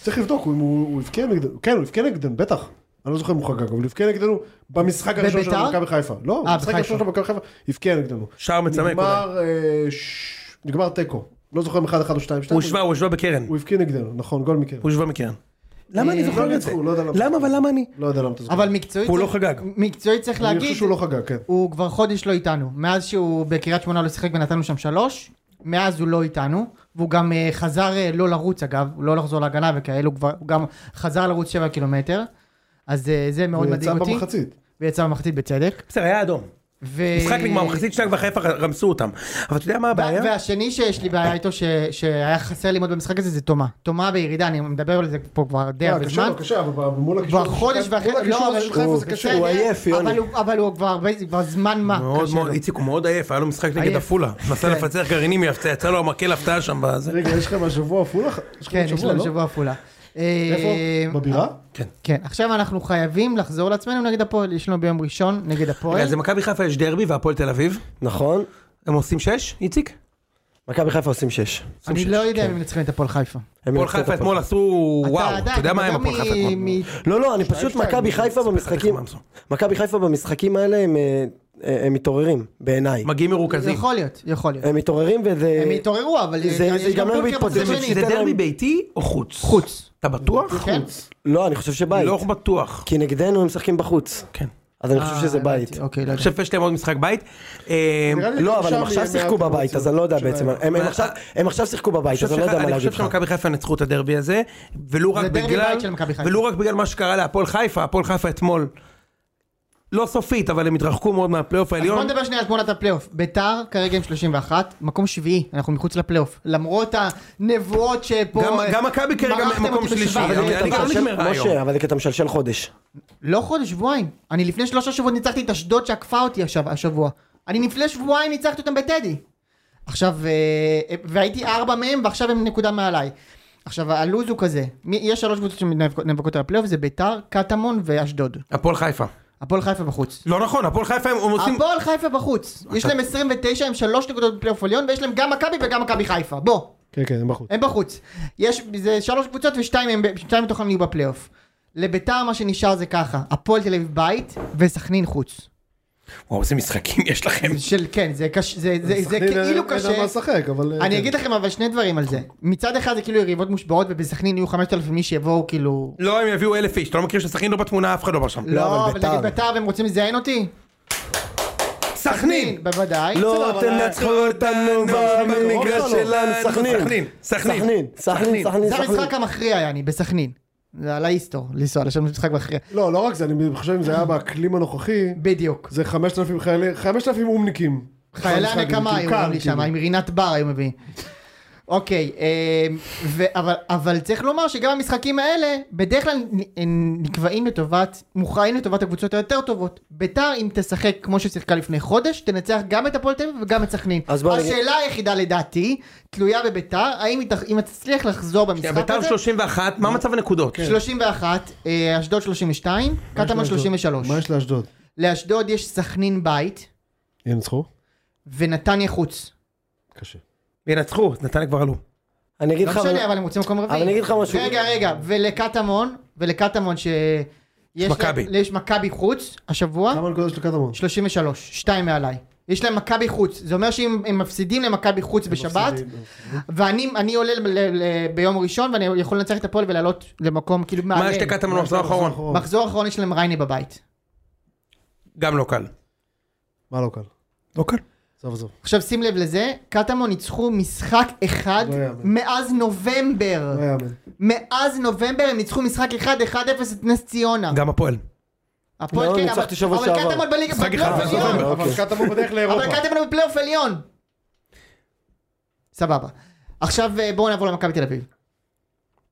Speaker 3: צריך לבדוק אם הוא הוא הבקיע נגדנו, כן, הוא הבקיע נגדנו, בטח. אני לא זוכר אם הוא חגג, אבל הוא הבקיע נגדנו במשחק הראשון של
Speaker 1: בביתר? אה,
Speaker 3: מכבי חיפה. לא, במשחק
Speaker 1: בחיפה.
Speaker 3: הראשון של מכבי חיפה, הבקיע נגדנו.
Speaker 2: שער מצמק,
Speaker 3: נגמר, אה, ש- נגמר תיקו. לא זוכר אם 1-1 או 2-2.
Speaker 2: הוא השווה, הוא השווה בקרן.
Speaker 3: הוא הבקיע נגדנו, נכון, גול מקרן.
Speaker 2: הוא השווה בקרן. למה אני
Speaker 1: אה,
Speaker 3: לא
Speaker 2: זוכר את זה?
Speaker 3: ניצחו, לא יודע למה.
Speaker 2: למה, אבל למה אני?
Speaker 3: לא יודע למה אתה זוכר.
Speaker 1: אבל מקצועית...
Speaker 2: הוא לא חגג.
Speaker 1: מקצועית צריך
Speaker 3: אני
Speaker 1: להגיד...
Speaker 3: חושב שהוא לא חגג, כן.
Speaker 1: הוא כבר חודש לא איתנו. מאז שהוא בקריית שמונה לא שיחק ונתנו שם שלוש, מאז הוא לא איתנו. והוא גם אה, חזר אה, לא לרוץ אגב, הוא לא לחזור להגנה וכאלה, הוא כבר, הוא גם חזר לרוץ שבע קילומטר. אז אה, זה מאוד מדאיג אותי.
Speaker 3: הוא יצא במחצית. אה,
Speaker 1: ויצא במחצית בצדק.
Speaker 2: בסדר, היה אדום.
Speaker 1: ו-
Speaker 2: משחק נגמר, מחצית
Speaker 3: אה,
Speaker 2: שנייה כבר חיפה רמסו אותם. אבל אתה יודע מה הבעיה?
Speaker 1: וה- והשני שיש לי בעיה איתו, ש- שהיה חסר לי מאוד במשחק הזה, זה תומה. תומה בירידה, אני מדבר על זה פה כבר די
Speaker 3: אה,
Speaker 1: הרבה
Speaker 3: קשה
Speaker 1: זמן.
Speaker 3: לו, קשה, אבל מול הקישור
Speaker 1: כבר
Speaker 3: הזה
Speaker 1: חודש
Speaker 3: של חיפה-
Speaker 1: ואחרי...
Speaker 3: מול הקישור הזה
Speaker 1: לא, אבל
Speaker 3: של חיפה זה קשה.
Speaker 4: הוא
Speaker 1: בסדר,
Speaker 4: עייף, יוני.
Speaker 1: אבל הוא- אבל הוא כבר הרבה- כבר זמן מה.
Speaker 2: מאוד
Speaker 1: קשה
Speaker 2: מאוד,
Speaker 1: לו.
Speaker 2: איציק הוא מאוד עייף, היה לו משחק נגד
Speaker 1: עייף.
Speaker 2: עפולה.
Speaker 3: כן.
Speaker 2: נסע לפצח גרעינים, יפצע, יצא לו המקל הפתעה שם בזה.
Speaker 3: רגע, יש לכם השבוע עפולה? יש לכם
Speaker 1: כן, יש
Speaker 3: השבוע,
Speaker 1: לנו
Speaker 3: לא?
Speaker 1: שבוע עפולה. אה,
Speaker 3: איפה? בבירה?
Speaker 2: כן.
Speaker 1: כן, עכשיו אנחנו חייבים לחזור לעצמנו נגד הפועל, יש לנו ביום ראשון נגד הפועל.
Speaker 2: אז למכבי חיפה יש דרבי והפועל תל אביב.
Speaker 4: נכון?
Speaker 2: הם עושים שש, איציק?
Speaker 4: מכבי חיפה עושים שש.
Speaker 1: אני לא יודע אם הם מנצחים את הפועל חיפה.
Speaker 4: הם
Speaker 2: הפועל
Speaker 4: ינצחו את
Speaker 2: חיפה
Speaker 4: הפועל.
Speaker 2: אתמול עשו וואו, אתה יודע מה הם הפועל חיפה אתמול?
Speaker 4: לא, לא, אני פשוט,
Speaker 3: שתיים,
Speaker 4: מכבי חיפה במשחקים,
Speaker 2: מה הם עשו?
Speaker 4: מכבי חיפה במשחקים האלה הם, אה, אה, הם מתעוררים, בעיניי.
Speaker 2: מגיעים מרוכזים.
Speaker 1: יכול להיות, יכול להיות.
Speaker 4: הם מתעוררים וזה...
Speaker 1: הם התעוררו, אבל...
Speaker 4: אה,
Speaker 1: אה,
Speaker 4: זה-
Speaker 1: יש
Speaker 4: זה
Speaker 1: גם
Speaker 4: ייגמר
Speaker 1: טורקיה
Speaker 4: בהתפוצצות.
Speaker 1: בצד שני.
Speaker 2: זה
Speaker 4: ניתן
Speaker 2: דרבי
Speaker 4: להם-
Speaker 2: ביתי או חוץ?
Speaker 1: חוץ.
Speaker 2: אתה בטוח?
Speaker 1: כן.
Speaker 4: לא, אני חושב שבית.
Speaker 2: לא בטוח.
Speaker 4: כי נגדנו הם משחקים בחוץ.
Speaker 2: כן.
Speaker 4: אז אני חושב
Speaker 1: אה,
Speaker 4: שזה
Speaker 1: הבנתי,
Speaker 4: בית.
Speaker 1: אוקיי, לא יודע.
Speaker 2: עכשיו יש להם עוד משחק בית. אה,
Speaker 3: נראה לי
Speaker 4: לא,
Speaker 3: שם
Speaker 4: אבל הם עכשיו
Speaker 3: יהיה
Speaker 4: שיחקו
Speaker 3: מעט
Speaker 4: בבית,
Speaker 3: מוציאים
Speaker 4: אז אני לא יודע
Speaker 3: שלהם.
Speaker 4: בעצם. הם- הם
Speaker 2: מה-
Speaker 4: עכשיו- הם עכשיו שיחקו בבית, אז אני לא יודע מה
Speaker 2: אני
Speaker 4: להגיד
Speaker 2: חושב
Speaker 4: לך.
Speaker 2: שמכבי חיפה ינצחו את הדרבי הזה, ולו רק
Speaker 1: דרבי
Speaker 2: בגלל,
Speaker 1: בית של מכבי חיפה.
Speaker 2: ולו רק בגלל מה שקרה להפועל חיפה, הפועל חיפה אתמול, לא סופית, אבל הם התרחקו מאוד מהפלייאוף
Speaker 1: אז בוא
Speaker 2: העליון.
Speaker 1: נדבר שנייה על תמונת הפלייאוף. ביתר כרגע עם 31, מקום שביעי, אנחנו מחוץ לפלייאוף. למרות הנבואות שפה...
Speaker 2: גם- גם מכבי כרגע
Speaker 1: מרחתם
Speaker 2: מקום
Speaker 1: אותי
Speaker 2: שלישי,
Speaker 1: בשבעה.
Speaker 4: אבל זה
Speaker 2: אני-
Speaker 4: כי אתה
Speaker 2: אני גם
Speaker 4: משלשל-
Speaker 2: נגמרה היום.
Speaker 4: משה, אבל זה כי אתה משלשל חודש.
Speaker 1: לא חודש, שבועיים. אני לפני שלושה שבועות ניצחתי את אשדוד שעקפה אותי השב- השבוע. אני לפני שבועיים ניצחתי אותם בטדי. עכשיו, אה, והייתי ארבע מהם ועכשיו הם נקודה מעליי. עכשיו, הלו"ז הוא כזה, מי- יש שלוש קבוצות שנאבקות על הפלייאוף, זה ביתר, קטמון ואשדוד.
Speaker 2: הפועל חיפה.
Speaker 1: הפועל חיפה בחוץ.
Speaker 2: לא נכון, הפועל חיפה הם עושים...
Speaker 1: הפועל חיפה בחוץ. יש להם 29 עם שלוש נקודות בפלייאוף עליון, ויש להם גם מכבי וגם מכבי חיפה. בוא.
Speaker 3: כן, כן, הם בחוץ.
Speaker 1: הם בחוץ. יש, זה שלוש קבוצות ושתיים הם ב- שתיים מתוכן יהיו בפלייאוף. לביתר מה שנשאר זה ככה, הפועל תל אביב בית וסכנין חוץ.
Speaker 2: וואו, איזה משחקים יש לכם.
Speaker 1: זה של כן, זה, קש, זה, זה, זה
Speaker 3: סכנין, אין-
Speaker 1: כאילו
Speaker 3: אין על מה
Speaker 1: קשה.
Speaker 3: לשחק, אבל... אה,
Speaker 1: אני
Speaker 3: כן.
Speaker 1: אגיד לכם אבל שני דברים על זה. מצד אחד זה כאילו יריבות מושבעות ובסכנין יהיו 5,000 איש שיבואו כאילו...
Speaker 2: לא, הם יביאו אלף איש, אתה לא מכיר שסכנין לא בתמונה, אף אחד לא בא שם.
Speaker 4: לא, אבל
Speaker 1: לא, אבל
Speaker 4: ביתר.
Speaker 1: נגיד ביתר והם רוצים לזיין אותי?
Speaker 2: סכנין!
Speaker 1: בוודאי.
Speaker 4: לא
Speaker 2: אבל
Speaker 4: תנצחו אותנו
Speaker 2: אבל
Speaker 4: במגרש
Speaker 2: לא,
Speaker 4: שלנו,
Speaker 2: לא,
Speaker 4: סכנין.
Speaker 2: סכנין, סכנין.
Speaker 4: סכנין, סכנין, סכנין,
Speaker 1: זה
Speaker 4: סכנין.
Speaker 1: המשחק המכריע יעני, בסכנין. זה על ההיסטור, לנסוע לשם משחק מכריע.
Speaker 3: לא, לא רק זה, אני חושב אם זה היה באקלים הנוכחי,
Speaker 1: בדיוק.
Speaker 3: זה 5,000 חיילי... 5,000 אומניקים.
Speaker 1: חיילי
Speaker 3: משחק,
Speaker 1: הנקמה היו
Speaker 3: כאילו,
Speaker 1: אומרים לי
Speaker 3: כאילו.
Speaker 1: שם, עם רינת בר היו מביאים. אוקיי, אמ, ו- אבל- אבל צריך לומר שגם המשחקים האלה בדרך כלל נ- אה, נקבעים לטובת, מוכרעים לטובת הקבוצות היותר טובות. ביתר אם תשחק כמו ששיחקה לפני חודש, תנצח גם את הפועל תל אביב וגם את סכנין.
Speaker 4: אז בוא נגיד-
Speaker 1: השאלה היחידה לדעתי, תלויה בביתר, האם היא תח- אם היא תצליח לחזור
Speaker 2: שנייה,
Speaker 1: במשחק
Speaker 2: ביתר
Speaker 1: הזה?
Speaker 2: 31, מה מצב
Speaker 1: כן.
Speaker 2: הנקודות?
Speaker 3: כן.
Speaker 1: 31, אה, אשדוד 32, קטמון 33.
Speaker 3: מה יש לאשדוד?
Speaker 1: לאשדוד יש סכנין בית
Speaker 3: הם ניצחו?
Speaker 1: ונתניה חוץ. לא
Speaker 3: קשה.
Speaker 2: ינצחו, נתניה כבר עלו.
Speaker 4: אני אגיד
Speaker 1: לא
Speaker 4: לך...
Speaker 1: משנה, אבל הם רוצים מקום רביעי.
Speaker 4: אבל אני אגיד לך משהו.
Speaker 1: רגע, רגע, ולקטמון, ולקטמון ש... יש
Speaker 2: מכבי.
Speaker 1: להם- יש מכבי חוץ השבוע,
Speaker 3: כמה נקודות של קטמון?
Speaker 1: 33, 2 מעליי. יש להם מכבי חוץ, זה אומר שאם הם מפסידים למכבי חוץ בשבת,
Speaker 3: מפסידים,
Speaker 1: ואני אני עולה ל- ל- ל- ביום ראשון ואני יכול לנצח את הפועל ולעלות למקום כאילו
Speaker 2: מה יש
Speaker 1: מעניין.
Speaker 2: לקטמון במחזור לא, האחרון?
Speaker 1: מחזור האחרון יש להם ריינה בבית.
Speaker 2: גם לא קל.
Speaker 3: מה לא קל?
Speaker 2: לא קל.
Speaker 3: זה עזוב, עזוב.
Speaker 1: עכשיו שים לב לזה, קטמון ניצחו משחק אחד
Speaker 3: לא יאמן.
Speaker 1: מאז נובמבר.
Speaker 3: לא יאמן.
Speaker 1: מאז נובמבר הם ניצחו משחק אחד, 1-0 את נס ציונה.
Speaker 2: אה. גם הפועל.
Speaker 1: הפועל
Speaker 4: לא,
Speaker 1: כן,
Speaker 4: ניצחתי
Speaker 1: אבל-
Speaker 4: שבוע
Speaker 1: אבל
Speaker 4: שעבר.
Speaker 1: קטמון בליגה,
Speaker 2: משחק אחד
Speaker 1: בפלייאוף
Speaker 2: מאז
Speaker 1: עליון.
Speaker 2: נובמבר.
Speaker 3: אבל
Speaker 4: אוקיי.
Speaker 3: קטמון בדרך לאירופה.
Speaker 1: אבל קטמון בפלייאוף עליון. סבבה. עכשיו אה, בואו נעבור למכבי תל אביב.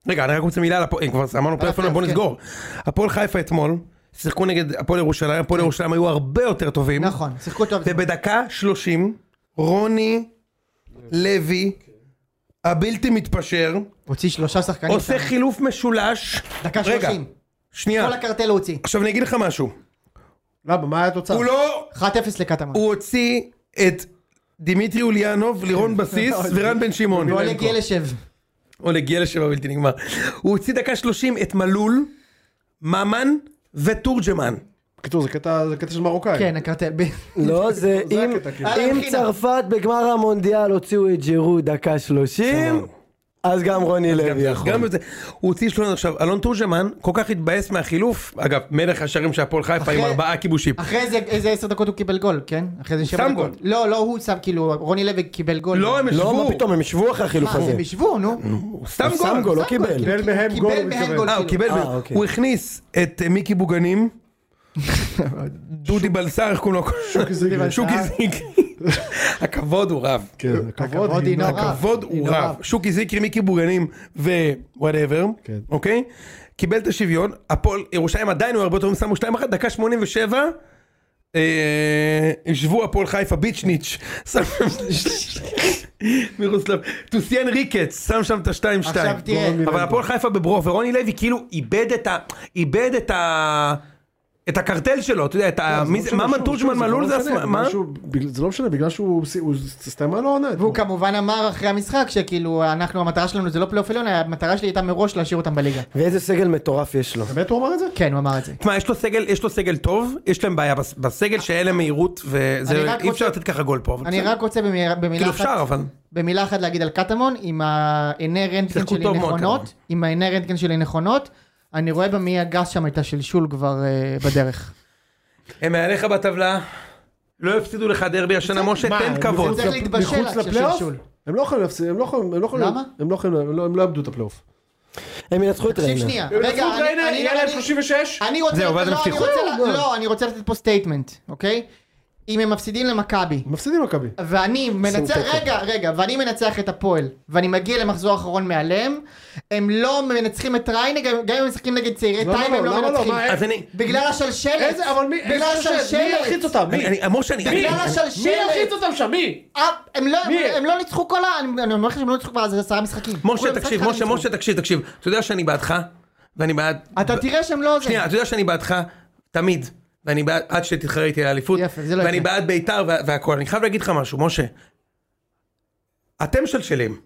Speaker 2: רגע, אני רק רוצה מילה על הפועל, כבר אמרנו פלאפון, בוא
Speaker 1: כן.
Speaker 2: נסגור. הפועל חיפה אתמול, שיחקו נגד הפועל ירושלים, הפועל ירושלים היו הרבה יותר טובים.
Speaker 1: נכון, שיחקו טוב.
Speaker 2: ובדקה 30, רוני לוי, הבלתי מתפשר,
Speaker 1: הוציא שלושה שחקנים.
Speaker 2: עושה חילוף משולש.
Speaker 1: דקה
Speaker 2: רגע,
Speaker 1: 30.
Speaker 2: שנייה.
Speaker 1: כל הקרטל הוא הוציא.
Speaker 2: עכשיו אני אגיד לך משהו.
Speaker 3: למה, מה היה התוצאה?
Speaker 2: הוא לא...
Speaker 1: 1-0 לקטמון.
Speaker 2: הוא הוציא את דמיטרי אוליאנוב,
Speaker 1: כן.
Speaker 2: לירון בסיס ורן בן שמעון.
Speaker 1: הוא עולה גלשב.
Speaker 2: או לגלשב הבלתי נגמר. הוא הוציא דקה 30 את מלול, ממן ותורג'מן.
Speaker 3: בקיצור, זה קטע זה קטע של מרוקאי.
Speaker 1: לא- כן, הקרטל. ב-
Speaker 4: לא, זה
Speaker 3: זה
Speaker 4: אם
Speaker 3: הקטע, כאילו.
Speaker 1: אהלן,
Speaker 4: אם
Speaker 1: חינה.
Speaker 4: צרפת בגמר המונדיאל הוציאו את ג'ירו דקה שלושים, אז גם רוני
Speaker 1: כן,
Speaker 4: לוי יכול.
Speaker 2: גם בזה. הוא הוציא שלושה עכשיו, אלון תורג'מן כל כך התבאס מהחילוף, אגב, מלך השערים של הפועל חיפה
Speaker 1: אחרי-
Speaker 2: עם ארבעה כיבושים.
Speaker 1: אחרי זה איזה עשר דקות הוא קיבל גול, כן? אחרי זה שבע
Speaker 2: שם
Speaker 1: דקות.
Speaker 2: גול.
Speaker 1: לא, לא הוא שם, כאילו, רוני לוי קיבל גול.
Speaker 2: לא, הם
Speaker 4: לא, מה
Speaker 2: ישבו.
Speaker 4: פתאום, הם ישבו אחרי החילוף
Speaker 1: מה,
Speaker 4: הזה.
Speaker 1: הם ישבו, נו. כאילו,
Speaker 2: הוא סתם
Speaker 4: הוא
Speaker 2: גול.
Speaker 4: שם גול, לא קיבל.
Speaker 3: קיבל מהם גול, הוא
Speaker 1: קיבל מהם
Speaker 3: מתכוון.
Speaker 1: גול.
Speaker 2: אה, הוא קיבל,
Speaker 1: כאילו.
Speaker 2: ב-
Speaker 4: אה, אוקיי.
Speaker 2: הוא הכניס את אה, מיקי בוגנים. דודי בלסר, איך קוראים לו?
Speaker 3: זיגרי.
Speaker 2: שוקי
Speaker 4: אה.
Speaker 2: זיגרי. הכבוד הוא רב.
Speaker 3: כן, הכבוד
Speaker 1: הכבוד
Speaker 3: היא
Speaker 1: הינו
Speaker 3: נורא.
Speaker 1: רב.
Speaker 2: הכבוד
Speaker 1: הנה,
Speaker 2: הוא רב.
Speaker 1: רב.
Speaker 2: שוקי זיקרי, מיקי בורגנים ווואטאבר,
Speaker 3: כן.
Speaker 2: אוקיי? קיבל את השוויון, הפועל ירושלים עדיין הוא הרבה יותר שמו 2 אחת, דקה 87, אה, ישבו הפועל חיפה ביצ'ניץ', שם שם מרוסלב, טוסיאן ריקץ, שם שם את ה-2-2.
Speaker 1: עכשיו תראה.
Speaker 2: אבל הפועל חיפה בברוך, ורוני לוי כאילו איבד את ה... איבד את ה... את הקרטל שלו, אתה יודע, את
Speaker 3: לא,
Speaker 2: ה... אה, מי זה-
Speaker 3: שוב,
Speaker 2: ממן
Speaker 3: שוב,
Speaker 2: תורג'מן
Speaker 3: שוב, זה
Speaker 2: מלול
Speaker 3: לא
Speaker 2: זה... אה?
Speaker 3: משנה,
Speaker 2: הסמ- מה?
Speaker 3: משהו- בגלל- זה לא משנה, בגלל שהוא הוא הסתיימה לו העונה.
Speaker 1: והוא כמובן אמר אחרי המשחק שכאילו אנחנו המטרה שלנו זה לא פלייאוף עליון, המטרה שלי הייתה מראש להשאיר אותם בליגה.
Speaker 4: ואיזה סגל מטורף יש לו.
Speaker 3: באמת הוא אמר את זה?
Speaker 1: כן, הוא אמר את זה.
Speaker 2: תשמע, יש לו סגל, יש לו סגל טוב, יש להם בעיה בס- בסגל שאין להם מהירות,
Speaker 1: אני
Speaker 2: וזה
Speaker 1: רק
Speaker 2: אי אפשר
Speaker 1: רוצה-
Speaker 2: לתת ככה גול פה. אבל
Speaker 1: אני
Speaker 2: בסדר.
Speaker 1: רק רוצה במי- במילה
Speaker 2: כאילו
Speaker 1: אחת,
Speaker 2: אפשר, אבל...
Speaker 1: במילה אחת להגיד על קטמון, אם העיני רנטגן
Speaker 2: שיחקו
Speaker 1: שלי
Speaker 2: טוב מאוד,
Speaker 1: נכונות,
Speaker 2: קטמון.
Speaker 1: אם העיני רנטגן שלי נכונות, אני רואה במעי הגס שם הייתה שלשול כבר אה, בדרך.
Speaker 2: הם מעליך בטבלה, לא הפסידו לך דרבי השנה, משה,
Speaker 3: מה,
Speaker 2: תן
Speaker 3: הם
Speaker 2: כבוד.
Speaker 1: צריך
Speaker 3: לפ-
Speaker 1: להתבשל
Speaker 3: מחוץ
Speaker 1: עד
Speaker 3: לפלייאוף?
Speaker 1: ששלשול.
Speaker 3: הם לא יכולים להפסיד, הם לא יכולים, הם לא יכולים,
Speaker 1: למה?
Speaker 3: הם לא יכולים, הם לא- הם לא יאבדו את הפלייאוף.
Speaker 4: הם ינצחו את
Speaker 1: תקשיב
Speaker 4: ריינה.
Speaker 1: שנייה,
Speaker 3: הם
Speaker 1: רגע,
Speaker 3: ינצחו את
Speaker 1: אני-
Speaker 3: ריינה,
Speaker 1: אני-
Speaker 3: יהיה להם
Speaker 1: אני-
Speaker 3: 36?
Speaker 1: אני רוצה,
Speaker 2: זהו, ואז
Speaker 1: לא,
Speaker 2: הם
Speaker 1: אני
Speaker 2: יפתחו.
Speaker 1: רוצה, ל- לא, אני רוצה לתת פה סטייטמנט, אוקיי? אם הם מפסידים למכבי,
Speaker 3: הם מפסידים מכבי.
Speaker 1: ואני מנצח,
Speaker 4: תיקו.
Speaker 1: רגע, רגע, ואני מנצח את הפועל, ואני מגיע למחזור האחרון מעליהם, הם לא מנצחים את ריינה, גם גם אם הם משחקים נגד צעירי
Speaker 3: למה
Speaker 1: טייב,
Speaker 3: לא?
Speaker 1: הם לא
Speaker 3: למה לא?
Speaker 1: מנצחים.
Speaker 3: מה,
Speaker 2: אז אני...
Speaker 1: בגלל השלשלת,
Speaker 3: איזה, אבל מי,
Speaker 1: בגלל
Speaker 3: איזה שושלת? מי ילחיץ
Speaker 1: השלשלת,
Speaker 3: אותם? מי?
Speaker 2: אני- אני- משה, אני...
Speaker 1: בגלל
Speaker 2: אני-
Speaker 1: השלשלת,
Speaker 3: מי ילחיץ אותם שם? מי?
Speaker 1: אה, הם לא-
Speaker 3: מי?
Speaker 1: הם לא ניצחו כל ה... אני אני אומר לך שהם לא ניצחו כבר אז עשרה משחקים. כולם
Speaker 2: משה,
Speaker 1: משחק
Speaker 2: תקשיב,
Speaker 1: אחד
Speaker 2: משה,
Speaker 1: ניצחו.
Speaker 2: משה, תקשיב, תקשיב. אתה יודע שאני בעדך, ואני בעד...
Speaker 1: אתה תראה שהם לא זה.
Speaker 2: שנייה, אתה יודע שאני בעדך, תמיד. ואני בעד, עד שתתחרה איתי על האליפות,
Speaker 1: יפה, זה לא
Speaker 2: ואני
Speaker 1: יקרה.
Speaker 2: בעד בית"ר וה- והכל. אני חייב להגיד לך משהו, משה. אתם שלשלים.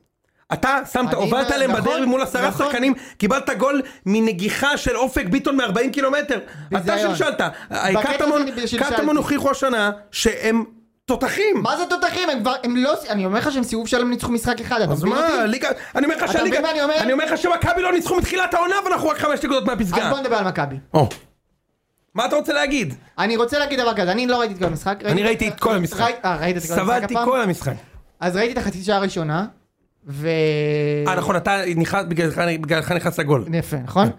Speaker 2: אתה שמת,
Speaker 1: אני-
Speaker 2: הובלת עליהם
Speaker 1: נכון,
Speaker 2: בדרבי מול עשרה
Speaker 1: נכון.
Speaker 2: שחקנים, קיבלת גול מנגיחה של אופק ביטון מ-40 קילומטר. אתה
Speaker 1: ביזיון.
Speaker 2: שלשלת.
Speaker 1: בקטע
Speaker 2: קטמון-
Speaker 1: הזה אני שלשלתי.
Speaker 2: קטמון הוכיחו השנה שהם תותחים.
Speaker 1: מה זה תותחים? הם כבר, הם לא, אני אומר לך שהם סיבוב שלם ניצחו משחק אחד, אתה
Speaker 2: אז
Speaker 1: מבין אותי?
Speaker 2: מה, ליגה, אני אומר לך
Speaker 1: אתה מבין
Speaker 2: שהליגה,
Speaker 1: מה אני אומר?
Speaker 2: אני אומר לך שמכבי לא ניצחו מתחילת העונה ואנחנו רק חמש נקודות
Speaker 1: אז
Speaker 2: מהפסגה.
Speaker 1: בוא נדבר על מכבי.
Speaker 2: או. מה אתה רוצה להגיד?
Speaker 1: אני רוצה להגיד דבר כזה, אני לא ראיתי את כל המשחק.
Speaker 2: אני ראיתי את כל המשחק.
Speaker 1: ראי- אה, ראית את כל המשחק
Speaker 2: סבלתי
Speaker 1: הפעם?
Speaker 2: כל המשחק.
Speaker 1: אז ראיתי את החצי שעה הראשונה, ו...
Speaker 2: אה נכון אתה נכנס בגללך בגללך נכנס לגול.
Speaker 1: יפה, נכון?
Speaker 2: כן.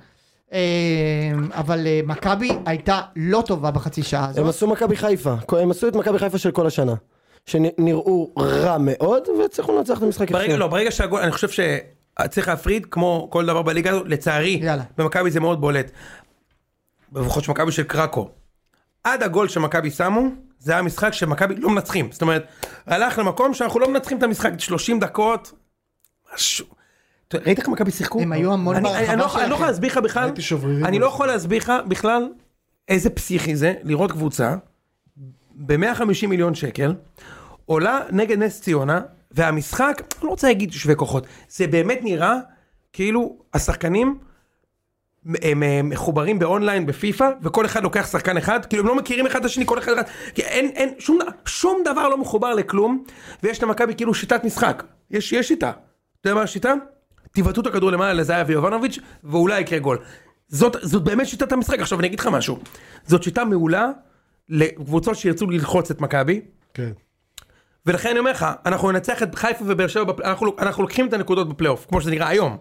Speaker 1: אה, אבל אה, מכבי הייתה לא טובה בחצי שעה
Speaker 4: הם
Speaker 1: הזאת.
Speaker 4: עשו מכבי חיפה. הם עשו את מכבי חיפה של כל השנה. שנראו רע מאוד, והצליחו לנצח את המשחק
Speaker 2: ברגע לא ברגע שהגול אני חושב שצריך להפריד כמו כל דבר בליגה הזאת לצערי
Speaker 1: יאללה.
Speaker 2: במכבי זה מאוד בולט. לפחות שמכבי של קרקו. עד הגול שמכבי שמו זה היה משחק שמכבי לא מנצחים זאת אומרת הלך למקום שאנחנו לא מנצחים את המשחק 30 דקות. משהו. אתה- ראית איך מכבי שיחקו?
Speaker 1: הם היו המון
Speaker 2: אני- אני-
Speaker 1: ברחבה
Speaker 2: אני לא יכול- אני
Speaker 1: שלכם.
Speaker 2: לא יכול להסביר לך בכלל
Speaker 3: ראיתי שברירים.
Speaker 2: אני לא יכול להסביר לך בכלל איזה פסיכי זה לראות קבוצה ב-150 מיליון שקל, עולה נגד נס ציונה, והמשחק, אני לא רוצה להגיד שווה כוחות, זה באמת נראה כאילו השחקנים הם אה, מחוברים באונליין בפיפא, וכל אחד לוקח שחקן אחד, כאילו הם לא מכירים אחד את השני, כל אחד, כי אין, אין, שום, שום דבר לא מחובר לכלום, ויש למכבי כאילו שיטת משחק, יש, יש שיטה. אתה יודע מה השיטה? תבעטו את הכדור למעלה לזהבי יובנוביץ', ואולי יקרה גול. זאת, זאת באמת שיטת המשחק. עכשיו אני אגיד לך משהו, זאת שיטה מעולה לקבוצות שירצו ללחוץ את מכבי,
Speaker 3: כן.
Speaker 2: ולכן אני אומר לך, אנחנו ננצח את חיפה ובאר שבע, בפל- אנחנו, אנחנו לוקחים את הנקודות בפלייאוף, כמו שזה נראה היום.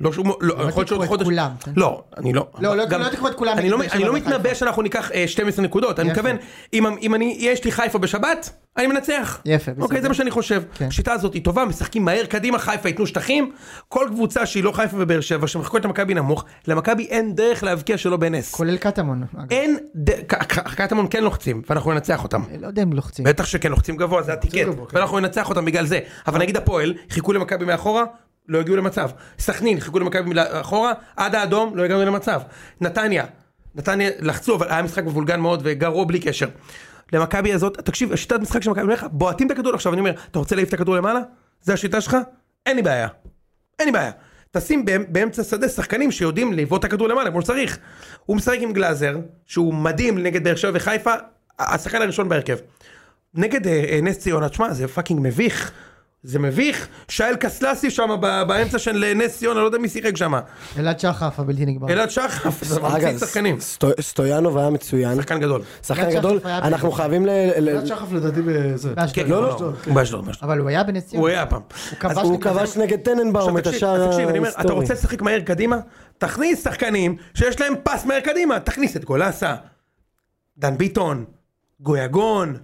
Speaker 2: לא שום, לא, יכול להיות
Speaker 1: תיקחו
Speaker 2: שעוד
Speaker 1: את
Speaker 2: חודש,
Speaker 1: כולם.
Speaker 2: לא, אני לא,
Speaker 1: לא, לא, לא תיקחו את כולם
Speaker 2: אני
Speaker 1: נגד
Speaker 2: לא,
Speaker 1: באר שבע
Speaker 2: אני לא
Speaker 1: וחיפה.
Speaker 2: מתנבא שאנחנו ניקח אה, 12 נקודות, אני
Speaker 1: יפה.
Speaker 2: מתכוון, אם, אם אני, יש לי חיפה בשבת, אני מנצח,
Speaker 1: יפה,
Speaker 2: אוקיי,
Speaker 1: בסדר.
Speaker 2: זה מה שאני חושב,
Speaker 1: כן.
Speaker 2: השיטה הזאת היא טובה, משחקים מהר קדימה, חיפה ייתנו שטחים, כל קבוצה שהיא לא חיפה ובאר שבע, שמחקות את המכבי נמוך, למכבי אין דרך להבקיע שלא בנס,
Speaker 1: כולל קטמון. אגב.
Speaker 2: אין, ד- ק- ק- קטמון כן לוחצים, ואנחנו ננצח אותם.
Speaker 1: לא יודע אם לוחצים.
Speaker 2: בטח שכן, לוחצים גבוה, זה הטיקט,
Speaker 3: גבוה, כן.
Speaker 2: ואנחנו ננצח אותם בגלל זה. אבל נגיד הפועל, חיכו למכבי מאחורה, לא הגיעו למצב. סכנין, חיכו למכבי מאחורה, עד האדום, לא הגענו למצב. נתניה, נתניה לחצו, אבל היה משחק מבולגן מאוד וגרוע בלי קשר. למכבי הזאת, תקשיב, השיטת משחק של מכבי, אני אומר לך, בועטים את הכדור עכשיו, אני אומר, אתה רוצה להעיף את הכדור למעלה? זה השיטה שלך? אין לי בעיה. אין לי בעיה. תשים באמ- באמצע שדה שחקנים שיודעים לבעוט את הכדור למעלה כמו שצריך. הוא משחק עם גלאזר, שהוא מדהים נגד באר שבע וחיפה, השחקן הראשון בהרכב. נגד אה, אה, נס ציונה, תשמע, זה פאקינג מביך. זה מביך. שאל קסלסי שם ב- באמצע של אה, נס ציונה, לא יודע מי שיחק שם.
Speaker 1: אלעד שחף הבלתי נגמר.
Speaker 2: אלעד שחף, זה
Speaker 4: אגב,
Speaker 2: ממציא שחקנים.
Speaker 4: סטו- סטויאנוב היה מצוין,
Speaker 2: שחקן גדול.
Speaker 4: שחקן
Speaker 1: אלעד שחף
Speaker 4: גדול,
Speaker 1: היה
Speaker 4: אנחנו
Speaker 1: בדיוק.
Speaker 4: חייבים ל... ל-
Speaker 3: אלעד שחף לדעתי בזה.
Speaker 1: באשדוד.
Speaker 2: כן, לא,
Speaker 3: באשדוד,
Speaker 2: הוא באשדוד. באשדוד.
Speaker 1: אבל הוא היה בנס ציונה.
Speaker 2: הוא היה פעם.
Speaker 1: כבש
Speaker 2: אז
Speaker 4: הוא כבש נגד טננבאום את
Speaker 2: לא עכשיו, תקשיב, אז
Speaker 4: השער
Speaker 2: תקשיב, אני אומר, אתה
Speaker 4: ההיסטורי.
Speaker 2: רוצה לשחק מהר קדימה? תכניס שחקנים שיש להם פס מהר קדימה, תכניס את גולסה, דן ביטון, גויגון,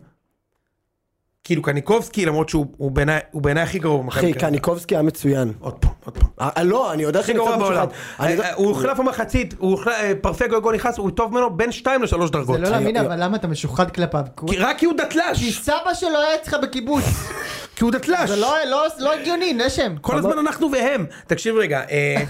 Speaker 2: כאילו קניקובסקי, למרות שהוא הוא בעיניי הוא בעיניי הכי גרוע במכבי.
Speaker 4: אחי,
Speaker 2: תל אביב.
Speaker 4: קניקובסקי היה מצוין.
Speaker 2: עוד פעם, עוד פעם.
Speaker 4: אה, לא, אני יודע
Speaker 2: הכי
Speaker 4: שאני
Speaker 2: גרוע
Speaker 4: קצת
Speaker 2: בעולם.
Speaker 4: משוחד. אני
Speaker 2: אה,
Speaker 4: יודע-
Speaker 2: אה, הוא הוחלף במחצית, הוא הוחלף- אה, פרפה גויגון נכנס, הוא טוב ממנו בין 2 ל-3 דרגות.
Speaker 1: זה לא להאמין
Speaker 2: כן.
Speaker 4: היה-
Speaker 1: אבל למה אתה משוחד כלפיו. כי הוא-
Speaker 2: כי- רק כי הוא
Speaker 1: כי
Speaker 2: דתל"ש,
Speaker 1: סבא שלו היה אצלך בקיבוץ.
Speaker 2: כי הוא דתל"ש.
Speaker 1: זה לא- לא- לא הגיוני, נשם.
Speaker 2: כל הזמן אנחנו והם. תקשיב רגע, אה,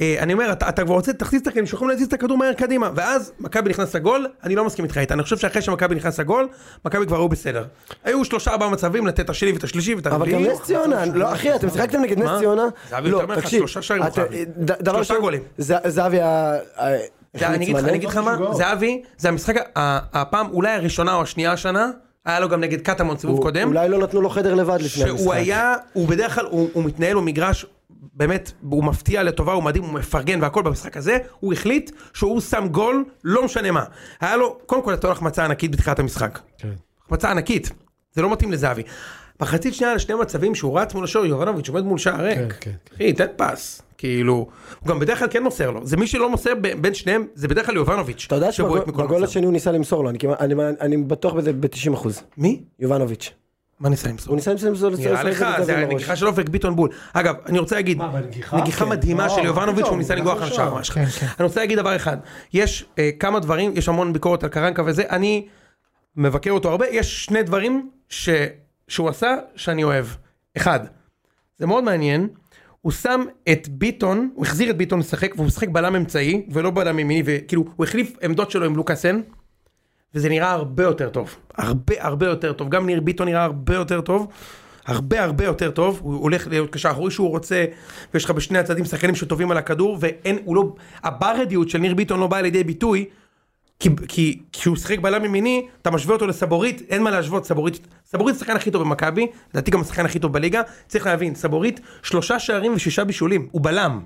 Speaker 2: אה, אני אומר, אתה אתה כבר רוצה, תכניס את הכדור, שיכולים להזיז את הכדור מהר קדימה. ואז מכבי נכנס לגול, אני לא מסכים איתך איתן, אני חושב שאחרי שמכבי נכנס לגול, מכבי כבר היו בסדר. היו שלושה ארבעה מצבים לתת את השני ואת השלישי ואת
Speaker 4: אבל גם
Speaker 2: הרביעי.
Speaker 4: נס ציונה, לא אחי, אתם שיחקתם נגד נס
Speaker 2: מה?
Speaker 4: ציונה? לא,
Speaker 2: זהבי יותר ממך, שלושה שערים הוא
Speaker 4: אתה-
Speaker 2: חייב.
Speaker 4: ד- דבר
Speaker 2: שלושה
Speaker 4: ראשון,
Speaker 2: גולים.
Speaker 4: ז- זהבי היה... אה,
Speaker 2: זה- אני אגיד לך- אני
Speaker 4: לא
Speaker 2: אגיד לך מה,
Speaker 3: משוגעות.
Speaker 2: זהבי, זה המשחק, ה- הפעם אולי הראשונה או השנייה השנה, היה לו גם נגד קטמון סיבוב
Speaker 4: הוא-
Speaker 2: קודם.
Speaker 4: אולי לא נתנו לו חדר לבד לפני המשחק.
Speaker 2: שהוא היה, הוא בדרך כלל, הוא, הוא מתנהל במגרש, באמת, הוא מפתיע לטובה, הוא מדהים, הוא מפרגן והכל במשחק הזה, הוא החליט שהוא שם גול, לא משנה מה. היה לו, קודם כל הייתה לו החמצה ענקית בתחילת המשחק.
Speaker 3: כן.
Speaker 2: החמצה ענקית, זה לא מתאים לזהבי. מחצית שנייה לשני מצבים שהוא רץ מול השוער, יובנוביץ' עומד מול שער ריק.
Speaker 3: כן,
Speaker 2: אחי, תן פס. כאילו, הוא גם בדרך כלל כן מוסר לו. זה מי שלא מוסר ב- בין שניהם, זה בדרך כלל יובנוביץ'.
Speaker 4: אתה יודע
Speaker 2: שבועט מכל
Speaker 4: שבגול
Speaker 2: מצב.
Speaker 4: השני הוא ניסה למסור לו, אני כמעט- אני- אני בטוח בזה ב-90 אחוז.
Speaker 2: מי?
Speaker 4: יובנוביץ'.
Speaker 2: מה ניסה למסור?
Speaker 4: הוא ניסה למסור לו
Speaker 2: נראה לך, זה הנגיחה של אופק ביטון בול. אגב, אני רוצה להגיד,
Speaker 3: מה, בנגיחה?
Speaker 2: נגיחה
Speaker 3: כן.
Speaker 2: מדהימה
Speaker 3: לא,
Speaker 2: של יובנוביץ',
Speaker 3: פתאום,
Speaker 2: הוא ניסה לנגוח על
Speaker 3: נכון,
Speaker 2: השער ממש.
Speaker 1: כן, כן.
Speaker 2: אני רוצה להגיד דבר אחד, יש אה, כמה דברים, יש המון ביקורת על קרנקה וזה, אני מבקר אותו הרבה, יש שני דברים ש- שהוא עשה שאני אוהב. אחד, זה מאוד מעניין, הוא שם את ביטון, הוא החזיר את ביטון לשחק, והוא משחק בלם אמצעי, ולא בלם ימיני, וכאילו, הוא החליף עמדות שלו עם לוקאסן, וזה נראה הרבה יותר טוב. הרבה הרבה יותר טוב. גם ניר ביטון נראה הרבה יותר טוב. הרבה הרבה יותר טוב, הוא הולך להיות קשר אחורי שהוא רוצה, ויש לך בשני הצדדים שחקנים שטובים על הכדור, ואין, הוא לא, הברדיות של ניר ביטון לא באה לידי ביטוי, כי, כי כשהוא שיחק בלם ימיני, אתה משווה אותו לסבורית, אין מה להשוות, סבורית, סבורית השחקן הכי טוב במכבי, לדעתי גם השחקן הכי טוב בליגה, צריך להבין, סבורית, שלושה שערים ושישה בישולים, הוא בלם,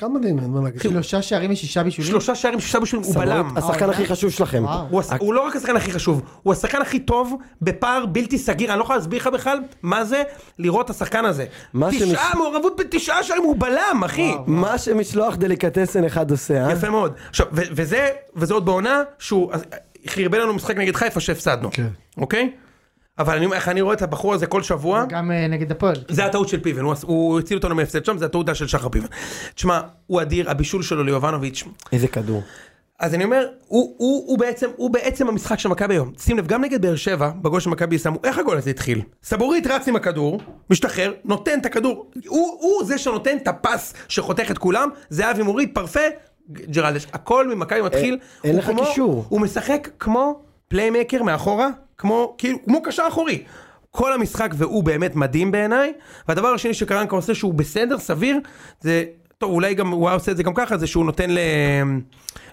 Speaker 3: כמה מדהים, אין מה להגיד.
Speaker 1: שלושה שערים ושישה בישולים.
Speaker 2: שלושה שערים ושישה בישולים, הוא בלם.
Speaker 4: השחקן הכי חשוב שלכם.
Speaker 1: וואו.
Speaker 2: הוא, הש... הוא לא רק השחקן הכי חשוב, הוא השחקן הכי טוב בפער בלתי סגיר, אני לא יכול להסביר לך בכלל מה זה לראות את השחקן הזה.
Speaker 4: מה
Speaker 2: תשעה
Speaker 4: שמש-
Speaker 2: מעורבות בתשעה שערים, הוא בלם, אחי.
Speaker 4: מה שמשלוח דליקטסן אחד עושה, אה?
Speaker 2: יפה מאוד. עכשיו, ו- וזה, וזה עוד בעונה שהוא אז, חרבן לנו משחק נגד חיפה שהפסדנו,
Speaker 3: כן.
Speaker 2: אוקיי? אבל אני, אומר לך, אני רואה את הבחור הזה כל שבוע,
Speaker 1: גם אה, נגד הפועל.
Speaker 2: זה הטעות של פיבן, הוא, עש- הוא הציל אותנו מהפסד שם, זה הטעות של שחר פיבן. תשמע, הוא אדיר, הבישול שלו ליובנוביץ',
Speaker 4: איזה כדור.
Speaker 2: אז אני אומר, הוא, הוא, הוא, בעצם, הוא בעצם המשחק של מכבי היום. שים לב, גם נגד באר שבע, בגול שמכבי שמו, איך הגול הזה התחיל? סבורית רץ עם הכדור, משתחרר, נותן את הכדור. הוא, הוא זה שנותן את הפס שחותך את כולם, זהבי מוריד, פרפה, ג'רלדש. הכל ממכבי מתחיל.
Speaker 4: אין
Speaker 2: הוא
Speaker 4: לך
Speaker 2: כמו-
Speaker 4: קישור.
Speaker 2: הוא משחק כמו פליימקר מאחורה, כמו, כאילו, כמו קשר אחורי. כל המשחק והוא באמת מדהים בעיניי, והדבר השני שקרנקה עושה שהוא בסדר, סביר, זה, טוב אולי גם הוא היה עושה את זה גם ככה, זה שהוא נותן ל...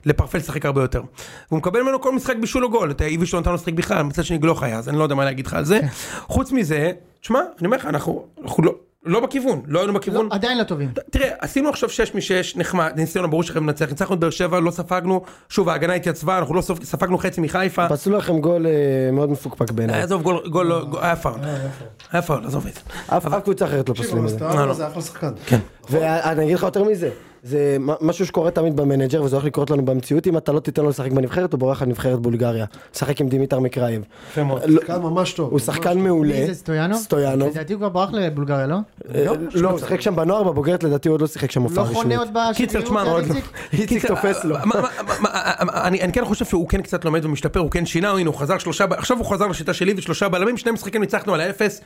Speaker 2: לפרפל לשחק הרבה יותר. והוא מקבל ממנו כל משחק בישול או גול, את האיביש לא נתן לו לשחק בכלל, מצד שני גלוך היה, אז אני לא יודע מה להגיד לך על זה. חוץ מזה, תשמע, אני אומר לך, אנחנו, אנחנו לא, לא בכיוון, לא היינו
Speaker 1: לא,
Speaker 2: בכיוון.
Speaker 1: עדיין לא טובים.
Speaker 2: תראה, עשינו עכשיו 6 מ-6, נחמד, ניסיון ברור שלכם לנצח, ניצחנו את באר שבע, לא ספגנו, שוב ההגנה התייצבה, אנחנו לא ספ- ספגנו חצי מחיפה.
Speaker 4: פסלו לכם גול אה, מאוד מפוקפק בעיניי.
Speaker 2: עזוב, גול, גול, לא- גול, היה פאול. היה פאול, עזוב את זה.
Speaker 4: אף אף קבוצה אחרת לא
Speaker 3: תקשיב,
Speaker 4: פוסלים
Speaker 3: אבל
Speaker 4: את זה.
Speaker 2: לא, לא.
Speaker 3: סטרלמן זה כן. אחלה שחקן.
Speaker 2: נכון.
Speaker 4: ואני אגיד לך יותר מזה, זה מ- משהו שקורה תמיד במנג'ר וזה הולך לקרות לנו במציאות, אם אתה לא תיתן לו לשחק בנבחרת, הוא בורח לנבחרת בולגריה. משחק עם דימיטר מקרייב.
Speaker 2: יפה מאוד.
Speaker 4: לא-
Speaker 3: שחקן ממש טוב.
Speaker 4: הוא
Speaker 3: ממש
Speaker 4: שחקן
Speaker 1: מי
Speaker 4: מעולה.
Speaker 1: זה סטויאנוב?
Speaker 4: סטויאנוב.
Speaker 1: לדעתי הוא כבר ברח לבולגריה, לא?
Speaker 4: אה, לא, הוא שיחק שם בנוער, בבוגרת לדעתי הוא עוד לא שיחק שם
Speaker 1: לא
Speaker 4: הופעה
Speaker 1: חונה
Speaker 4: רשמית.
Speaker 1: עוד בשגרירות
Speaker 2: קיצר, תשמע,
Speaker 1: של
Speaker 2: מאוד-
Speaker 1: איציק?
Speaker 4: לא. איציק תופס לו.
Speaker 1: אה,
Speaker 2: מה- מה- מה- מה- אני אני כן חושב שהוא כן קצת לומד ומשתפר, הוא כן שינה, הנה הוא חזר שלושה, ב- עכשיו הוא חזר לשיטה של איביץ', שלושה בלמים, שני משחקים ניצחנו על האפס,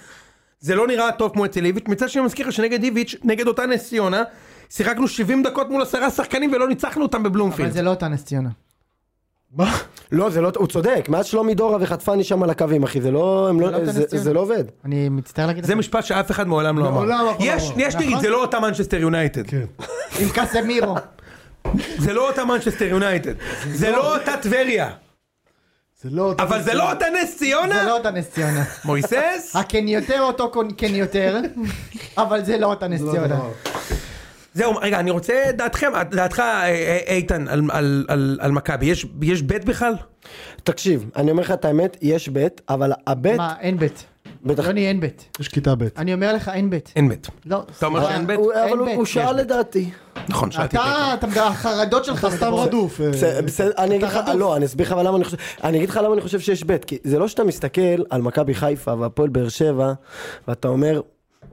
Speaker 2: זה לא נראה טוב כמו אצל איביץ', מצד שני אני מזכיר לך שנגד איביץ', נגד אותה נס ציונה, שיחקנו 70 דקות מול עשרה שחקנים ולא ניצחנו אותם
Speaker 1: אבל
Speaker 2: בבלומפילד.
Speaker 1: זה לא אותה נס ציונה.
Speaker 3: מה?
Speaker 4: לא, זה לא, הוא צודק, מאז שלומי דורה וחטפני שם על הקווים, אחי, זה לא, הם
Speaker 1: לא
Speaker 4: לא,
Speaker 1: נותן
Speaker 4: זה-
Speaker 1: לציון.
Speaker 4: זה לא עובד.
Speaker 1: אני מצטער להגיד
Speaker 2: זה
Speaker 1: לך.
Speaker 2: משפט שאף אחד מעולם לא אמר.
Speaker 3: מעולם אף אחד לא
Speaker 2: יש,
Speaker 3: אמר. כן.
Speaker 2: יש נגיד, זה לא אותה מנצ'סטר יונייטד.
Speaker 1: עם קסמירו.
Speaker 2: זה לא אותה מנצ'סטר יונייטד. זה לא אותה טבריה.
Speaker 3: זה לא...
Speaker 2: אבל זה לא אותה נס
Speaker 1: זה
Speaker 2: ציונה.
Speaker 1: לא אותה נס ציונה.
Speaker 2: מויסס.
Speaker 1: הכן יותר אותו קון- כן יותר, אבל זה לא אותה נס
Speaker 3: זה לא
Speaker 1: ציונה.
Speaker 3: הדבר.
Speaker 2: זהו, רגע, אני רוצה דעתכם, דעתך, אה, אה, איתן, על- על- על- על מכבי. יש- יש בית בכלל?
Speaker 4: תקשיב, אני אומר לך את האמת, יש בית, אבל הבית,
Speaker 1: מה, אין בית.
Speaker 4: בטח,
Speaker 1: יוני, אין בית.
Speaker 3: יש כיתה ב'.
Speaker 1: אני אומר לך, אין בית.
Speaker 2: אין בית.
Speaker 1: לא.
Speaker 2: אתה אומר
Speaker 1: סליחה.
Speaker 2: שאין בית? כן.
Speaker 4: הוא-
Speaker 1: אין
Speaker 4: אבל הוא-
Speaker 1: בית,
Speaker 4: הוא
Speaker 1: יש
Speaker 4: שאל
Speaker 1: בית.
Speaker 4: לדעתי.
Speaker 2: נכון, שאלתי.
Speaker 1: אתה, אתה מדבר, החרדות שלך
Speaker 3: סתם
Speaker 1: מדברות.
Speaker 3: רדוף. אה,
Speaker 4: בסדר, בסדר, אני אגיד לך,
Speaker 1: רדוף.
Speaker 4: לא, אני אסביר לך אבל למה אני חושב, אני אגיד לך למה אני חושב שיש בית, כי זה לא שאתה מסתכל על מכבי חיפה והפועל באר שבע, ואתה אומר,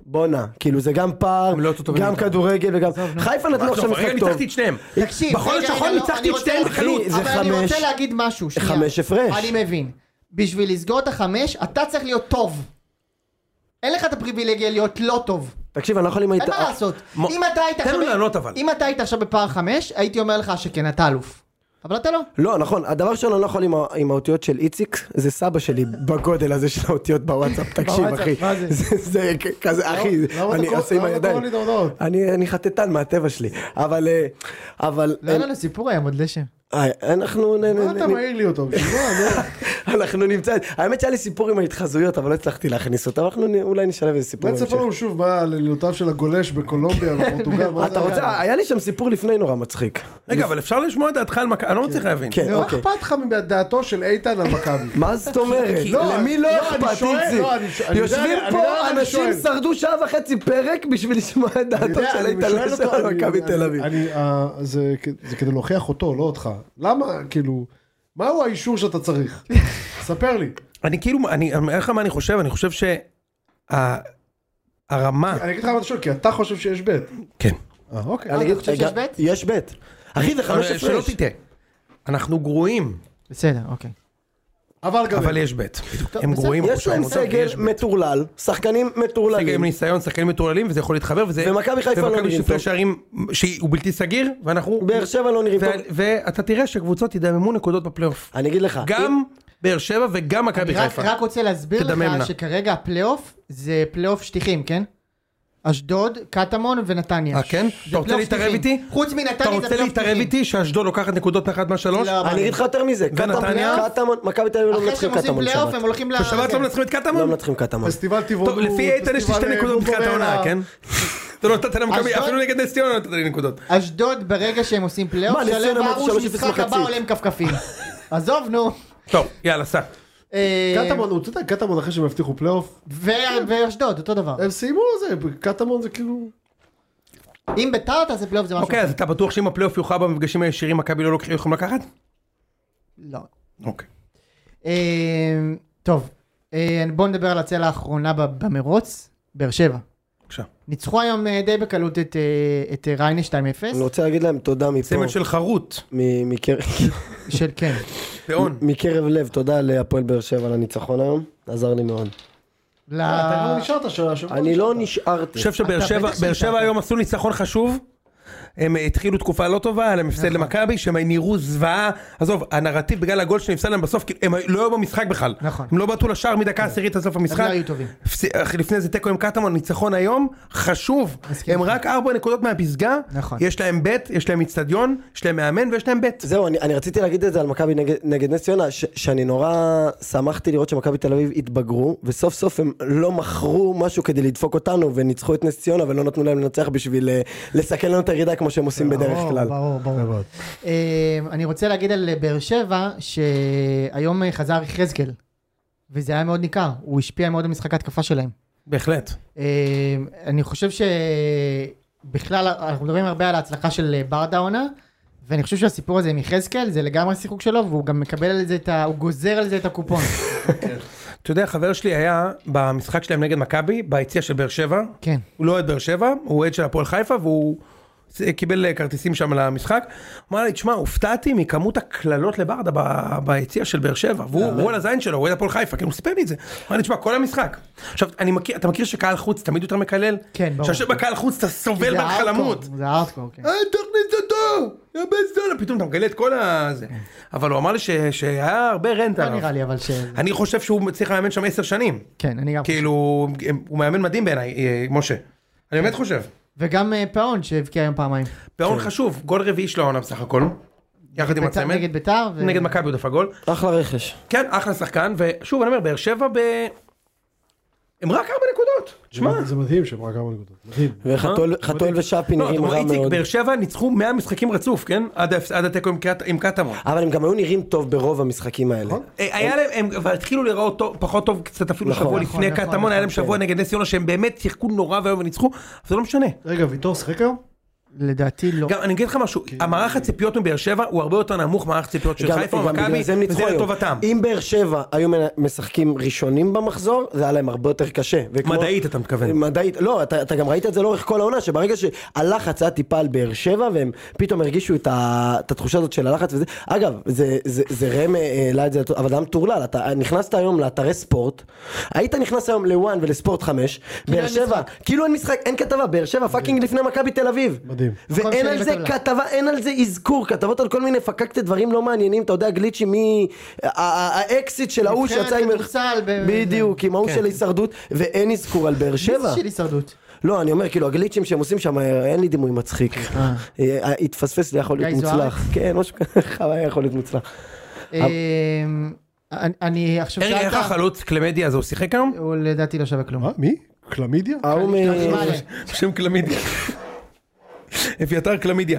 Speaker 4: בואנה, כאילו זה גם פער,
Speaker 2: הם לא אותו טובים
Speaker 4: גם
Speaker 2: איתנו.
Speaker 4: כדורגל וגם, חיפה נתנו לא עכשיו
Speaker 2: רגע,
Speaker 4: משחק טוב,
Speaker 2: ניצחתי את שניהם.
Speaker 1: תקשיב,
Speaker 2: בחודש
Speaker 1: רגע,
Speaker 2: האחרון
Speaker 1: רגע, לא,
Speaker 2: ניצחתי
Speaker 1: אני
Speaker 2: את
Speaker 1: רוצה-
Speaker 2: שניהם בקלות.
Speaker 4: זה
Speaker 1: אבל אני
Speaker 4: חמש-
Speaker 1: רוצה להגיד משהו, שנייה.
Speaker 4: חמש הפרש.
Speaker 1: אני מבין. בשביל לסגור את החמש, אתה צריך להיות טוב. אין לך את הפריבילגיה להיות לא טוב.
Speaker 4: תקשיב, אני לא יכול עם
Speaker 1: אין מה
Speaker 4: ההתא...
Speaker 1: לעשות.
Speaker 2: מו-
Speaker 1: אם אתה היית
Speaker 2: תן לו
Speaker 1: עכשיו...
Speaker 2: לענות, אבל.
Speaker 1: אם אתה היית עכשיו בפער חמש, הייתי אומר לך שכן, אתה אלוף. אבל אתה לא.
Speaker 4: לא, נכון, הדבר שאני לא יכול עם ה- עם האותיות של איציק, זה סבא שלי בגודל הזה של האותיות בוואטסאפ, תקשיב
Speaker 1: בוואטסאפ,
Speaker 4: אחי,
Speaker 1: מה זה?
Speaker 4: זה- זה כ- כזה, אחי,
Speaker 3: למה אתה
Speaker 4: אני
Speaker 3: קורא-
Speaker 4: עושה עם
Speaker 3: למה אתה
Speaker 4: הידיים,
Speaker 3: קורא לי דורדור?
Speaker 4: אני אני חטטן מהטבע שלי, אבל, אה, אבל,
Speaker 1: לא היה לנו סיפור היום עוד לשם.
Speaker 4: אה, אנחנו, נ- נ-
Speaker 3: מה אתה
Speaker 4: נ-
Speaker 3: מעיר לי אותו? בשביל מה? לא.
Speaker 4: אנחנו נמצא, האמת שהיה לי סיפור עם ההתחזויות, אבל לא הצלחתי להכניס אותה, אבל אנחנו נ- אולי נשלב איזה סיפור.
Speaker 3: אולי תספר
Speaker 4: בהמשך.
Speaker 3: לנו שוב מה לילותיו של הגולש בקולומביה ובפורטוגל. מה זה
Speaker 4: אתה
Speaker 3: היה?
Speaker 4: רוצה, היה לי שם סיפור לפני נורא מצחיק.
Speaker 2: רגע, אבל אפשר לשמוע את דעתך על מכבי? אני לא מצליח להבין.
Speaker 4: כן,
Speaker 3: לא
Speaker 4: אוקיי.
Speaker 3: אכפת לך מדעתו של איתן על מכבי.
Speaker 4: מה זאת אומרת?
Speaker 2: כי-
Speaker 3: לא,
Speaker 4: למי
Speaker 3: אני-
Speaker 4: לא
Speaker 3: לא, אני
Speaker 4: אכפת,
Speaker 3: שואל,
Speaker 4: איציק?
Speaker 3: לא, אני ש- אני
Speaker 4: יושבים
Speaker 3: יודע, אני יודע
Speaker 4: פה,
Speaker 3: למה אני
Speaker 4: אנשים
Speaker 3: שואל.
Speaker 4: שרדו שעה וחצי פרק בשביל לשמוע את
Speaker 3: אני
Speaker 4: דעתו
Speaker 3: יודע,
Speaker 4: של
Speaker 3: אני
Speaker 4: איתן
Speaker 3: שואל
Speaker 4: אשר
Speaker 3: אותו,
Speaker 4: על
Speaker 3: אני-
Speaker 4: מכבי
Speaker 3: אני-
Speaker 4: תל אביב.
Speaker 3: אני, אה, זה כ- זה כדי להוכיח אותו, לא אותך. למה, כאילו, מהו האישור שאתה צריך? ספר לי.
Speaker 2: אני כאילו, אני אני אומר לך מה אני חושב, אני חושב שהרמה...
Speaker 3: אני אגיד לך מה אתה שואל, כי אתה חושב שיש בית.
Speaker 2: כן.
Speaker 3: אה, אוקיי.
Speaker 4: אני אגיד-
Speaker 1: חושב שיש
Speaker 4: רגע,
Speaker 1: בית?
Speaker 4: יש בית. אחי, זה חמש
Speaker 2: שלא
Speaker 4: הפרש.
Speaker 2: תטעה. אנחנו גרועים,
Speaker 1: בסדר, אוקיי.
Speaker 3: אבל גם...
Speaker 2: אבל יש בית. הם
Speaker 1: בסדר.
Speaker 2: גרועים,
Speaker 4: יש להם
Speaker 2: חודשיים,
Speaker 4: סגל
Speaker 2: יש בית.
Speaker 4: מטורלל, שחקנים
Speaker 2: סגל עם
Speaker 4: מטורללים.
Speaker 2: ניסיון, שחקנים מטורללים, וזה יכול להתחבר, וזה...
Speaker 4: ומכבי חיפה לא
Speaker 2: ומכבי
Speaker 4: נראים
Speaker 2: שפרי
Speaker 4: טוב.
Speaker 2: שערים שהוא בלתי סגיר, ואנחנו...
Speaker 4: באר שבע לא נראים טוב.
Speaker 2: ו- ואתה תראה שקבוצות ידממו נקודות בפלייאוף.
Speaker 4: אני אגיד לך,
Speaker 2: גם באר שבע וגם מכבי
Speaker 1: אני רק-
Speaker 2: חיפה.
Speaker 1: רק רוצה להסביר
Speaker 2: תדמם נא.
Speaker 1: לך שכרגע הפלייאוף זה פלייאוף שטיחים, כן? אשדוד, קטמון ונתניה.
Speaker 2: אה, כן?
Speaker 1: זה
Speaker 2: אתה רוצה
Speaker 1: פלייאוף
Speaker 2: להתערב
Speaker 1: שטיחים.
Speaker 2: איתי?
Speaker 1: חוץ
Speaker 2: אתה
Speaker 1: מנתניה זה
Speaker 2: רוצה
Speaker 1: פלייאוף
Speaker 2: להתערב
Speaker 1: שטיחים.
Speaker 2: איתי שאשדוד לוקחת נקודות אחת מהשלוש?
Speaker 1: לא,
Speaker 4: אני אגיד לך יותר מזה,
Speaker 2: ונתניה?
Speaker 4: קטמון- קטמון, מכבי תל אביב לא
Speaker 1: אחרי
Speaker 4: מנצחים
Speaker 1: שהם עושים
Speaker 4: קטמון
Speaker 1: פלייאוף הם
Speaker 4: בשבת.
Speaker 1: הולכים ל... כן.
Speaker 2: בשבת לא מנצחים את
Speaker 4: לא
Speaker 2: קטמון?
Speaker 4: מנצחים קטמון.
Speaker 3: פסטיבל טבעונות.
Speaker 2: טוב, לפי איתן יש לי שתי
Speaker 3: פסטיבל, אה,
Speaker 2: נקודות מתחילת
Speaker 3: בומברנה.
Speaker 2: העונה, כן? אתה לא נתת למכבי,
Speaker 1: אשדוד?
Speaker 2: אפילו נגד נס ציונה לא נתת לי נקודות.
Speaker 1: אשדוד ברגע שהם עושים פלייאוף,
Speaker 4: מה, נס
Speaker 1: שלם
Speaker 4: ציונה אמרו
Speaker 1: ברור
Speaker 4: 3-0
Speaker 1: שמשחק הבא
Speaker 4: מחצית.
Speaker 1: עולה עם כפכפים. עזוב נו.
Speaker 2: טוב, יאללה, סע.
Speaker 1: אה,
Speaker 3: קטמון, הוא- אתה יודע, קטמון אחרי שהם הבטיחו פלייאוף,
Speaker 1: ו- ואשדוד אותו דבר.
Speaker 3: הם סיימו זה, קטמון זה כאילו...
Speaker 1: אם ביתר תעשה פלייאוף זה משהו.
Speaker 2: אוקיי, אז אתה בטוח שאם הפלייאוף יוכרע במפגשים הישירים, מכבי לא לוקחים- יכולים לקחת?
Speaker 1: לא.
Speaker 2: אוקיי.
Speaker 1: אה, טוב. אה, בואו נדבר על הצלע האחרונה ב- במרוץ. באר שבע.
Speaker 2: בבקשה.
Speaker 1: ניצחו היום אה, די בקלות את, אה, את אה, ריינה 2-0.
Speaker 4: אני רוצה להגיד להם תודה מפה,
Speaker 2: סמל של חרוט,
Speaker 4: מ- מקרב-
Speaker 1: של כן.
Speaker 2: פאון.
Speaker 4: מקרב לב, תודה להפועל באר שבע על הניצחון היום, עזר לי מאוד.
Speaker 1: ל-
Speaker 3: אתה גם נשארת, השבוע
Speaker 4: אה, אני לא
Speaker 3: נשארת.
Speaker 4: נשארתי.
Speaker 2: אני חושב שבאר
Speaker 1: אתה
Speaker 2: שבע,
Speaker 1: בטח
Speaker 2: באר
Speaker 1: שנתת.
Speaker 2: שבע היום עשו ניצחון חשוב, הם התחילו תקופה לא טובה, היה להם
Speaker 1: נכון.
Speaker 2: הפסד למכבי, שהם נראו זוועה. עזוב, הנרטיב בגלל הגול שנפסד להם בסוף, כאילו, הם לא היו במשחק בכלל.
Speaker 1: נכון. לא
Speaker 2: הם לא בעטו לשער מדקה עשירית עד סוף המשחק.
Speaker 1: היו טובים.
Speaker 2: הפס- אך, לפני זה תיקו עם קטמון, ניצחון היום, חשוב.
Speaker 1: מסכים.
Speaker 2: הם רק ארבע נקודות מהפסגה,
Speaker 1: נכון.
Speaker 2: יש להם בית, יש להם איצטדיון, יש להם מאמן ויש להם בית.
Speaker 4: זהו, אני, אני רציתי להגיד את זה על מכבי נגד, נגד נס ציונה, ש, שאני נורא שמחתי לראות שמכבי תל אביב התבגרו, וסוף סוף הם לא מכרו משהו כדי לדפוק אותנו, וניצחו את נס ציונה, ולא נתנו להם לנצח בשביל אה, לסכן לנו את הירידה כמו שהם עושים
Speaker 2: אה.
Speaker 4: בדרך
Speaker 1: ברור,
Speaker 4: כלל.
Speaker 1: ברור, ברור. אה, אני רוצה להגיד על באר שבע, שהיום אה, חזר יחזקאל, וזה היה מאוד ניכר, הוא השפיע מאוד על משחק ההתקפה שלהם.
Speaker 2: בהחלט.
Speaker 1: אה, אני חושב שבכלל, אנחנו מדברים הרבה על ההצלחה של אה, ברדה עונה, ואני חושב שהסיפור הזה עם יחזקאל, זה לגמרי שיחוק שלו, והוא גם מקבל על זה את ה... הוא גוזר על זה את הקופון.
Speaker 2: אתה יודע, חבר שלי היה במשחק שלהם נגד מכבי, ביציע של באר שבע.
Speaker 1: כן.
Speaker 2: הוא לא אוהד באר שבע, הוא אוהד של הפועל חיפה, והוא קיבל אה, כרטיסים שם למשחק. אמר לי, תשמע, הופתעתי מכמות הקללות לברדה ב- ביציע של באר שבע. והוא הוא על הזין שלו, הוא אוהד הפועל חיפה, כן, הוא סיפר לי את זה. אמר לי, תשמע, כל המשחק. עכשיו, אני מכיר, אתה מכיר שקהל חוץ תמיד יותר מקלל?
Speaker 1: כן, ברור.
Speaker 2: כשיושב בקהל חוץ אתה סובל
Speaker 1: זה
Speaker 2: בהתחלמות.
Speaker 1: הארדקור, זה הארדקור, כן.
Speaker 2: אה, תכניס אותו! יא בן זונה! פתאום אתה מגלה את כל ה... זה. אבל הוא אמר לי ש- שהיה הרבה רנט
Speaker 1: לא נראה
Speaker 2: עליו.
Speaker 1: לי אבל ש...
Speaker 2: אני חושב שהוא צריך לאמן שם עשר שנים.
Speaker 1: כן, אני גם...
Speaker 2: כאילו, הם- הוא מאמן מדהים בעיניי, אה, משה. אני באמת חושב.
Speaker 1: וגם אה, פאון שהבקיע היום פעמיים.
Speaker 2: פאון חשוב, גול רביעי שלו העונה בסך הכל. יחד עם
Speaker 1: בית"ר-
Speaker 2: הצמד.
Speaker 1: נגד ביתר. ו-
Speaker 2: נגד מכבי הוא דפק גול.
Speaker 4: אחלה רכש.
Speaker 2: כן, אחלה שחקן, ושוב אני אומר, באר שבע ב... הם רק ארבע נקודות. תשמע.
Speaker 3: זה מדהים שהם רק ארבע נקודות. מדהים.
Speaker 4: וחתואל ושאפי
Speaker 2: לא, אתה
Speaker 4: נראים
Speaker 2: רואה,
Speaker 4: רע
Speaker 2: איציק,
Speaker 4: מאוד.
Speaker 2: באר שבע ניצחו 100 משחקים רצוף, כן? עד ההפס- עד התיקו עם קט- עם קטמון.
Speaker 4: אבל הם גם היו נראים טוב ברוב המשחקים האלה.
Speaker 2: אה, היה להם, הם כבר התחילו להיראות טוב- פחות טוב קצת אפילו
Speaker 4: נכון,
Speaker 2: שבוע
Speaker 1: נכון,
Speaker 2: לפני
Speaker 1: נכון,
Speaker 2: קטמון, היה להם
Speaker 1: נכון,
Speaker 2: שבוע נגד נס ציונה שהם באמת שיחקו נורא ואיום וניצחו, אבל זה לא משנה.
Speaker 3: רגע, ויטור שיחק היום?
Speaker 1: לדעתי לא.
Speaker 2: גם אני אגיד לך משהו, המערך הציפיות מבאר שבע הוא הרבה יותר נמוך מערך ציפיות של
Speaker 4: כן. גם-
Speaker 2: חיפה
Speaker 4: גם בגלל
Speaker 2: ומכבי,
Speaker 4: זה הם ניצחו
Speaker 2: וזה
Speaker 4: היום.
Speaker 2: לטובתם.
Speaker 4: אם באר שבע היו מנ- משחקים ראשונים במחזור, זה היה להם הרבה יותר קשה. וכמו-
Speaker 2: מדעית אתה מתכוון.
Speaker 4: מדעית, לא, אתה, אתה גם ראית את זה לאורך כל העונה, שברגע שהלחץ היה טיפה על באר שבע, והם פתאום הרגישו את, ה, את התחושה הזאת של הלחץ וזה. אגב, זה, זה, זה רם אה, העלה את זה, אבל גם טורלל, אתה נכנסת היום לאתרי ספורט, היית נכנס היום לוואן ולספורט 5, באר
Speaker 1: אין
Speaker 4: שבע,
Speaker 1: משחק.
Speaker 4: כאילו אין משחק, אין כתבה, באר שבע פאקינג לפני מכבי תל אביב.
Speaker 3: מדהים.
Speaker 1: מקום
Speaker 4: ואין
Speaker 1: שני
Speaker 4: על זה
Speaker 1: בטבלה.
Speaker 4: כתבה, אין על זה אזכור, כתבות על כל מיני פקקטי דברים לא מעניינים, אתה יודע, גליצ'ים מי... ה- ה- האקסיט של ההוא
Speaker 1: נבחרת
Speaker 4: שיצא עם...
Speaker 1: כדורסל ב-
Speaker 4: בדיוק, עם ההוא
Speaker 2: כן.
Speaker 4: של ההישרדות, ואין אזכור על באר שבע.
Speaker 1: ביס של הישרדות.
Speaker 4: לא, אני אומר, כאילו, הגליצ'ים שהם עושים שם, אה, אין לי דימוי מצחיק. אה, התפספס, זה יכול להיות
Speaker 1: גיא זוארץ?
Speaker 4: מוצלח. כן, משהו ככה, היה יכול להיות מוצלח. אה,
Speaker 1: אמ, אני- אני עכשיו
Speaker 2: רגע, איך החלוץ קלמדיה הזה הוא שיחק היום?
Speaker 1: הוא לדעתי לא שווה כלום.
Speaker 4: אה,
Speaker 1: אה,
Speaker 3: מה? מי? קלמידיה?
Speaker 4: ההוא מ...
Speaker 1: קלימלה.
Speaker 2: בשם קלמידיה. אביתר קלמידיה.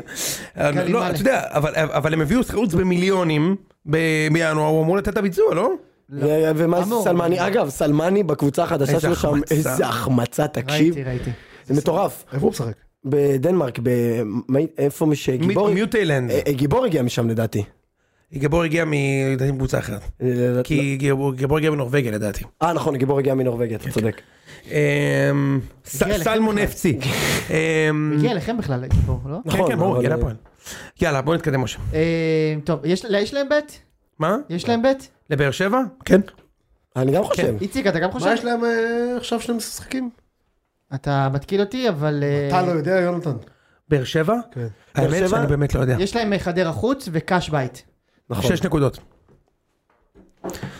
Speaker 2: לא, אתה יודע, אבל- אבל הם הביאו חלוץ במיליונים ב- בינואר, הוא אמור לתת את הביצוע, לא?
Speaker 4: ו- אה, ומה זה
Speaker 1: אמור.
Speaker 4: סלמני? אגב, סלמני בקבוצה החדשה
Speaker 2: איזה
Speaker 4: שלו שם,
Speaker 2: החמצה.
Speaker 4: איזה החמצה, תקשיב. אה,
Speaker 1: ראיתי, ראיתי.
Speaker 4: זה מטורף.
Speaker 3: איפה הוא משחק?
Speaker 4: בדנמרק, ב- מה- איפה מי שגיבור...
Speaker 2: מיוטיילנד.
Speaker 4: אה, אה, גיבור הגיע משם לדעתי.
Speaker 2: גיבור הגיע מ- לדעתי מקבוצה אחרת.
Speaker 4: אה,
Speaker 2: כי גיבור גיבור הגיע מנורבגיה לדעתי.
Speaker 4: אה, נכון, הגיבור הגיע מנורבגיה,
Speaker 2: כן.
Speaker 4: אתה צודק.
Speaker 2: אמ, ס-
Speaker 1: הגיע אליכם
Speaker 2: סלמון
Speaker 1: בכלל.
Speaker 2: אפסי. אמ,
Speaker 1: הגיע אליכם בכלל, פה, לא?
Speaker 4: אה,
Speaker 2: כן, כן, ברור,
Speaker 4: נכון, אבל-
Speaker 2: הגיע לפועל. יאללה, בוא נתקדם משה.
Speaker 1: אמ, טוב, יש- יש להם בית?
Speaker 2: מה?
Speaker 1: יש להם בית?
Speaker 2: לבאר שבע? כן.
Speaker 4: אני גם חושב.
Speaker 1: איציק, אתה גם חושב?
Speaker 3: מה יש להם אה, עכשיו שני משחקים?
Speaker 1: אתה מתקיל אותי, אבל... אה,
Speaker 3: אתה לא יודע, יונתן.
Speaker 2: באר שבע?
Speaker 3: כן.
Speaker 2: האמת
Speaker 4: באר שבע?
Speaker 2: שאני באמת לא יודע.
Speaker 1: יש להם אה, חדרה חוץ וקאש בית.
Speaker 4: נכון.
Speaker 2: שש נקודות.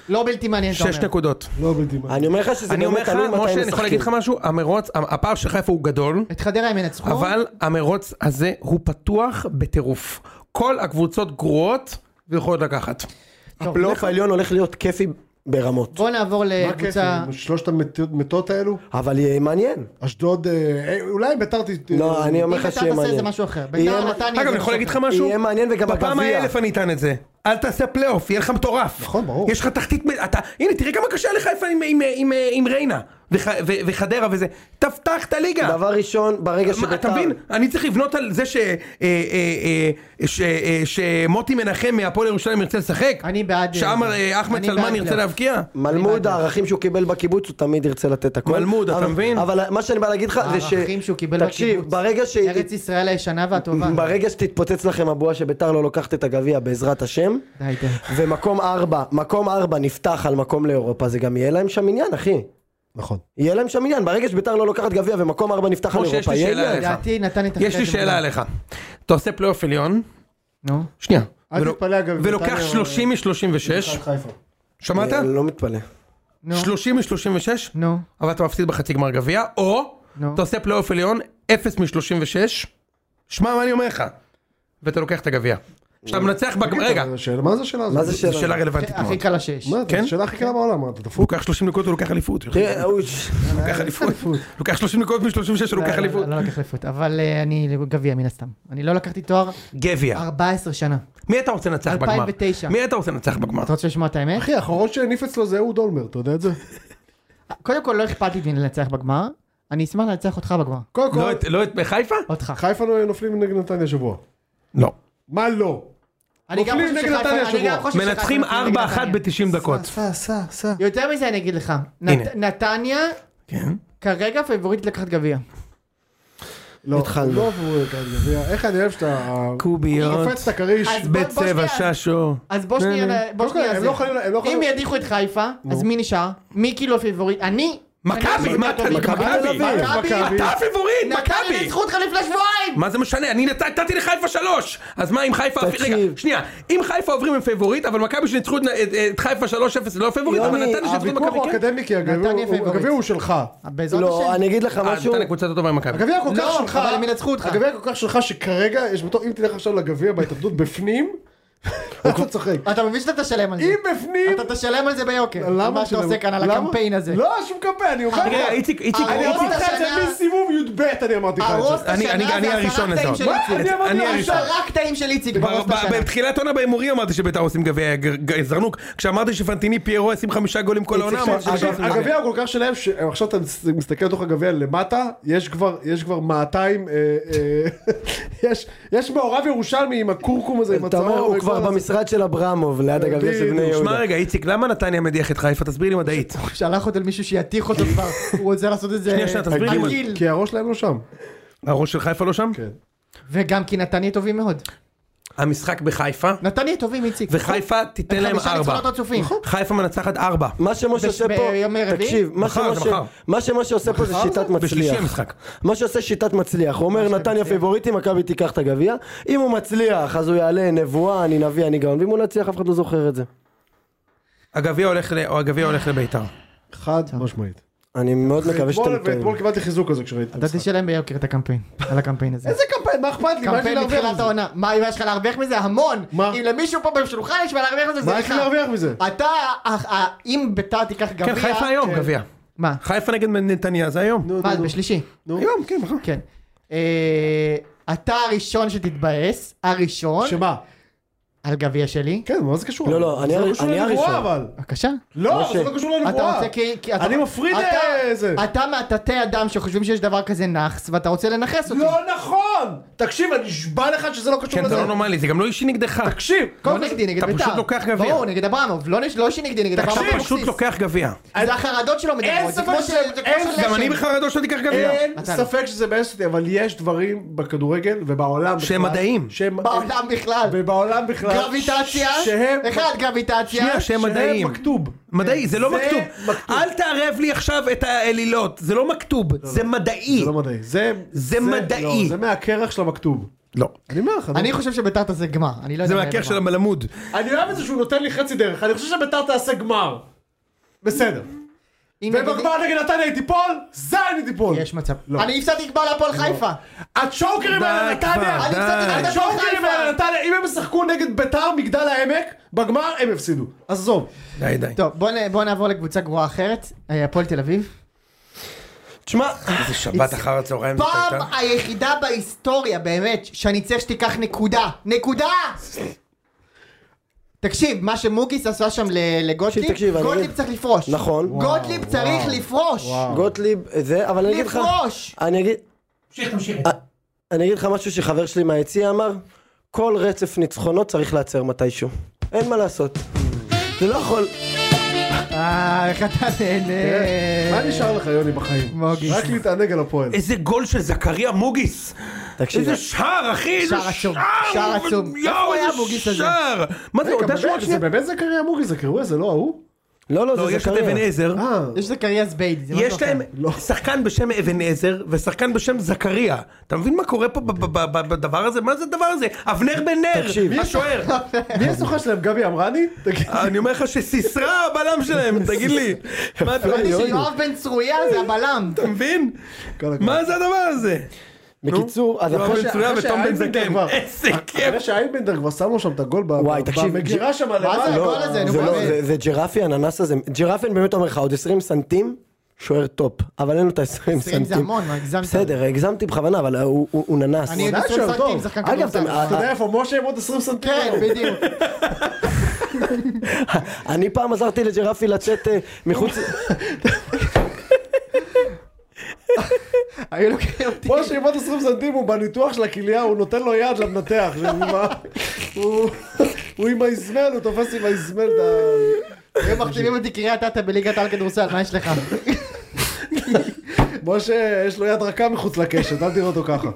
Speaker 1: לא בלתי מעניין, אתה אומר.
Speaker 2: שש נקודות.
Speaker 3: לא בלתי מה.
Speaker 4: אני אומר לך שזה
Speaker 2: אני אומר
Speaker 4: באמת
Speaker 2: לך,
Speaker 4: תלוי מתי הם
Speaker 2: משה, אני יכול להגיד
Speaker 4: משחקים.
Speaker 2: לך משהו? המרוץ, הפער של חיפה הוא גדול,
Speaker 1: את חדרה הם ינצחו.
Speaker 2: אבל המרוץ הזה הוא פתוח בטירוף. כל הקבוצות גרועות ויכולות לקחת.
Speaker 1: טוב,
Speaker 4: הפלייאוף העליון הולך להיות כיפי ברמות.
Speaker 1: בוא נעבור
Speaker 3: מה הכיף?
Speaker 1: לקבוצה...
Speaker 4: לא
Speaker 3: שלושת המתות האלו?
Speaker 4: אבל יהיה מעניין.
Speaker 3: אשדוד, אה, אה, אולי ביתר ת...
Speaker 4: לא, אני
Speaker 1: אם
Speaker 4: אומר
Speaker 1: אתה
Speaker 4: לך שיהיה
Speaker 1: תעשה זה
Speaker 4: מעניין.
Speaker 1: משהו אחר.
Speaker 4: יהיה
Speaker 1: ביתר
Speaker 4: מע-
Speaker 1: נתניה...
Speaker 2: אגב,
Speaker 1: זה
Speaker 2: אני יכול
Speaker 1: משהו
Speaker 2: להגיד לך
Speaker 1: אחר.
Speaker 2: משהו?
Speaker 4: יהיה מעניין וגם
Speaker 2: בפעם
Speaker 4: הגביע.
Speaker 2: האלף אני אטען את זה. אל תעשה פלייאוף, יהיה לך מטורף.
Speaker 3: נכון, ברור.
Speaker 2: יש לך תחתית, מ- אתה, הנה, תראה כמה קשה לחיפה עם- עם- עם- עם ריינה וח- ו- וחדרה וזה. תפתח את הליגה.
Speaker 4: דבר ראשון, ברגע
Speaker 2: מה,
Speaker 4: שביתר...
Speaker 2: אתה מבין? אני צריך לבנות על זה ש- אה, אה, אה, ש- אה, שמוטי מנחם מהפועל ירושלים ירצה לשחק?
Speaker 1: אני בעד... אה,
Speaker 2: שאמר אה, אחמד
Speaker 1: אני
Speaker 2: סלמן
Speaker 1: בעד לא.
Speaker 2: ירצה
Speaker 1: פלייאוף.
Speaker 2: להבקיע?
Speaker 1: אני
Speaker 4: מלמוד
Speaker 1: בעד.
Speaker 4: הערכים שהוא קיבל בקיבוץ הוא תמיד ירצה לתת הכל.
Speaker 2: מלמוד, אתה
Speaker 4: אבל-
Speaker 2: מבין?
Speaker 4: אבל מה שאני בא להגיד לך זה ש...
Speaker 1: הערכים שהוא קיבל
Speaker 4: תקשיב,
Speaker 1: בקיבוץ.
Speaker 4: ברגע ש...
Speaker 1: ארץ ישראל הישנה והטובה.
Speaker 4: ברגע שתתפוצץ לכם הבועה שביתר לא לוקחת את הגביע בעזרת השם,
Speaker 1: די, די.
Speaker 4: ומקום ארבע, מקום ארבע נפתח על מקום לאירופה, זה גם יהיה להם שם עניין, אחי.
Speaker 3: נכון.
Speaker 4: יהיה להם שם עניין, ברגע שביתר לא לוקחת גביע ומקום ארבע נפתח על
Speaker 2: משה, יש
Speaker 4: אירופה,
Speaker 2: לי
Speaker 4: יהיה
Speaker 2: שאלה
Speaker 4: עניין.
Speaker 2: אליך.
Speaker 1: לדעתי נתן את
Speaker 2: אה, יש לי שאלה עליך. אתה עושה פלייאוף עליון,
Speaker 1: נו.
Speaker 2: שנייה.
Speaker 1: אל
Speaker 2: ולו-
Speaker 1: תתפלא, אגב, אה, אם
Speaker 2: ולוקח
Speaker 1: נתניה או-
Speaker 2: 30 מ-36,
Speaker 3: מכבי חיפה.
Speaker 2: שמעת?
Speaker 4: אה, לא מתפלא.
Speaker 1: נו.
Speaker 2: 30 מ-36,
Speaker 1: נו.
Speaker 2: אבל אתה מפסיד בחצי גמר גביע, או
Speaker 1: נו.
Speaker 2: אתה עושה פלייאוף עליון 0 מ-36, שמע מה אני אומר לך, ואתה לוקח את הגביע. כשאתה מנצח בגמר, רגע,
Speaker 3: כן, השאלה- מה זה השאלה הזאת?
Speaker 4: מה זה שאלה?
Speaker 2: זו שאלה רלוונטית מאוד.
Speaker 1: הכי קל לשש. אה,
Speaker 3: מה זה?
Speaker 2: כן?
Speaker 3: השאלה הכי קלה בעולם, מה, אתה דפוק?
Speaker 2: הוא לוקח 30 נקודות, הוא לוקח אליפות. הוא
Speaker 4: תראה, הוא-
Speaker 2: לוקח אליפות. לוקח 30 נקודות מ-36, הוא
Speaker 1: לא,
Speaker 2: לוקח
Speaker 1: לא,
Speaker 2: אליפות.
Speaker 1: לא לא לקח אליפות, אבל אה, אני גביע מן הסתם. אני לא לקחתי תואר
Speaker 2: גביע.
Speaker 1: 14 שנה.
Speaker 2: מי אתה רוצה לנצח בגמר?
Speaker 1: 2009.
Speaker 2: מי אתה רוצה לנצח בגמר?
Speaker 1: אתה רוצה לשמוע את האמת?
Speaker 3: אחי, האחרון שהניף אצלו זה אהוד אולמר, אתה יודע את זה?
Speaker 1: קודם כל לא אכפת לי לנצח בגמר, אני אשמח לנצח אותך בגמר.
Speaker 3: קודם כל,
Speaker 2: לא את- לא את בחיפה?
Speaker 1: אותך.
Speaker 3: חיפה לא נופלים נגד נתניה השבוע.
Speaker 2: לא.
Speaker 3: מה לא?
Speaker 1: אני גם
Speaker 3: נופלים
Speaker 1: חושב
Speaker 3: נגד
Speaker 1: שחיפה-
Speaker 3: נתניה
Speaker 1: אני גם
Speaker 3: השבוע.
Speaker 1: חושב שחיפה
Speaker 2: מנצחים
Speaker 1: נופלים נגד
Speaker 2: 4-1
Speaker 1: נתניה.
Speaker 2: ב-90 דקות.
Speaker 3: סע, סע, סע.
Speaker 1: יותר מזה אני אגיד לך, נת-
Speaker 2: הנה.
Speaker 1: נתניה
Speaker 2: כן.
Speaker 1: כרגע פייבוריטית לקחת גביע.
Speaker 3: לא,
Speaker 4: התחלנו.
Speaker 3: לא עברו את הגביע. איך אני אוהב שאתה...
Speaker 2: קוביות,
Speaker 3: חופץ את הכריש.
Speaker 1: אז בוא- בוא
Speaker 2: בצבע
Speaker 1: שנייה.
Speaker 2: ששו.
Speaker 1: אז בוא שנייה, בוא
Speaker 3: כן, קודם כל,
Speaker 1: שנייה,
Speaker 3: הם
Speaker 1: זה.
Speaker 3: לא יכולים... הם לא
Speaker 1: אם
Speaker 3: יכולים-
Speaker 1: ידיחו את חיפה, אז מי נשאר? מי כאילו הפייבוריט? אני?
Speaker 2: מכבי, מה אתה,
Speaker 1: מכבי
Speaker 4: תל
Speaker 2: מכבי,
Speaker 4: אביב.
Speaker 1: מכבי.
Speaker 2: אתה הפיבורית,
Speaker 1: נתניה
Speaker 2: מכבי.
Speaker 1: ניצחו אותך לפני שבועיים!
Speaker 2: מה זה משנה? אני נת- נתתי לחיפה שלוש! אז מה אם חיפה...
Speaker 4: תקשיב.
Speaker 2: רגע, שנייה. אם חיפה עוברים הם פייבוריט, אבל מכבי שניצחו את- את- את חיפה שלוש אפס, זה לא פייבוריט, אבל
Speaker 4: יוני,
Speaker 2: נתניה שניצחו את
Speaker 3: הוויכוח
Speaker 2: מכבי
Speaker 3: הוא
Speaker 2: כן.
Speaker 3: אקדמי, כי הגביע
Speaker 1: נתניה
Speaker 3: הוא-
Speaker 1: פייבוריט.
Speaker 3: הגביע הוא שלך.
Speaker 1: בעזרת
Speaker 4: לא,
Speaker 1: השם.
Speaker 4: אני אגיד לך
Speaker 2: אה,
Speaker 4: משהו.
Speaker 2: נתניה קבוצה יותר טובה ממכבי.
Speaker 3: הגביע כל כך
Speaker 1: לא,
Speaker 3: שלך.
Speaker 1: אבל הם ינצחו אותך.
Speaker 3: הגביע כל כך שלך שכרגע, יש בתור, אם תלך עכשיו לגביע בהתאחדות בפנים, אתה צוחק.
Speaker 1: אתה מבין שאתה תשלם על זה.
Speaker 3: אם בפנים...
Speaker 1: אתה תשלם על זה ביוקר.
Speaker 3: למה
Speaker 1: מה שאתה
Speaker 3: שלא-
Speaker 1: עושה כאן על
Speaker 3: למה?
Speaker 1: הקמפיין הזה.
Speaker 3: לא, שום קמפיין, אני אומר
Speaker 2: תראה,
Speaker 3: לך.
Speaker 2: איציק, איציק,
Speaker 1: אני
Speaker 3: אני
Speaker 2: איציק-
Speaker 3: אמרתי לך את
Speaker 1: השנה-
Speaker 3: זה מסיבוב י"ב, אני אמרתי לך את
Speaker 1: הרוס
Speaker 3: זה.
Speaker 1: את השנה
Speaker 2: אני- אני- אני
Speaker 1: זה
Speaker 2: הראשון
Speaker 1: עשרה קטעים
Speaker 2: לזהות.
Speaker 1: של
Speaker 3: מה?
Speaker 1: איציק.
Speaker 3: אני אמרתי
Speaker 2: אני
Speaker 3: לך
Speaker 2: הראשון.
Speaker 3: עכשיו.
Speaker 1: עשרה קטעים של איציק
Speaker 2: ב-
Speaker 1: בראש
Speaker 2: ב-
Speaker 1: השנה.
Speaker 2: בתחילת עונה בהימורים אמרתי שביתר עושים גביע ג- ג- זרנוק. כשאמרתי שפנטיני פיירו ישים חמישה גולים כל העונה, אמרתי
Speaker 3: עכשיו,
Speaker 2: שביתר עושים גביע.
Speaker 3: הגביע הוא כל כך שלהם, שעכשיו אתה מס- מסתכל לתוך הגביע למטה, יש כבר, יש כבר 200, אה, אה, יש, יש מעורב ירושלמי עם הכורכום הזה, עם
Speaker 4: אתה
Speaker 3: הצהוב.
Speaker 4: אומר, הוא
Speaker 3: וכל
Speaker 4: כבר
Speaker 3: הזה.
Speaker 4: במשרד של אברמוב, ליד הגביע של בני
Speaker 3: בדיוק.
Speaker 2: שמע
Speaker 4: יהודה.
Speaker 2: רגע, איציק, למה נתניה מדיח את חיפה? תסביר לי מדעית.
Speaker 1: שלח אותו למישהו שיתיך אותו כבר. הוא רוצה לעשות את זה
Speaker 2: שנייה, שנייה, תסביר לי מה זה.
Speaker 1: עגיל.
Speaker 3: כי הראש שלהם לא שם.
Speaker 2: הראש של חיפה לא שם?
Speaker 3: כן.
Speaker 1: וגם כי נתניה טובים מאוד.
Speaker 2: המשחק בחיפה,
Speaker 1: נתניה טובים איציק.
Speaker 2: וחיפה תיתן להם
Speaker 1: חמישה
Speaker 2: ארבע.
Speaker 1: ניצחונות רצופים.
Speaker 3: נכון.
Speaker 2: חיפה מנצחת ארבע.
Speaker 4: מה שמשה
Speaker 1: ב-
Speaker 4: עושה
Speaker 1: ביום
Speaker 4: פה,
Speaker 1: רביעי?
Speaker 4: תקשיב, מה
Speaker 2: מחר, זה
Speaker 4: שמשה-
Speaker 2: מחר.
Speaker 4: מה שמשה עושה פה זה שיטת
Speaker 2: בשלישי
Speaker 4: מצליח.
Speaker 2: המשחק.
Speaker 4: מה שעושה שיטת מצליח, הוא אומר נתניה פיבוריטי, מכבי תיקח את הגביע, אם הוא מצליח אז הוא יעלה נבואה, אני נביא, אני גאון, ואם הוא לא יצליח אף אחד לא זוכר את זה.
Speaker 2: הגביע הולך ל- או הגביע הולך לביתר.
Speaker 3: חד משמעית.
Speaker 4: אני מאוד מקווה
Speaker 3: אתמול
Speaker 4: שאתם טועים.
Speaker 3: ואתמול קיבלתי חיזוק כזה כשראיתי את
Speaker 1: אתה
Speaker 3: המשחק.
Speaker 1: תשלם ביוקר את הקמפיין. על הקמפיין הזה.
Speaker 3: איזה קמפיין, מה אכפת לי? מה יש לי
Speaker 1: קמפיין
Speaker 3: להרוויח
Speaker 1: מתחילת
Speaker 3: מזה?
Speaker 1: העונה. מה אם יש לך להרוויח מזה? המון.
Speaker 3: מה?
Speaker 1: אם למישהו פה בשולחן יש מה להרוויח מזה, זה לך.
Speaker 3: מה יש לי להרוויח מזה?
Speaker 1: אתה, אה, אה, אם ביתר תיקח גביע...
Speaker 2: כן, חיפה היום גביע.
Speaker 1: מה?
Speaker 2: חיפה נגד נתניה זה היום.
Speaker 3: נו,
Speaker 1: מה,
Speaker 3: נו, נו.
Speaker 1: בשלישי?
Speaker 2: היום, כן,
Speaker 3: נכון.
Speaker 2: מחר.
Speaker 1: כן. אה, אתה הראשון שתתבאס, הראשון,
Speaker 3: שמה?
Speaker 1: על גביע שלי.
Speaker 3: כן, מה זה קשור?
Speaker 4: לא, לא, אני
Speaker 3: זה
Speaker 4: הר-
Speaker 3: לא קשור
Speaker 4: אני
Speaker 3: לנבואה
Speaker 4: הראשון.
Speaker 3: אבל.
Speaker 1: בבקשה.
Speaker 3: לא,
Speaker 4: משה.
Speaker 3: זה לא קשור
Speaker 1: אתה
Speaker 3: לנבואה.
Speaker 1: רוצה כי... כי אתה-
Speaker 3: אני מפריד
Speaker 1: אתה-
Speaker 3: אה, זה.
Speaker 1: אתה מהתתי אדם שחושבים שיש דבר כזה נאחס, ואתה רוצה לנכס אותי.
Speaker 3: לא נכון! תקשיב, אני נשבע לך שזה לא קשור
Speaker 2: כן, זה
Speaker 3: לזה.
Speaker 2: לא נורמלי, זה גם לא אישי נגדך.
Speaker 3: תקשיב,
Speaker 1: לא נגדי, נגד
Speaker 2: אתה
Speaker 1: בית"ר.
Speaker 2: פשוט לוקח גביע.
Speaker 1: ברור, נגד אברמוב. לא נש- לא שנגדי, נגד
Speaker 2: אתה
Speaker 1: אברמוב.
Speaker 2: פשוט
Speaker 1: אבוקסיס.
Speaker 2: לוקח גביע.
Speaker 1: זה החרדות שלו מדברות.
Speaker 3: אין
Speaker 1: זה
Speaker 3: ספק
Speaker 1: כמו
Speaker 3: שזה-
Speaker 1: של- זה כמו
Speaker 3: אין-
Speaker 1: של
Speaker 2: גם
Speaker 1: לשם.
Speaker 2: אני בחרדות שלא תיקח גביע.
Speaker 3: אין
Speaker 1: אתה
Speaker 3: ספק שזה מעניין אותי, אבל יש דברים בכדורגל ובעולם
Speaker 2: שהם
Speaker 3: בכלל,
Speaker 2: מדעים.
Speaker 3: שהם-
Speaker 1: בעולם בכלל.
Speaker 3: ובעולם בכלל.
Speaker 1: גרביטציה.
Speaker 3: שהם...
Speaker 1: אחד גרביטציה.
Speaker 2: שנייה, שהם מדעיים.
Speaker 3: מכתוב.
Speaker 2: מדעי, זה לא
Speaker 3: כן, זה
Speaker 2: מכתוב.
Speaker 3: מכתוב.
Speaker 2: אל תערב לי עכשיו את האלילות, זה לא מכתוב, זה מדעי.
Speaker 3: זה לא מדעי. זה...
Speaker 2: זה מדעי.
Speaker 3: לא, זה מהקרח של המכתוב.
Speaker 2: לא.
Speaker 3: אני אומר לך.
Speaker 1: אני חושב שביתר תעשה גמר. אני לא יודע
Speaker 2: זה
Speaker 1: מה יהיה
Speaker 2: מהכיח
Speaker 1: בגמר.
Speaker 2: של המלמוד.
Speaker 3: אני אוהב את זה שהוא נותן לי חצי דרך. אני חושב שביתר תעשה גמר. בסדר.
Speaker 1: אם נגד-
Speaker 3: ובגמר נגד נתניה היא תיפול, זין היא תיפול.
Speaker 1: יש מצב.
Speaker 3: לא.
Speaker 1: אני הפסדתי גמר להפועל חיפה.
Speaker 3: הצ'וקרים האלה
Speaker 2: די כבר,
Speaker 3: נתניה,
Speaker 1: אני קצת
Speaker 2: די.
Speaker 1: התעצבנתי.
Speaker 3: הצ'וקרים האלה נתניה, אם הם ישחקו נגד ביתר מגדל העמק, בגמר הם יפסידו. עזוב.
Speaker 2: די, די.
Speaker 1: טוב, בוא נ- בוא נעבור לקבוצה גרועה אחרת. אה, הפועל תל אביב.
Speaker 4: תשמע,
Speaker 2: איזה שבת אחר הצהריים זאת
Speaker 1: פעם
Speaker 2: הייתה.
Speaker 1: היחידה בהיסטוריה, באמת, שאני צריך שתיקח נקודה. נקודה! תקשיב, מה שמוגיס עשה שם ל- לגוטליב,
Speaker 4: תקשיב, תקשיב, אני
Speaker 1: גוטליב
Speaker 4: אגיד-
Speaker 1: צריך לפרוש.
Speaker 4: נכון.
Speaker 1: גוטליב צריך לפרוש.
Speaker 4: גוטליב, זה, אבל אני אגיד לך,
Speaker 1: לפרוש!
Speaker 4: אני אגיד, אה, אני אגיד לך משהו שחבר שלי מהיציע אמר, כל רצף ניצחונות צריך להיעצר מתישהו, אין מה לעשות. זה לא יכול,
Speaker 1: אה, איך אתה
Speaker 3: אה, מה
Speaker 1: נהנה.
Speaker 3: נשאר לך יוני בחיים?
Speaker 1: מוגיס.
Speaker 3: רק להתענג על הפועל.
Speaker 2: איזה גול של זכריה מוגיס!
Speaker 4: תקשיב,
Speaker 2: איזה שער, אחי! איזה
Speaker 1: שער עצום, שער עצום. איפה
Speaker 2: יואו,
Speaker 1: היה
Speaker 2: איזה
Speaker 1: מוגיס הזה?
Speaker 2: שער! מה זה,
Speaker 3: רגע,
Speaker 2: אותה
Speaker 3: באמת,
Speaker 2: שעה
Speaker 3: זה
Speaker 2: שנייה?
Speaker 3: באמת זכריה מוגי, זכרויה, זה לא ההוא?
Speaker 4: לא, לא,
Speaker 2: לא,
Speaker 4: זה
Speaker 2: יש את אבן
Speaker 4: זכריה.
Speaker 2: עזר.
Speaker 3: אה,
Speaker 1: יש זכריה זביידי, זה משהו
Speaker 2: יש
Speaker 1: אחר.
Speaker 2: להם
Speaker 3: לא.
Speaker 2: שחקן בשם אבן עזר ושחקן בשם זכריה. אתה מבין מה קורה פה ב- ב- ב- בדבר הזה? מה זה הדבר הזה? אבנר בן
Speaker 4: תקשיב.
Speaker 2: נר,
Speaker 4: מי
Speaker 2: השוער.
Speaker 3: מי הסוכן שלהם? גבי אמרני? תגיד.
Speaker 2: אני אומר לך שסיסרא הבלם שלהם, תגיד לי. מה אתה לא
Speaker 1: אמרתי
Speaker 3: יואי.
Speaker 1: שיואב בן צרויה זה הבלם.
Speaker 2: אתה מבין?
Speaker 3: כל הכבוד.
Speaker 2: מה זה הדבר הזה?
Speaker 4: בקיצור, אז
Speaker 2: יואב
Speaker 4: אחרי
Speaker 2: בן
Speaker 4: ש...
Speaker 2: צרויה
Speaker 3: אחרי
Speaker 2: ותום בן
Speaker 3: שאייבנדר
Speaker 2: זקן.
Speaker 3: כבר-
Speaker 2: איזה כיף.
Speaker 3: אחרי שאיינבנדר כבר שם לו שם את הגול ב-
Speaker 4: וואי,
Speaker 3: ב-
Speaker 4: תקשיב,
Speaker 3: במגירה שם
Speaker 1: מה זה
Speaker 3: למעלה.
Speaker 1: הגול הזה? נו,
Speaker 4: זה לא,
Speaker 1: באמת.
Speaker 4: זה- זה ג'רפי הננס הזה, ג'רפי אני באמת אומר לך עוד 20 סנטים, שוער טופ, אבל אין לו את ה-20 סנטים.
Speaker 1: זה המון, מה, הגזמת?
Speaker 4: בסדר, הגזמתי בכוונה, אבל אה, הוא- הוא הוא ננס.
Speaker 1: אני עוד
Speaker 3: עדיין
Speaker 1: עשרים
Speaker 3: שוער
Speaker 1: סנטים,
Speaker 3: טוב.
Speaker 1: שחקן
Speaker 4: אגב,
Speaker 1: כדורסל.
Speaker 4: אתה-
Speaker 3: אתה יודע איפה משה עם עוד 20 סנטים?
Speaker 1: כן, בדיוק.
Speaker 4: אני פעם עזרתי לג'רפי לצאת אה, מחוץ...
Speaker 1: היו לוקחים אותי.
Speaker 3: משה עם עוד 20 סנטים הוא בניתוח של הכליה, הוא נותן לו יד למנתח. זה מה- הוא- הוא עם האיזמל, הוא תופס עם האיזמל את ה...
Speaker 1: היו מחתימים אותי קריית אתא בליגת העל כדורסל, מה יש לך?
Speaker 3: משה, יש לו יד רכה מחוץ לקשת, אל תראה אותו ככה.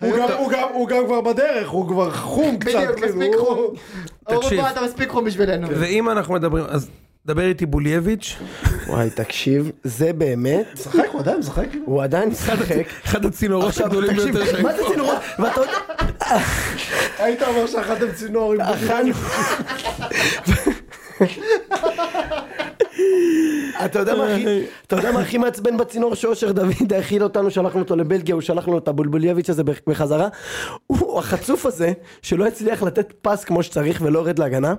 Speaker 3: הוא גם- הוא גם- הוא גם כבר בדרך, הוא כבר חום קצת.
Speaker 1: בדיוק,
Speaker 3: כאילו,
Speaker 1: מספיק
Speaker 3: הוא-
Speaker 1: חום.
Speaker 2: תקשיב.
Speaker 1: אורבו אתה מספיק חום בשבילנו.
Speaker 2: ואם אנחנו מדברים, אז דבר איתי בולייביץ',
Speaker 4: וואי, תקשיב, זה באמת,
Speaker 3: משחק, הוא עדיין משחק?
Speaker 4: הוא עדיין משחק.
Speaker 2: אחד הצינורות
Speaker 4: עכשיו,
Speaker 2: הגדולים
Speaker 4: תקשיב,
Speaker 2: ביותר שהיו.
Speaker 4: מה זה צינורות? ואתה עוד...
Speaker 3: היית אומר שאכלתם צינור עם...
Speaker 4: אכלנו. אתה יודע מה הכי, אתה יודע מה הכי מעצבן בצינור שאושר דוד האכיל אותנו, שלחנו אותו לבלגיה, הוא שלחנו לו את הבולבוליאביץ' הזה בחזרה. הוא החצוף הזה, שלא הצליח לתת פס כמו שצריך ולא יורד להגנה.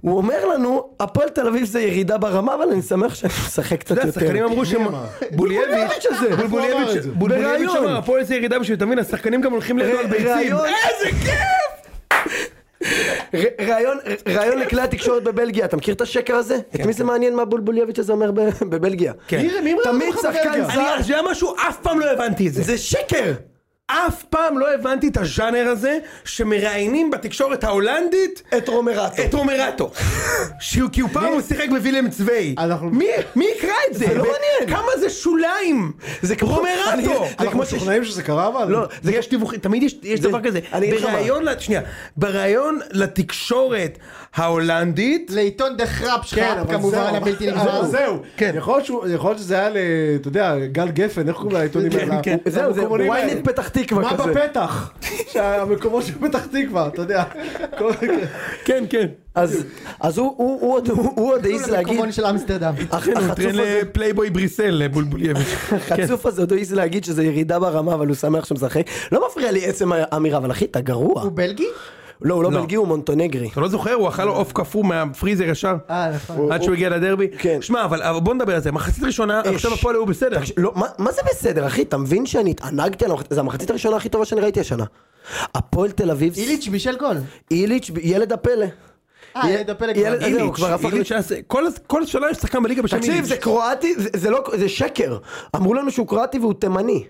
Speaker 4: הוא אומר לנו, הפועל תל אביב זה ירידה ברמה, אבל אני שמח שאני משחק קצת
Speaker 2: אתה יודע,
Speaker 4: יותר.
Speaker 2: השחקנים אמרו שהם...
Speaker 3: אמר?
Speaker 2: בולייביץ'
Speaker 4: בולייביץ' הזה.
Speaker 2: בול-
Speaker 3: הוא אמר את
Speaker 2: בולייביץ'
Speaker 3: זה.
Speaker 2: בולייביץ'
Speaker 4: בריאיון.
Speaker 2: אמר, הפועל זה ירידה בשביל, אתה מבין, השחקנים גם הולכים לידו
Speaker 4: אה,
Speaker 2: על ביצים.
Speaker 4: בריאיון.
Speaker 2: איזה כיף!
Speaker 4: ר- ראיון- ראיון לכלי התקשורת בבלגיה, אתה מכיר את השקר הזה? את מי זה מעניין מה בולבוליאביץ' הזה אומר ב- בבלגיה?
Speaker 2: כן. מי-
Speaker 3: מי מראה
Speaker 4: תמיד
Speaker 3: אותך
Speaker 4: שחקן
Speaker 3: בבלגיה?
Speaker 4: זר,
Speaker 2: אני, זה היה משהו, אף פעם לא הבנתי את זה.
Speaker 4: זה שקר!
Speaker 2: אף פעם לא הבנתי את הז'אנר הזה, שמראיינים בתקשורת ההולנדית
Speaker 4: את רומרטו.
Speaker 2: את רומרטו. שהוא כי הוא פעם הוא שיחק בווילם צווי.
Speaker 3: אנחנו-
Speaker 2: מי- מי יקרא את זה?
Speaker 4: לא
Speaker 2: ו-
Speaker 4: מעניין.
Speaker 2: כמה זה שוליים! זה כמו רומרטו!
Speaker 4: אני-
Speaker 2: זה
Speaker 3: אנחנו
Speaker 2: כמו ש-
Speaker 3: משוכנעים שזה קרה אבל?
Speaker 2: לא, זה יש דיווחים, תמיד יש, יש
Speaker 4: זה-
Speaker 2: דבר כזה.
Speaker 4: אני אגיד לך מה.
Speaker 2: בריאיון, ל- שנייה, בריאיון לתקשורת ההולנדית,
Speaker 1: לעיתון דה חראפ
Speaker 3: כן,
Speaker 1: שחראפ
Speaker 3: אבל
Speaker 1: כמובן
Speaker 3: זהו.
Speaker 1: הבלתי
Speaker 3: אבל
Speaker 1: נגמר.
Speaker 3: זהו. יכול להיות שהוא- יכול להיות שזה היה ל... אתה יודע, גל גפן, איך קוראים לעיתונים
Speaker 2: כן,
Speaker 3: האלה?
Speaker 2: כן.
Speaker 4: זהו, זה
Speaker 3: המקומונים האלה.
Speaker 4: ynet פתח תקווה
Speaker 3: מה
Speaker 4: כזה.
Speaker 3: בפתח? שהמקומות של פתח תקווה, אתה יודע. כל-
Speaker 2: כן, כן.
Speaker 4: אז- אז הוא- הוא הוא עוד- הוא- הוא עוד העז
Speaker 1: אפילו
Speaker 4: להגיד, אה.
Speaker 1: למקומון של אמסטרדם.
Speaker 4: הח-
Speaker 2: כן,
Speaker 4: החצוף
Speaker 2: טרן
Speaker 4: הזה-
Speaker 2: לפלייבוי בריסל, אה, בולבולייביץ'.
Speaker 4: החצוף הזה עוד העז להגיד שזה ירידה ברמה, אבל הוא שמח שהוא משחק. לא מפריע לי עצם האמירה, אבל אחי, אתה גרוע.
Speaker 1: הוא בלגי?
Speaker 4: לא, הוא לא
Speaker 2: לא.
Speaker 4: בלגי, הוא מונטונגרי.
Speaker 2: אתה לא זוכר? הוא אכל לו עוף קפוא מהפריזר ישר.
Speaker 1: אה, נכון.
Speaker 2: עד שהוא הגיע לדרבי.
Speaker 4: כן.
Speaker 2: שמע, אבל אבל בוא נדבר על זה. מחצית ראשונה, עכשיו הפועל היו בסדר.
Speaker 4: תקשיב, לא, מה- מה זה בסדר, אחי? אתה מבין שאני התענגתי על המחצית? זה המחצית הראשונה הכי טובה שאני ראיתי השנה. הפועל תל אביב,
Speaker 1: איליץ' בישל גול.
Speaker 4: איליץ', ילד הפלא.
Speaker 1: אה, ילד הפלא כבר.
Speaker 4: ילד- זהו,
Speaker 2: איליץ',
Speaker 4: כבר הפך
Speaker 2: איליץ',
Speaker 4: ל-
Speaker 2: היה- כל- כל שנה יש שחקן בליגה בשם
Speaker 4: תקשיב,
Speaker 2: איליץ'.
Speaker 4: זה קרואטי, זה- זה לא, זה שקר. אמרו לנו שהוא קרואטי והוא תימני.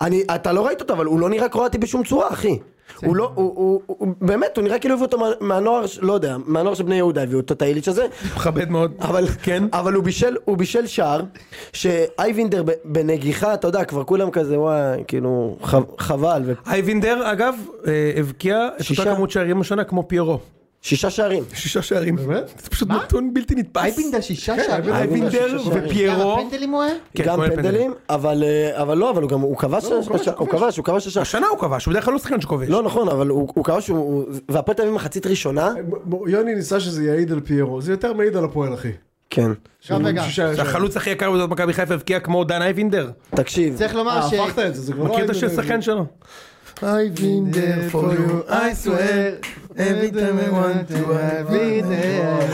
Speaker 4: אני, אתה לא ראית אותו, אבל הוא לא נראה קרואטי בשום צורה, אחי. הוא לא, הוא, הוא, הוא, הוא, באמת, הוא נראה כאילו הביאו אותו מה- מהנוער, ש- לא יודע, מהנוער של בני יהודה הביאו אותו, את האיליץ' הזה,
Speaker 2: מכבד מאוד.
Speaker 4: אבל,
Speaker 2: כן.
Speaker 4: אבל הוא בישל, הוא בישל שער, שאייבינדר ב- בנגיחה, אתה יודע, כבר כולם כזה, וואי, כאילו, ח, חבל,
Speaker 2: אייבינדר, אגב, אה, הבקיע את
Speaker 4: שישה.
Speaker 2: אותה כמות שערים השנה כמו פיירו.
Speaker 4: ושישה שערים.
Speaker 2: שישה שערים.
Speaker 3: באמת?
Speaker 2: זה פשוט נתון בלתי נתפס.
Speaker 1: אייבינדה שישה שערים.
Speaker 3: אייבינדה
Speaker 2: אייבינדר
Speaker 3: שישה שערים.
Speaker 1: כמה
Speaker 2: ופיירו.
Speaker 1: פנדלים הוא היה?
Speaker 2: כן,
Speaker 4: גם
Speaker 2: כולל
Speaker 4: פנדלים, אבל, אה, אבל לא, אבל הוא גם, הוא כבש,
Speaker 3: הוא כבש,
Speaker 4: הוא כבש, הוא כבש השער.
Speaker 2: השנה הוא כבש, הוא בדרך כלל לא שחקן שכובש.
Speaker 4: לא נכון, אבל הוא הוא כבש, הוא- הוא- והפועל תל אביב מחצית ראשונה,
Speaker 3: מ- מ- יוני ניסה שזה יעיד על פיירו, זה יותר מעיד על הפועל אחי. Mm.
Speaker 4: כן.
Speaker 1: גם
Speaker 3: שהוא
Speaker 1: וגם.
Speaker 3: שישה ישר.
Speaker 2: זה החלוץ הכי יקר בזאת מכבי חיפה הבקיע כמו דן אייבינדר.
Speaker 4: תקשיב,
Speaker 1: צריך לומר
Speaker 3: אה,
Speaker 1: ש...
Speaker 3: הפכת את זה, זה כבר לא...
Speaker 2: מכיר את
Speaker 3: אייבנדר.
Speaker 2: השם שחקן שלו?
Speaker 1: Ever for you, אה,
Speaker 2: אה,
Speaker 1: I swear, every time I want to, I'll be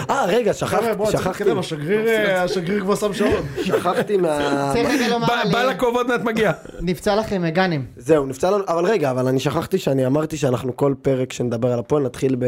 Speaker 1: there.
Speaker 4: אה רגע, שכח-
Speaker 3: חבר'ה, בואו, צריך
Speaker 4: שכחתי,
Speaker 3: להתקדם, השגריר, אה, השגריר כבר שם שעון.
Speaker 4: שכחתי מה...
Speaker 1: צריך רגע לומר,
Speaker 2: בא-
Speaker 1: על-
Speaker 2: בא לקוב עוד מעט מגיע.
Speaker 1: נפצע לכם אה, גאנם.
Speaker 4: זהו, נפצע לנו, אבל רגע, אבל אני שכחתי שאני אמרתי שאנחנו כל פרק שנדבר על הפועל נתחיל ב...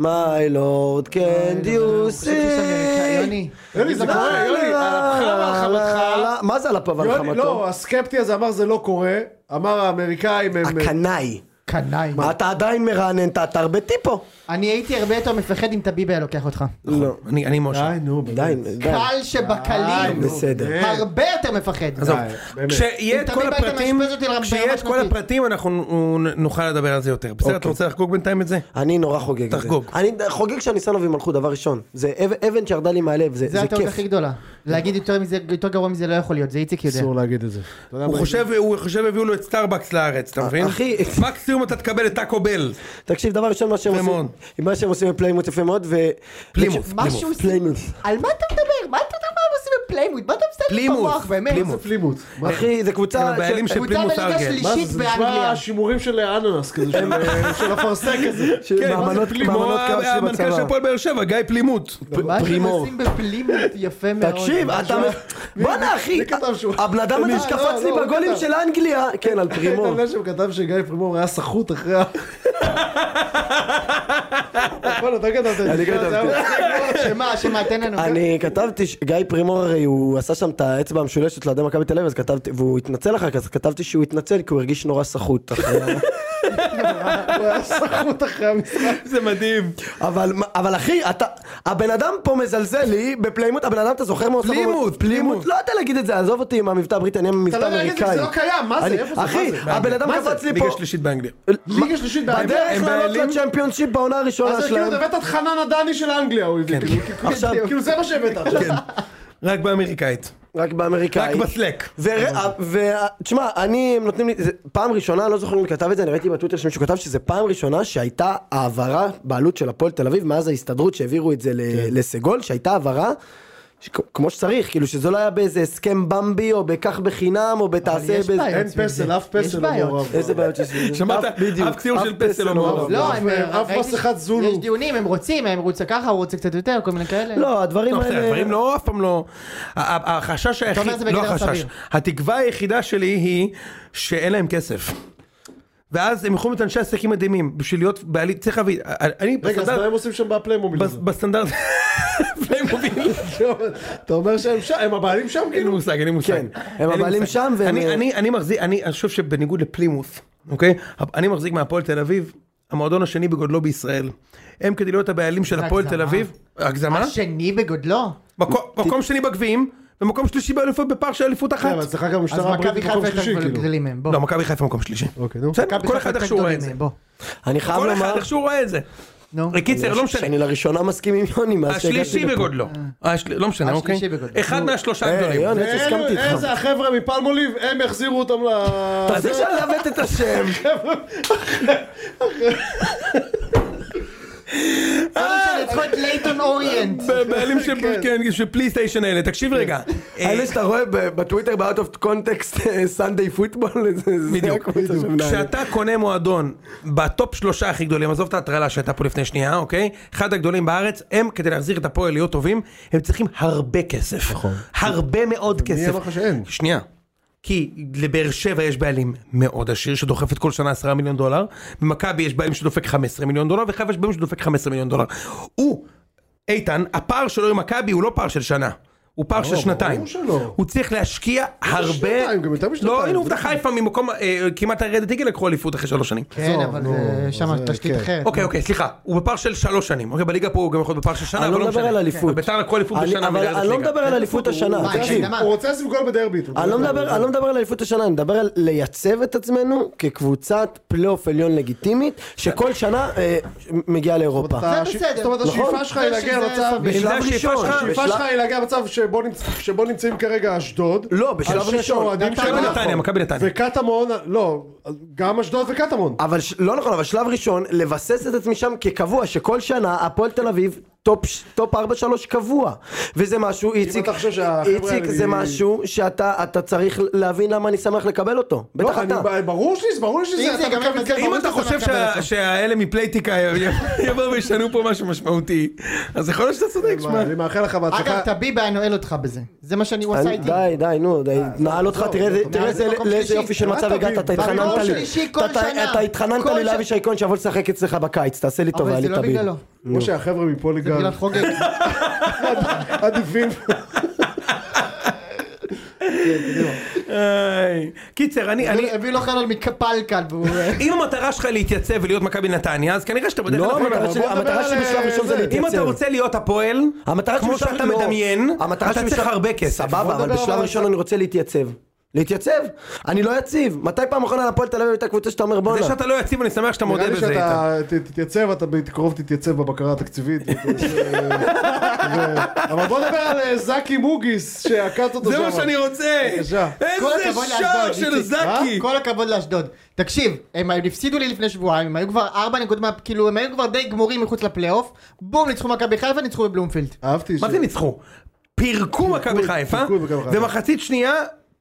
Speaker 4: My Lord,
Speaker 3: אה,
Speaker 4: can
Speaker 1: חושב
Speaker 4: you
Speaker 1: שיש אמריקאי,
Speaker 4: see?
Speaker 1: יוני.
Speaker 3: יוני, אה, לא, זה קורה, יוני, על אפך ועל לא, חמתך.
Speaker 4: מה זה על אפו ועל
Speaker 3: יוני,
Speaker 4: חמתו?
Speaker 3: לא, הסקפטי הזה אמר זה לא קורה, אמר האמריקאים הם...
Speaker 4: הקנאי.
Speaker 1: קנאי.
Speaker 4: אתה עדיין מרענן את האתר בטיפו.
Speaker 1: אני הייתי הרבה יותר מפחד אם טביב היה לוקח אותך.
Speaker 3: נכון.
Speaker 4: לא.
Speaker 2: אני אני משה.
Speaker 3: די, נו, באמת.
Speaker 4: די, די.
Speaker 1: קל שבקלים,
Speaker 3: נו,
Speaker 4: בסדר.
Speaker 3: באמת.
Speaker 1: הרבה יותר מפחד.
Speaker 2: עזוב,
Speaker 3: די, באמת.
Speaker 2: כשיהיה
Speaker 1: אם
Speaker 2: את כל
Speaker 1: תמיד היית
Speaker 2: הפרטים,
Speaker 1: מאשפז אותי לרמה
Speaker 2: כשיהיה את כל
Speaker 1: שנתית.
Speaker 2: הפרטים אנחנו נ- נוכל לדבר על זה יותר.
Speaker 3: אוקיי.
Speaker 2: בסדר, אתה רוצה לחגוג בינתיים את זה?
Speaker 4: אני נורא חוגג את זה.
Speaker 2: תחגוג.
Speaker 4: אני חוגג שהניסנובים הלכו, דבר ראשון. זה אב- אבן שירדה לי מהלב, זה
Speaker 1: זה
Speaker 4: זה
Speaker 1: הטעות
Speaker 4: כיף.
Speaker 1: הכי גדולה. להגיד יותר מזה, יותר גרוע מזה לא יכול להיות, זה איציק יודע.
Speaker 3: אסור להגיד את זה. אתה יודע
Speaker 2: הוא
Speaker 3: מה?
Speaker 2: חושב, הוא חושב הביאו לו את סטארבקס לארץ, אתה מבין?
Speaker 4: אה, אחי.
Speaker 2: מקסימום אתה תקבל את טאקו בל.
Speaker 4: תקשיב, דבר ראשון, מה שהם
Speaker 2: יפה
Speaker 4: עושים, מה שהם עושים בפליימוט יפה מאוד, ו...
Speaker 2: פלימוס,
Speaker 1: מה שהוא עושה-
Speaker 4: פליימוט.
Speaker 1: על מה אתה מדבר? מה אתה יודע מה הם עושים בפליימוט? מה אתה מסתכל
Speaker 2: פלימוס,
Speaker 1: במוח, באמת?
Speaker 2: פלימוס.
Speaker 3: פלימות. מה זה?
Speaker 4: אחי, זה
Speaker 2: הם
Speaker 4: קבוצה...
Speaker 2: הבעלים של
Speaker 1: קבוצה
Speaker 2: פלימוס
Speaker 1: בליגה
Speaker 2: ארגל.
Speaker 3: מה
Speaker 1: שלישית
Speaker 3: זה? זה
Speaker 1: באנגליה.
Speaker 3: נשמע שימורים של אננס כזה, של- אה, של אפרסק כזה.
Speaker 4: של
Speaker 2: כן,
Speaker 4: מאמנות
Speaker 2: כמו
Speaker 4: מאמנות קו שלי
Speaker 2: המנכ"ל של
Speaker 4: בצבא.
Speaker 2: הפועל באר שבע, גיא פלימות.
Speaker 1: מה שהם
Speaker 4: פרימור.
Speaker 1: עושים בפלימות יפה מאוד.
Speaker 4: תקשיב,
Speaker 3: לא,
Speaker 4: אתה... בואנה, אחי,
Speaker 3: מי כתב שהוא-
Speaker 4: הבן אדם
Speaker 3: מי-
Speaker 4: הזה שקפץ
Speaker 3: לא,
Speaker 4: לי
Speaker 3: לא, הוא
Speaker 4: בגולים
Speaker 3: כתב.
Speaker 4: של אנגליה, כן, על פרימור.
Speaker 3: איתן לשם כתב שגיא פרימור היה סחוט אחרי ה... נכון, אתה כתבת את זה.
Speaker 4: אני
Speaker 3: זה היה
Speaker 4: כתבתי.
Speaker 3: מצחיק מאוד.
Speaker 1: שמה, שמה, תן
Speaker 3: אוקיי.
Speaker 1: לנו.
Speaker 4: אני כתבתי, ש- גיא פרימור הרי הוא עשה שם את האצבע המשולשת לאוהדי מכבי תל אביב, אז כתבתי, והוא התנצל אחר כך, אז כתבתי שהוא התנצל כי הוא הרגיש נורא סחוט. אחרי ה-
Speaker 3: הוא היה סחוט אחרי המשחק.
Speaker 2: זה מדהים.
Speaker 4: אבל, אבל אחי, אתה, הבן אדם פה מזלזל לי בפליימוט, הבן אדם, אתה זוכר מה הוא עושה?
Speaker 2: פלימוט,
Speaker 4: במות-
Speaker 2: פלימות.
Speaker 4: לא יודע להגיד את זה, עזוב אותי עם המבטא הבריטי, אני עם מבטא
Speaker 3: לא יודע להגיד
Speaker 4: אמריקאי.
Speaker 3: את זה, זה לא קיים, מה זה?
Speaker 4: אני-
Speaker 3: איפה זה?
Speaker 4: אחי,
Speaker 3: מה
Speaker 4: הבן אדם
Speaker 3: מה זה?
Speaker 4: קפץ לי פה,
Speaker 2: ליגה שלישית באנגליה.
Speaker 3: ליגה שלישית באנגליה.
Speaker 4: בדרך
Speaker 2: הם
Speaker 4: לעלות
Speaker 2: בעלים?
Speaker 4: לצ'מפיונשיפ בעונה הראשונה
Speaker 3: אז כאילו,
Speaker 4: שלהם.
Speaker 3: הבאת את חנן עדני של אנגליה, הוא הביא. כאילו, כאילו,
Speaker 4: עכשיו-
Speaker 3: כאילו, זה מה שהבאת. עכשיו.
Speaker 2: כן. רק באמריקאית.
Speaker 4: רק באמריקאי.
Speaker 2: רק בסלק. אה, אוקיי.
Speaker 4: ותשמע, אני, הם נותנים לי, זה פעם ראשונה, לא זוכר מי כתב את זה, אני ראיתי בטוויטר שמישהו כתב שזה פעם ראשונה שהייתה העברה בעלות של הפועל תל אביב, מאז ההסתדרות שהעבירו את זה ל-
Speaker 2: כן.
Speaker 4: לסגול, שהייתה העברה. ש- כמו שצריך, כאילו שזה לא היה באיזה הסכם במבי, או בכך בחינם, או בתעשה
Speaker 1: יש
Speaker 4: באיזה...
Speaker 1: בעיות.
Speaker 3: אין פסל, אף
Speaker 1: יש
Speaker 3: פסל לא
Speaker 1: בעיות.
Speaker 3: מעורב.
Speaker 4: איזה בעיות שיש לי?
Speaker 2: שמעת?
Speaker 4: בדיוק.
Speaker 2: אף ציור של פסל לא מעורב.
Speaker 1: לא,
Speaker 3: אף-
Speaker 1: הם-
Speaker 3: אף
Speaker 1: ראיתי
Speaker 3: מסכת
Speaker 1: ש-
Speaker 3: זולו.
Speaker 1: יש דיונים, הם רוצים, הם רוצים ככה, הוא רוצה קצת יותר, כל מיני כאלה.
Speaker 4: לא, הדברים
Speaker 2: לא, בסדר, הדברים
Speaker 4: האלה...
Speaker 2: לא, אף פעם לא. ה- ה- החשש היחיד,
Speaker 1: אומר זה
Speaker 2: לא
Speaker 1: בגדר
Speaker 2: החשש,
Speaker 1: סביר.
Speaker 2: התקווה היחידה שלי היא שאין להם כסף. ואז הם יכולים להיות אנשי עסקים מדהימים, בשביל להיות בעלי, צריך להבין, אני
Speaker 3: רגע, אז מה
Speaker 2: בסטנדרט,
Speaker 3: הם עושים שם בפליימוביל?
Speaker 4: לא
Speaker 2: בס-
Speaker 3: הזה?
Speaker 2: בסטנדרט, פליימוביל.
Speaker 3: אתה אומר שהם שם, הם הבעלים שם
Speaker 2: אין לי
Speaker 3: כאילו?
Speaker 2: מושג, אין לי מושג.
Speaker 4: כן, הם
Speaker 2: אין לי
Speaker 4: הבעלים
Speaker 2: מושג.
Speaker 4: שם והם- אה,
Speaker 2: אני- אני- אני מחזיק, אני אני חושב שבניגוד לפלימוס, אוקיי? אני מחזיק מהפועל תל אביב, המועדון השני בגודלו בישראל. הם כדי להיות הבעלים של הפועל
Speaker 1: הגזמה.
Speaker 2: תל אביב, הגזמה?
Speaker 1: השני בגודלו.
Speaker 2: מקו- מקום שני בגביעים, ומקום שלישי באליפות בפער של אליפות
Speaker 3: כן,
Speaker 2: אחת.
Speaker 3: אבל אצלך גם
Speaker 1: אז
Speaker 3: המשטרה
Speaker 1: מכבי
Speaker 3: הבריטית מקום
Speaker 1: חיפה
Speaker 3: שלישי
Speaker 1: יותר
Speaker 3: כאילו.
Speaker 1: גדולים מהם, בוא.
Speaker 2: לא, מכבי חיפה מקום שלישי.
Speaker 3: אוקיי, נו.
Speaker 2: בסדר,
Speaker 1: מכבי
Speaker 2: כל
Speaker 1: חיפה
Speaker 2: אחד איך
Speaker 1: יותר
Speaker 2: שהוא רואה
Speaker 1: גדולים
Speaker 2: את זה.
Speaker 1: מהם, בוא.
Speaker 4: אני חייב
Speaker 2: כל אחד
Speaker 4: לומר...
Speaker 2: איך שהוא רואה את זה.
Speaker 1: נו.
Speaker 2: קיצר, לא
Speaker 4: שאני
Speaker 2: משנה.
Speaker 4: לראשונה מסכים עם יוני מאז שהגעתי
Speaker 2: השלישי
Speaker 4: לפה.
Speaker 2: בגודלו. השל- לא משנה, אוקיי?
Speaker 1: אה. השלישי בגודלו.
Speaker 2: אחד מהשלושה
Speaker 4: אה,
Speaker 2: הגדולים.
Speaker 4: יוני,
Speaker 3: ואלו-
Speaker 4: הסכמתי איתך.
Speaker 3: איזה החבר'ה מפלמוליב, הם יחזירו אותם ל...
Speaker 4: תפסיק שאני לעוות את השם.
Speaker 1: ניצחו את לייטון אוריינט.
Speaker 3: אה,
Speaker 2: הבעלים של- כן, של פלייסטיישן האלה, תקשיב
Speaker 4: כן.
Speaker 2: רגע. אה,
Speaker 4: אלה שאתה רואה ב- בטוויטר ב-out of context אה, סנדיי פוטבול,
Speaker 2: בדיוק. כשאתה קונה מועדון בטופ שלושה הכי גדולים, עזוב את ההטרלה שהייתה פה לפני שנייה, אוקיי? אחד הגדולים בארץ, הם כדי להחזיר את הפועל להיות טובים, הם צריכים הרבה כסף. נכון. הרבה מאוד כסף.
Speaker 3: אמר לך שאין?
Speaker 2: שנייה. כי לבאר שבע יש בעלים מאוד עשיר שדוחפת כל שנה 10 מיליון דולר, במכבי יש בעלים שדופק 15 מיליון דולר, וחיפה יש בעלים שדופק 15 מיליון דולר. הוא, איתן, הפער שלו עם מכבי הוא לא פער של שנה. הוא פער של
Speaker 3: לא, ברור
Speaker 2: שנתיים.
Speaker 3: שלא. לא,
Speaker 2: הוא צריך להשקיע הרבה...
Speaker 3: שנתיים, גם יותר משנתיים.
Speaker 2: לא, הנה עובדה
Speaker 3: זה-
Speaker 2: חיפה ממקום, אה, כמעט הרדת ליגה לקחו אליפות אחרי שלוש שנים.
Speaker 1: כן,
Speaker 3: עזוב,
Speaker 1: אבל
Speaker 3: נו,
Speaker 1: זה שם
Speaker 3: זה-
Speaker 1: תשתית
Speaker 3: כן.
Speaker 1: אחרת.
Speaker 2: אוקיי, אוקיי, סליחה, הוא בפער של שלוש שנים. אוקיי, בליגה פה הוא גם יכול להיות בפער של שנה,
Speaker 4: אני
Speaker 2: אבל
Speaker 4: לא
Speaker 2: לא משנה.
Speaker 4: מדבר על אליפות.
Speaker 2: ביתר לקחו אליפות בשנה
Speaker 4: אבל
Speaker 2: מלרדת
Speaker 4: אני לא
Speaker 2: ליגה.
Speaker 4: מדבר על אליפות השנה,
Speaker 1: הוא-
Speaker 4: תקשיב.
Speaker 1: מה,
Speaker 3: הוא רוצה לשים גול בדרבית.
Speaker 4: אני לא מדבר, אני לא מדבר על אליפות השנה, אני מדבר על לייצב את עצמנו כקבוצת פלייאוף עליון לגיטימית, שכל שנה אה, מגיעה לאירופה.
Speaker 3: אתה-
Speaker 1: זה
Speaker 3: ש-
Speaker 1: בסדר.
Speaker 3: אה, זאת אומרת,
Speaker 4: נכון?
Speaker 3: השאיפה שלך היא
Speaker 1: זה
Speaker 3: להגיע
Speaker 1: שזה
Speaker 3: למצב...
Speaker 1: סביר.
Speaker 2: זה
Speaker 4: בשלב
Speaker 2: השאיפה
Speaker 4: ראשון.
Speaker 2: שלך,
Speaker 3: השאיפה
Speaker 4: בשלב-
Speaker 3: שלך היא להגיע למצב שבו נמצ- שבו נמצאים כרגע אשדוד.
Speaker 4: לא, בשלב
Speaker 3: על שש
Speaker 4: ראשון.
Speaker 3: האוהדים
Speaker 1: נתניה,
Speaker 3: שלה.
Speaker 2: נתניה, מכבי נתניה.
Speaker 3: וקטמון, לא, גם אשדוד וקטמון.
Speaker 4: אבל ש- לא נכון, אבל שלב ראשון, לבסס את עצמי שם כקבוע, שכל שנה הפועל תל אביב... טופ, ש- טופ 4-3 קבוע, וזה משהו, איציק,
Speaker 3: אתה חושב שהחבר'ה
Speaker 4: איציק
Speaker 3: האלה-
Speaker 4: זה משהו שאתה אתה צריך להבין למה אני שמח לקבל אותו, בטח
Speaker 3: לא,
Speaker 4: אתה.
Speaker 3: אני- ברור שזה, ברור שזה,
Speaker 1: אם זה
Speaker 3: אתה
Speaker 1: ייגמר
Speaker 3: מכבי
Speaker 1: בזה-
Speaker 3: תל
Speaker 2: אם
Speaker 3: אביב.
Speaker 2: אתה חושב שה- שהאלה מפלייטיקה יבואו וישנו פה משהו משמעותי, אז יכול להיות שאתה צודק, שמע.
Speaker 3: אני מאחל לך
Speaker 1: אגב,
Speaker 3: בהצלחה.
Speaker 1: טביב היה נועל אותך בזה. זה מה שאני, הוא עשה
Speaker 4: אני-
Speaker 1: איתי.
Speaker 4: די, די, נו, די,
Speaker 3: אה,
Speaker 4: נעל אותך, תראה איזה-
Speaker 3: זה
Speaker 4: תראה איזה-
Speaker 3: לא,
Speaker 1: מקום
Speaker 4: לאיזה
Speaker 1: שלישי.
Speaker 4: יופי של
Speaker 3: מה
Speaker 4: מצב
Speaker 3: אתה
Speaker 4: הגעת,
Speaker 3: מבין?
Speaker 4: אתה
Speaker 3: מקום
Speaker 4: התחננת לי.
Speaker 1: שלישי כל
Speaker 4: אתה-
Speaker 1: שנה.
Speaker 4: אתה התחננת
Speaker 1: כל
Speaker 4: לי
Speaker 1: שנה.
Speaker 4: לאבישי כהן שיבוא לשחק אצלך בקיץ, תעשה לי טובה,
Speaker 1: אבל זה
Speaker 4: לי
Speaker 1: לא
Speaker 4: תביב.
Speaker 1: בגללו.
Speaker 3: כמו שהחבר'ה מפה
Speaker 1: זה
Speaker 3: לגן,
Speaker 1: בגלל כן, חוגג.
Speaker 3: עדיפים.
Speaker 2: איי. קיצר, אני... אני-
Speaker 4: לא-
Speaker 1: הביא לו חלון מקפלקל והוא...
Speaker 2: אם המטרה שלך היא להתייצב ולהיות מכבי נתניה, אז כנראה שאתה בדרך
Speaker 4: לא,
Speaker 2: הנכונה.
Speaker 4: המטרה שלי-
Speaker 3: בוא נדבר
Speaker 4: המטרה שלי
Speaker 3: על, אה,
Speaker 4: בשלב ראשון זה
Speaker 3: זה.
Speaker 4: להתייצב.
Speaker 2: אם אתה רוצה להיות הפועל,
Speaker 4: המטרה שלי
Speaker 2: כמו
Speaker 4: בשלב-
Speaker 2: שאתה
Speaker 4: לא.
Speaker 2: מדמיין,
Speaker 4: המטרה
Speaker 2: אתה
Speaker 4: שלי
Speaker 2: צריך
Speaker 4: בשלב-
Speaker 2: הרבה כסף.
Speaker 4: סבבה,
Speaker 1: בוא
Speaker 4: אבל
Speaker 1: נדבר
Speaker 4: בשלב
Speaker 1: על-
Speaker 4: ראשון אני רוצה להתייצב. להתייצב? אני לא יציב. מתי פעם אחרונה הפועל תל אביב הייתה קבוצה שאתה אומר
Speaker 2: זה
Speaker 4: בואנה?
Speaker 2: שאתה לא יציב, אני שמח שאתה מודה
Speaker 3: נראה לי
Speaker 2: בזה איתן.
Speaker 3: שאתה ת- תתייצב, אתה בקרוב תתייצב בבקרה התקציבית. ו- אבל בוא נדבר על אה, זקי מוגיס, שעקץ אותו
Speaker 2: זה
Speaker 3: שם.
Speaker 2: מה שאני רוצה!
Speaker 3: בבקשה.
Speaker 1: כל
Speaker 2: איזה
Speaker 1: הכבוד
Speaker 2: שער
Speaker 1: לאשדוד,
Speaker 2: של
Speaker 1: איציק.
Speaker 2: זקי!
Speaker 1: אה? כל הכבוד לאשדוד. תקשיב, הם הפסידו לי לפני שבועיים, הם היו כבר ארבע נקודות, מה- כאילו הם היו כבר די גמורים מחוץ לפלייאוף, בום, ניצחו מכבי חיפה, ניצחו בבלומפילד.
Speaker 3: אהבתי. ש-
Speaker 2: מה זה ניצחו? פירקו מכבי חיפה,
Speaker 3: פירקו את מכבי חיפה.
Speaker 2: ומחצית שנייה,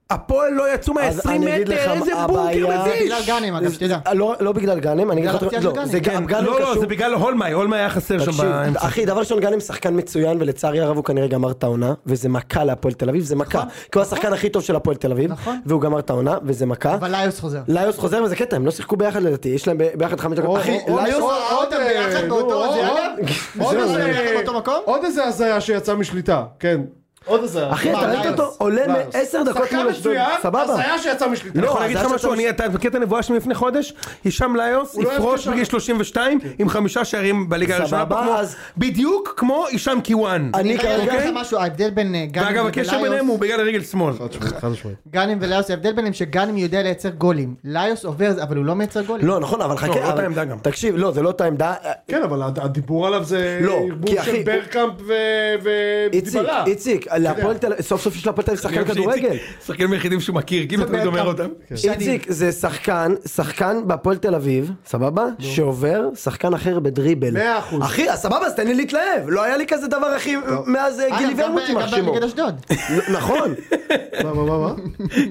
Speaker 2: הפועל לא יצאו מה-20
Speaker 4: אני אגיד
Speaker 2: מטר,
Speaker 4: לך,
Speaker 2: איזה
Speaker 4: הבעיה-
Speaker 2: בונקר
Speaker 4: זה
Speaker 2: מתיש!
Speaker 1: בגלל גאנם אגב, שתדע.
Speaker 4: לא לא בגלל גאנם, אני אגיד לך...
Speaker 1: בגלל הפציעה
Speaker 4: לא,
Speaker 1: של גאנם.
Speaker 4: זה גם גאנם
Speaker 2: לא, לא,
Speaker 4: קשור...
Speaker 2: זה בגלל הולמאי, הולמאי היה חסר שם
Speaker 4: תקשיב, לא,
Speaker 2: באמצע.
Speaker 4: אחי, דבר ראשון, גאנם שחקן מצוין, ולצערי הרב הוא כנראה גמר את העונה, וזה מכה להפועל תל אביב, זה מכה. כי הוא השחקן הכי טוב של הפועל תל אביב,
Speaker 1: נכון.
Speaker 4: והוא גמר את העונה, וזה מכה.
Speaker 1: אבל ליוס חוזר.
Speaker 4: ליוס חוזר וזה קטע, הם לא שיחקו ביחד לדעתי, יש להם ב- ביחד חמש דקות.
Speaker 3: או-
Speaker 4: אחי,
Speaker 3: או-
Speaker 4: ליוס...
Speaker 3: או-
Speaker 1: ראה אותם
Speaker 3: אה,
Speaker 1: ביחד
Speaker 3: נו,
Speaker 1: באותו-
Speaker 3: או-
Speaker 1: זה היה?
Speaker 3: או-
Speaker 1: עוד
Speaker 3: זהו,
Speaker 1: הזיה
Speaker 3: זה-
Speaker 1: ביחד באותו מקום?
Speaker 3: עוד איזה הזיה שיצאה משליטה, כן. עוד הזיה.
Speaker 4: אחי, אתה
Speaker 1: מה,
Speaker 4: ראית
Speaker 1: ליוס?
Speaker 4: אותו עולה
Speaker 3: ליוס.
Speaker 4: מעשר דקות
Speaker 3: שחקן
Speaker 4: מול אשדוד,
Speaker 3: מצוין,
Speaker 4: סבבה.
Speaker 3: הזיה שיצאה משליטה.
Speaker 4: לא,
Speaker 2: יכול להגיד
Speaker 4: אז
Speaker 2: לך
Speaker 4: עד
Speaker 2: משהו,
Speaker 4: שאתה-
Speaker 2: אני, אתה מכיר את הנבואה שלי מלפני חודש? הישאם ליוס
Speaker 3: לא יפקיע
Speaker 2: יפרוש
Speaker 3: שער.
Speaker 2: בגיל 32 עם חמישה שערים בליגה הראשונה,
Speaker 4: סבבה,
Speaker 2: פה כמו-
Speaker 4: אז-
Speaker 2: בדיוק כמו הישאם קיוואן.
Speaker 4: אני
Speaker 1: אני אגיד
Speaker 4: כרגע...
Speaker 1: לך משהו, ההבדל בין אה, גאנם
Speaker 2: ואגב, הקשר ביניהם
Speaker 1: וליוס,
Speaker 2: הוא בגלל הרגל שמאל.
Speaker 3: חד משמעית, חד משמעית.
Speaker 1: גאנם וליוס, ההבדל ביניהם שגאנם יודע לייצר גולים. ליוס עובר, אבל הוא לא מייצר גולים.
Speaker 4: לא, נכון, אבל
Speaker 2: לא
Speaker 4: חכה,
Speaker 2: אותה
Speaker 4: אבל-
Speaker 2: עמדה גם.
Speaker 4: תקשיב, לא, זה לא אותה עמדה.
Speaker 3: כן, אבל הד- הדיבור עליו זה
Speaker 4: לא,
Speaker 3: ערבוב
Speaker 4: כי אחי,
Speaker 3: של
Speaker 4: הוא-
Speaker 3: ברקאמפ ו-
Speaker 4: איציק,
Speaker 3: ודיבלה.
Speaker 4: איציק, להפועל תל אביב, סוף סוף יש להפועל תל אביב שחקן כדורגל.
Speaker 2: שחקנים היחידים שהוא מכיר, כאילו תמיד אומר אותם.
Speaker 1: כן.
Speaker 4: איציק זה שחקן, שחקן בהפועל תל אביב, סבבה? שעובר שחקן אחר בדריבל.
Speaker 3: מאה אחוז.
Speaker 4: אחי, אז סבבה, אז תן לי להתלהב. לא היה לי כזה דבר, אחי, מאז אה,
Speaker 1: אגב,
Speaker 4: גילי
Speaker 1: גם ב-
Speaker 4: ורמוטי
Speaker 1: גם
Speaker 4: מחשימו.
Speaker 1: נגד אשדוד.
Speaker 4: נכון.
Speaker 3: מה, מה, מה, מה?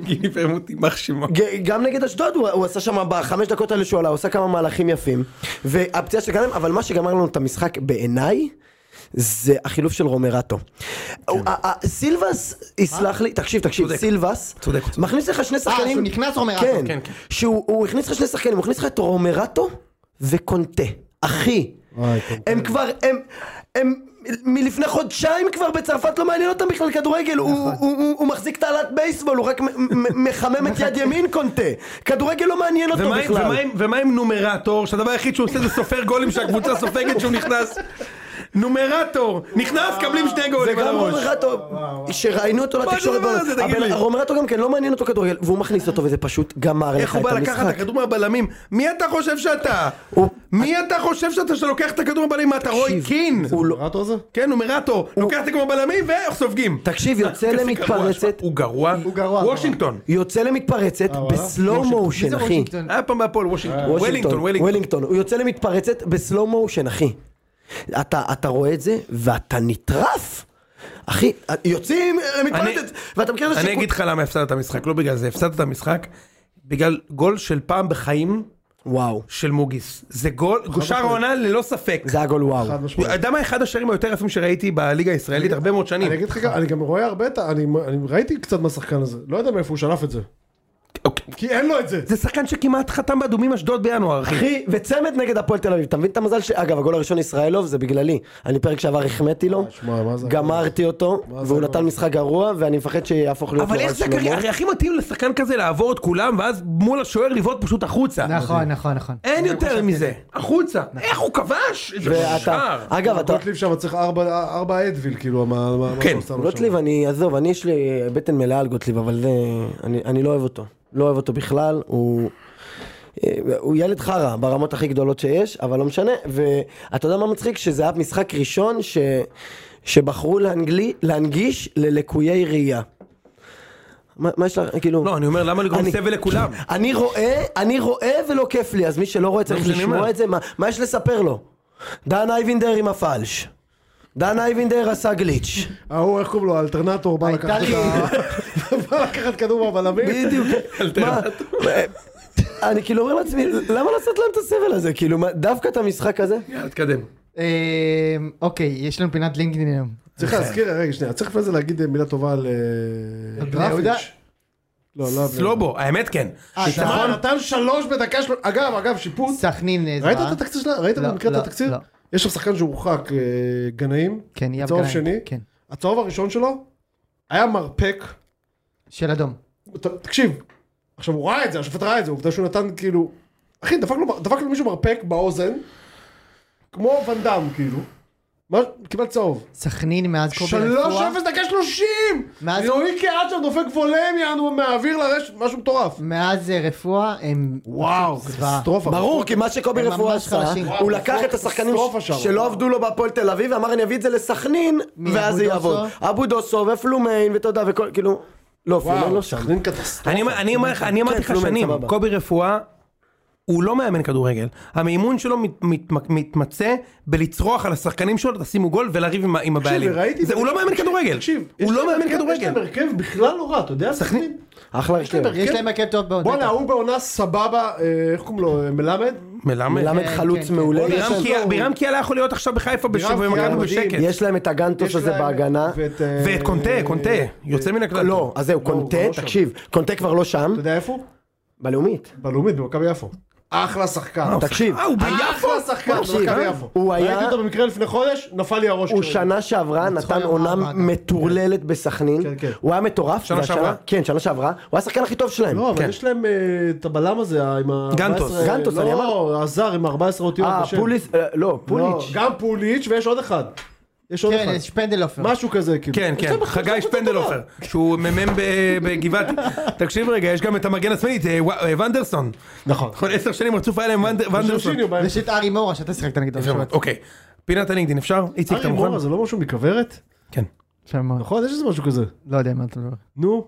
Speaker 2: גילי פרמוטי, יימח שמו.
Speaker 4: ג- גם נגד אשדוד הוא, הוא עשה שם בחמש דקות האלה שהוא עלה, הוא עשה כמה מהלכים יפים. והפציעה של גלם, אבל מה שגמר לנו את המשחק בעיניי, זה החילוף של רומרטו. הוא- ה- ה- סילבס, יסלח לי, תקשיב, תקשיב,
Speaker 2: צודק.
Speaker 4: סילבס,
Speaker 2: צודק, הוא צודק.
Speaker 4: מכניס לך שני שחקנים.
Speaker 1: שהוא נכנס רומרטו.
Speaker 4: כן,
Speaker 2: כן, כן.
Speaker 4: שהוא הוא הכניס לך שני שחקנים, הוא הכניס לך את רומרטו וקונטה. אחי,
Speaker 3: וואי, קונטה.
Speaker 4: הם כבר, הם, הם מלפני חודשיים כבר בצרפת לא מעניין אותם בכלל כדורגל, הוא, הוא, הוא, הוא מחזיק תעלת בייסבול, הוא רק מ- מ- מחמם את יד ימין קונטה, כדורגל לא מעניין אותו
Speaker 2: ומה עם-
Speaker 4: בכלל.
Speaker 2: ומה עם- ומה עם נומרטור, שהדבר היחיד שהוא עושה זה סופר גולים שהקבוצה סופגת שהוא נכנס? נומרטור, נכנס, קבלים שני
Speaker 4: זה
Speaker 2: גולים על
Speaker 4: גם
Speaker 2: הראש.
Speaker 4: רומרטו, שראיינו אותו לתקשורת,
Speaker 2: הדבר הזה,
Speaker 4: בעולם.
Speaker 2: תגיד
Speaker 4: אבל
Speaker 2: לי?
Speaker 4: רומרטו גם כן לא מעניין אותו כדורגל, והוא מכניס אותו וזה פשוט גמר
Speaker 2: איך
Speaker 4: לך
Speaker 2: הוא
Speaker 4: את
Speaker 2: בא לקחת את
Speaker 4: המשחק.
Speaker 2: הכדור מהבלמים? מי אתה חושב שאתה?
Speaker 4: הוא-
Speaker 2: מי אתה חושב שאתה שלוקח את הכדור מהבלמים? מה אתה רוי
Speaker 4: תקשיב,
Speaker 2: קין?
Speaker 4: הוא לא-
Speaker 3: רטו זה?
Speaker 2: כן, נומרטור, לוקח את הכדור מהבלמים וסופגים.
Speaker 4: תקשיב, יוצא
Speaker 2: כזה גרוע,
Speaker 4: למתפרצת,
Speaker 2: שמע, הוא גרוע.
Speaker 1: הוא גרוע,
Speaker 2: וושינגטון.
Speaker 4: יוצא למתפרצת
Speaker 3: וואלה?
Speaker 4: בסלואו
Speaker 1: מי
Speaker 4: מושן,
Speaker 1: זה
Speaker 4: אחי.
Speaker 1: וושינגטון?
Speaker 2: היה פעם בהפועל וושינגטון. וולינגטון, וולינגטון.
Speaker 4: וולינגטון. הוא יוצא למתפרצת בסלואו מושן, אחי. אתה, אתה רואה את זה, ואתה נטרף. אחי, יוצאים
Speaker 2: אני-
Speaker 4: למתפרצת, ואתה מכיר את
Speaker 2: אני אגיד לך למה הפסדת את המשחק, לא בגלל זה, הפסדת את המשחק בגלל גול של פעם בחיים
Speaker 4: וואו,
Speaker 2: של מוגיס. זה גול, שער העונה ללא ספק.
Speaker 4: זה הגול וואו.
Speaker 3: חד משמעית.
Speaker 2: אתה יודע מה אחד השערים היותר יפים שראיתי בליגה הישראלית הרבה מאוד שנים.
Speaker 3: אני אגיד לך, גם- אני גם רואה הרבה, את ה- אני אני ראיתי קצת מהשחקן הזה, לא יודע מאיפה הוא שלף את זה. כי אין לו את זה.
Speaker 2: אוקיי. זה שחקן שכמעט חתם באדומים אשדוד בינואר, אחי.
Speaker 4: אחי, וצמד נגד הפועל תל אביב, אתה מבין את המזל ש... אגב, הגול הראשון ישראלוב זה בגללי. אני פרק שעבר החמאתי לו,
Speaker 3: אה, שמע, מה זה הגול?
Speaker 4: גמרתי אותו, והוא נתן משחק גרוע, ואני מפחד שיהפוך להיות
Speaker 2: אבל
Speaker 4: לא
Speaker 2: איך
Speaker 4: רק
Speaker 2: זה
Speaker 4: שלמה.
Speaker 2: קרה? הרי הכי מתאים לשחקן כזה לעבור את כולם, ואז מול השוער לבעוט פשוט החוצה.
Speaker 1: נכון, נכון, נכון.
Speaker 2: אין יותר מזה. החוצה. איך הוא כבש? איזה
Speaker 4: ואתה,
Speaker 2: שער.
Speaker 4: אגב, אתה...
Speaker 3: גוטליב שם צריך ארבע ארבע אדוויל, כאילו, מה מה- מה
Speaker 2: כן,
Speaker 3: שהוא עשה לו שם.
Speaker 4: גוטליב אני, עזוב, אני יש לי אה, בטן מלאה על גוטליב, אבל זה, אני, אני לא אוהב אותו. לא אוהב אותו בכלל, הוא... אה, הוא ילד חרא ברמות הכי גדולות שיש, אבל לא משנה. ואתה יודע מה מצחיק? שזה היה משחק ראשון ש... שבחרו להנגלי, להנגיש ללקויי ראייה. מה, מה יש לך, כאילו...
Speaker 2: לא, אני אומר, למה לגרום
Speaker 4: אני-
Speaker 2: סבל לכולם?
Speaker 4: אני רואה, אני רואה ולא כיף לי, אז מי שלא רואה צריך
Speaker 2: זה מה שאני אומר.
Speaker 4: לשמוע את זה, מה, מה יש לספר לו? דן אייבינדר עם הפלש. דן אייבינדר עשה גליץ'.
Speaker 3: ההוא, איך קוראים לו, האלטרנטור בא לקחת
Speaker 1: הייתה
Speaker 3: את ה... בא לקחת כדור מהבלמים.
Speaker 4: בדיוק. מה? אה, אני כאילו אומר לעצמי, למה לעשות להם את הסבל הזה? כאילו, מה, דווקא את המשחק הזה?
Speaker 2: יאללה, תתקדם.
Speaker 1: אה, אוקיי, יש לנו פינת לינקדאין היום.
Speaker 3: צריך להזכיר, רגע, שנייה, צריך לפני זה להגיד מילה טובה על... אה,
Speaker 1: על בני יהודה?
Speaker 3: דראפיץ'. לא, לא. על בני יהודה.
Speaker 2: סלובו, האמת כן.
Speaker 3: שמע, נתן שלוש בדקה שלו, אגב, אגב, שיפוט.
Speaker 1: סכנין אה,
Speaker 3: ראית
Speaker 1: זוועה.
Speaker 3: את התקציר שלה? ראית
Speaker 1: לא,
Speaker 3: במקרה
Speaker 1: לא,
Speaker 3: את התקציר?
Speaker 1: לא.
Speaker 3: יש שם שחקן שהורחק, אה, גנאים.
Speaker 1: כן, יאב
Speaker 3: הצהוב
Speaker 1: גנאים,
Speaker 3: שני.
Speaker 1: כן.
Speaker 3: הצהוב הראשון שלו היה מרפק,
Speaker 1: של אדום.
Speaker 3: ת- תקשיב, עכשיו הוא ראה את זה, השופט ראה את זה, עובדה שהוא נתן כאילו... אחי, דפק לו, דפק לו מישהו מרפק באוזן, כמו ונדם כאילו. מה, קיבל צהוב.
Speaker 1: סכנין מאז קובי
Speaker 3: שלוש
Speaker 1: רפואה.
Speaker 3: אפס דקה שלושים!
Speaker 1: מאז-
Speaker 3: לואי קיאצ'ר דופק וולם יענו מהאוויר לרשת, משהו מטורף.
Speaker 1: מאז אה, רפואה הם...
Speaker 3: וואו,
Speaker 1: זוועה.
Speaker 3: קטסטרופה.
Speaker 4: ברור, כי מה שקובי
Speaker 1: הם
Speaker 4: רפואה
Speaker 1: ממש
Speaker 4: עשה,
Speaker 1: חלשים.
Speaker 4: הוא
Speaker 3: וואו,
Speaker 4: לקח
Speaker 3: קטסטרופה
Speaker 4: את השחקנים ש-
Speaker 3: שם.
Speaker 4: שלא עבדו לו בהפועל תל אביב, ואמר אני אביא את זה לסחנין,
Speaker 1: מי,
Speaker 4: ואז זה
Speaker 1: אבו דוסו?
Speaker 4: יעבוד. אבו דוסו ופלומיין ותודה וכל, כאילו, לא, פלומיין לא
Speaker 3: וואו,
Speaker 4: שם.
Speaker 3: סכנין קטסטרופה.
Speaker 2: אני אומר- אני אומר לך- אני אמרתי לך
Speaker 4: פלומן,
Speaker 2: שנים,
Speaker 4: סבבה.
Speaker 2: קובי רפואה, הוא לא מאמן כדורגל. המימון שלו מת- מת- מתמצה בלצרוח על השחקנים שלו, תשימו גול ולריב עם ה- עם
Speaker 3: תקשיב,
Speaker 2: הבעלים.
Speaker 3: וראיתי-
Speaker 2: זה- הוא לא מאמן כדורגל.
Speaker 3: תקשיב, יש
Speaker 2: הוא לא
Speaker 3: להם
Speaker 2: מאמן
Speaker 3: הרכב- יש
Speaker 2: כדורגל.
Speaker 3: להם הרכב בכלל לא רע, אתה יודע, סכנין.
Speaker 4: אחלה כן.
Speaker 3: יש להם
Speaker 4: הרכב.
Speaker 1: יש להם הרכב טוב מאוד.
Speaker 3: כן. בואנה,
Speaker 1: בטח.
Speaker 3: הוא בעונה סבבה, אה, איך קוראים לו, אה, מלמד?
Speaker 2: מלמד. אה,
Speaker 4: מלמד
Speaker 1: כן,
Speaker 4: חלוץ
Speaker 1: כן,
Speaker 4: מעולה.
Speaker 3: כן.
Speaker 4: יש
Speaker 2: בירם
Speaker 4: להם-
Speaker 2: קיה- בירם קיאלה יכול להיות עכשיו בחיפה בש-
Speaker 3: בירם
Speaker 2: במכבי
Speaker 3: קיאלה
Speaker 2: בשקט.
Speaker 3: מדהים.
Speaker 4: יש להם את הגנטוס
Speaker 3: יש
Speaker 4: הזה
Speaker 3: להם-
Speaker 4: בהגנה.
Speaker 3: ואת אה,
Speaker 2: ואת קונטה, קונטה, יוצא מן הכלל.
Speaker 4: לא, אז זהו,
Speaker 3: הוא כבר
Speaker 4: קונטה,
Speaker 3: לא שם.
Speaker 4: תקשיב, קונטה כבר לא שם,
Speaker 3: אתה יודע איפה הוא?
Speaker 4: בלאומית.
Speaker 3: בלאומית, במכבי יפו. אחלה שחקן.
Speaker 4: תקשיב,
Speaker 2: אה, הוא ביפו?
Speaker 3: אחלה שחקן
Speaker 4: תקשיב,
Speaker 3: במכבי יפו.
Speaker 4: הוא היה-
Speaker 3: ראיתי אותו במקרה לפני חודש, נפל לי הראש.
Speaker 4: הוא
Speaker 3: כרגע.
Speaker 4: שנה שעברה
Speaker 1: ניצחון
Speaker 4: נתן
Speaker 1: עם
Speaker 4: עונה
Speaker 1: ארבע, אגב.
Speaker 4: מטורללת בסכנין,
Speaker 3: כן, כן.
Speaker 4: הוא היה מטורף,
Speaker 2: שנה
Speaker 4: והשנה-
Speaker 2: שעברה?
Speaker 4: כן, שנה שעברה, הוא השחקן הכי טוב שלהם,
Speaker 3: לא,
Speaker 2: כן.
Speaker 3: אבל יש להם אה, את הבלם הזה עם ה...
Speaker 2: גנטוס.
Speaker 3: 14
Speaker 4: גנטוס, אני
Speaker 3: לא, הזר עם 14 אותיות
Speaker 4: אה,
Speaker 3: בשם.
Speaker 4: פוליס, אה, לא,
Speaker 3: לא,
Speaker 4: פוליץ',
Speaker 3: גם פוליץ' ויש עוד אחד. יש עוד
Speaker 1: כן,
Speaker 3: אחד.
Speaker 1: יש פנדלופר.
Speaker 3: משהו כזה כאילו.
Speaker 2: כן,
Speaker 3: יש
Speaker 2: כן,
Speaker 3: להם- יש
Speaker 2: חגי
Speaker 3: להם
Speaker 2: שפנדלופר, שהוא מ"מ ב- בגבעתי. תקשיב רגע, יש גם את המגן השמאלי, את אה, ו- אה, ונדרסון.
Speaker 3: נכון.
Speaker 2: נכון, עשר שנים רצוף היה להם ונד- ונדרסון.
Speaker 3: שורשיניו באמצע.
Speaker 1: יש את ארי מורה שאתה שיחקת נגדו.
Speaker 2: אוקיי, פינת הנגדין אפשר? איציק, אתה
Speaker 3: ארי
Speaker 2: מוכן?
Speaker 3: מורה זה לא משהו מכוורת?
Speaker 2: כן.
Speaker 1: יפה מאוד.
Speaker 3: נכון, יש איזה משהו כזה.
Speaker 1: לא יודע מה אתה מדבר.
Speaker 3: נו.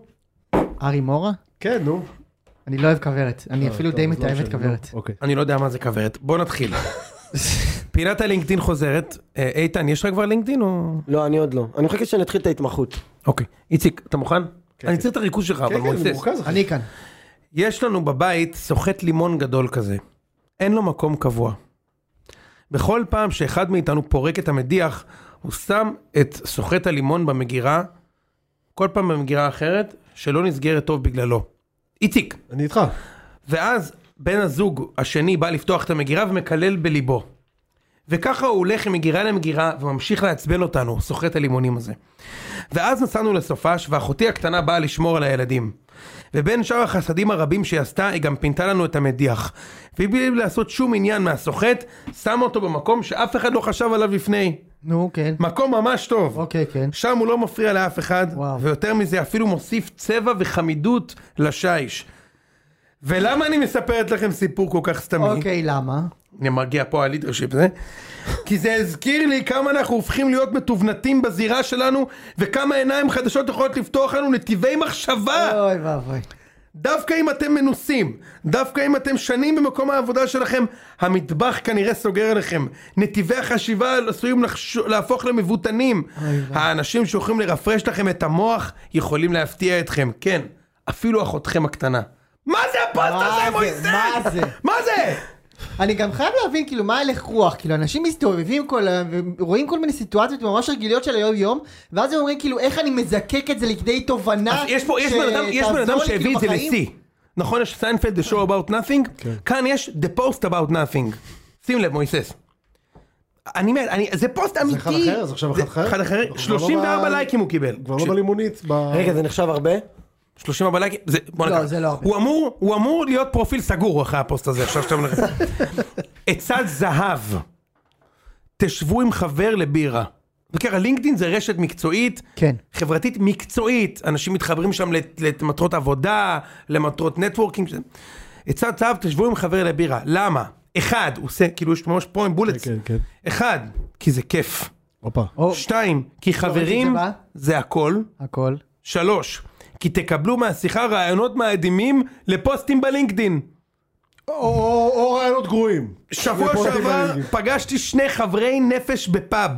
Speaker 1: ארי מורה?
Speaker 3: כן, נו.
Speaker 1: אני לא אוהב כוורת. אני אפילו
Speaker 3: טוב,
Speaker 1: די
Speaker 3: אז לא
Speaker 1: מתעב את
Speaker 3: משנה,
Speaker 1: כוורת.
Speaker 3: נו, אוקיי.
Speaker 2: אני לא יודע מה זה כוורת, בוא נתחיל. פינת הלינקדין חוזרת. אה, איתן, יש לך כבר לינקדין או...
Speaker 4: לא, אני עוד לא, אני מחכה שנתחיל את ההתמחות,
Speaker 2: אוקיי. איציק, אתה מוכן? אני צריך את הריכוז שלך, אבל
Speaker 3: כן, כן, זה
Speaker 2: מויסס.
Speaker 3: מורכז. אחי.
Speaker 1: אני כאן.
Speaker 2: יש לנו בבית סוחט לימון גדול כזה. אין לו מקום קבוע. בכל פעם שאחד מאיתנו פורק את המדיח, הוא שם את סוחט הלימון במגירה, כל פעם במגירה אחרת, שלא נסגרת טוב בגללו. איציק.
Speaker 3: אני איתך.
Speaker 2: ואז בן הזוג השני בא לפתוח את המגירה ומקלל בליבו. וככה הוא הולך ממגירה למגירה וממשיך לעצבן אותנו, סוחט הלימונים הזה. ואז נסענו לסופש ואחותי הקטנה באה לשמור על הילדים. ובין שאר החסדים הרבים שהיא עשתה, היא גם פינתה לנו את המדיח. ובלי לעשות שום עניין מהסוחט, שמה אותו במקום שאף אחד לא חשב עליו לפני.
Speaker 1: נו, כן.
Speaker 2: מקום ממש טוב.
Speaker 1: אוקיי, כן.
Speaker 2: שם הוא לא מפריע לאף אחד,
Speaker 1: וואו.
Speaker 2: ויותר מזה אפילו מוסיף צבע וחמידות לשיש. ולמה אני מספרת לכם סיפור כל כך סתמי?
Speaker 1: אוקיי, למה?
Speaker 2: אני מרגיע פה הלידרשיפ זה. כי זה הזכיר לי כמה אנחנו הופכים להיות מתוונתים בזירה שלנו, וכמה עיניים חדשות יכולות לפתוח לנו נתיבי מחשבה.
Speaker 3: אה!
Speaker 1: אוי ואבוי.
Speaker 2: דווקא אם אתם מנוסים, דווקא אם אתם שנים במקום העבודה שלכם, המטבח כנראה סוגר עליכם. נתיבי החשיבה עשויים לחש... להפוך למבוטנים.
Speaker 1: אוי ואבוי.
Speaker 2: האנשים שיכולים לרפרש לכם את המוח, יכולים להפתיע אתכם. כן, אפילו אחותכם הקטנה. מה זה הפוסט
Speaker 1: מה
Speaker 2: הזה,
Speaker 1: זה?
Speaker 2: מויסס?
Speaker 1: מה זה?
Speaker 2: מה זה?
Speaker 1: אני גם חייב להבין כאילו מה הלך רוח, כאילו אנשים מסתובבים כל היום ורואים כל מיני סיטואציות ממש רגילות של היום יום ואז הם אומרים כאילו איך אני מזקק את זה לכדי תובנה
Speaker 3: אה,
Speaker 2: אז יש פה, יש בן אדם, יש בן אדם
Speaker 1: שתעזור לי,
Speaker 2: שהביא
Speaker 1: כאילו,
Speaker 2: את זה
Speaker 1: בחיים.
Speaker 2: לשיא. נכון, יש סיינפלד, the show about nothing?
Speaker 3: כן.
Speaker 2: כאן יש the post about nothing. שים לב, מויסס. אני מת, אני- זה פוסט אמיתי.
Speaker 3: אחד אחר, זה עכשיו אחד
Speaker 2: זה
Speaker 3: אחר?
Speaker 2: אחד אחר,
Speaker 3: כבר לא
Speaker 2: 34
Speaker 3: ב-
Speaker 2: לייקים הוא קיבל.
Speaker 3: כבר
Speaker 2: ש-
Speaker 3: לא בלימונית. ב-
Speaker 4: רגע זה נחשב הרבה?
Speaker 2: 34 לייקים, זה, בוא
Speaker 1: לא,
Speaker 2: נקרא.
Speaker 1: זה לא הרבה.
Speaker 2: הוא אמור, הוא אמור להיות פרופיל סגור אחרי הפוסט הזה, עכשיו שאתם מנסים. עצת זהב, תשבו עם חבר לבירה. וככה, לינקדאין זה רשת מקצועית,
Speaker 1: כן.
Speaker 2: חברתית מקצועית, אנשים מתחברים שם לת- למטרות עבודה, למטרות נטוורקינג. ש- עצת זהב, תשבו עם חבר לבירה, למה? אחד, הוא עושה, כאילו יש ממש פה עם בולטס.
Speaker 3: כן, כן.
Speaker 2: אחד, כי זה כיף.
Speaker 3: הופה.
Speaker 1: או,
Speaker 2: שתיים, כי חברים
Speaker 1: לא, ראיתי את זה
Speaker 2: זה הכל.
Speaker 1: הכל.
Speaker 2: שלוש, כי תקבלו מהשיחה רעיונות מהדהימים לפוסטים בלינקדין.
Speaker 3: או- או או רעיונות גרועים.
Speaker 2: שבוע
Speaker 3: לפוסטים
Speaker 2: שעבר
Speaker 3: בלינקדאין.
Speaker 2: פגשתי שני חברי נפש בפאב.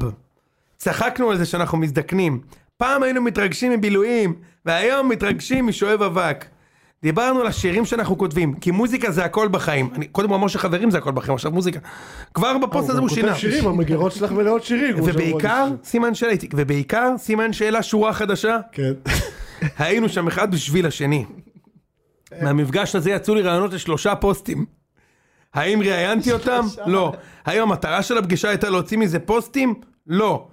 Speaker 2: צחקנו על זה שאנחנו מזדקנים. פעם היינו מתרגשים מבילויים, והיום מתרגשים משואב אבק. דיברנו על השירים שאנחנו כותבים, כי מוזיקה זה הכל בחיים. אני, קודם הוא אמר שחברים זה הכל בחיים, עכשיו מוזיקה. כבר בפוסט הזה הוא
Speaker 3: כותב
Speaker 2: שינה.
Speaker 3: שירים, המגירות שלך מלאות שירים. כמו
Speaker 2: ובעיקר,
Speaker 3: שאמרו לי.
Speaker 2: סימן שאלה, איציק, ובעיקר, סימן שאלה שורה חדשה.
Speaker 3: כן.
Speaker 2: היינו שם אחד בשביל השני. מהמפגש הזה יצאו לי רעיונות לשלושה פוסטים. האם ראיינתי אותם? לא. האם המטרה של הפגישה הייתה להוציא מזה פוסטים? לא.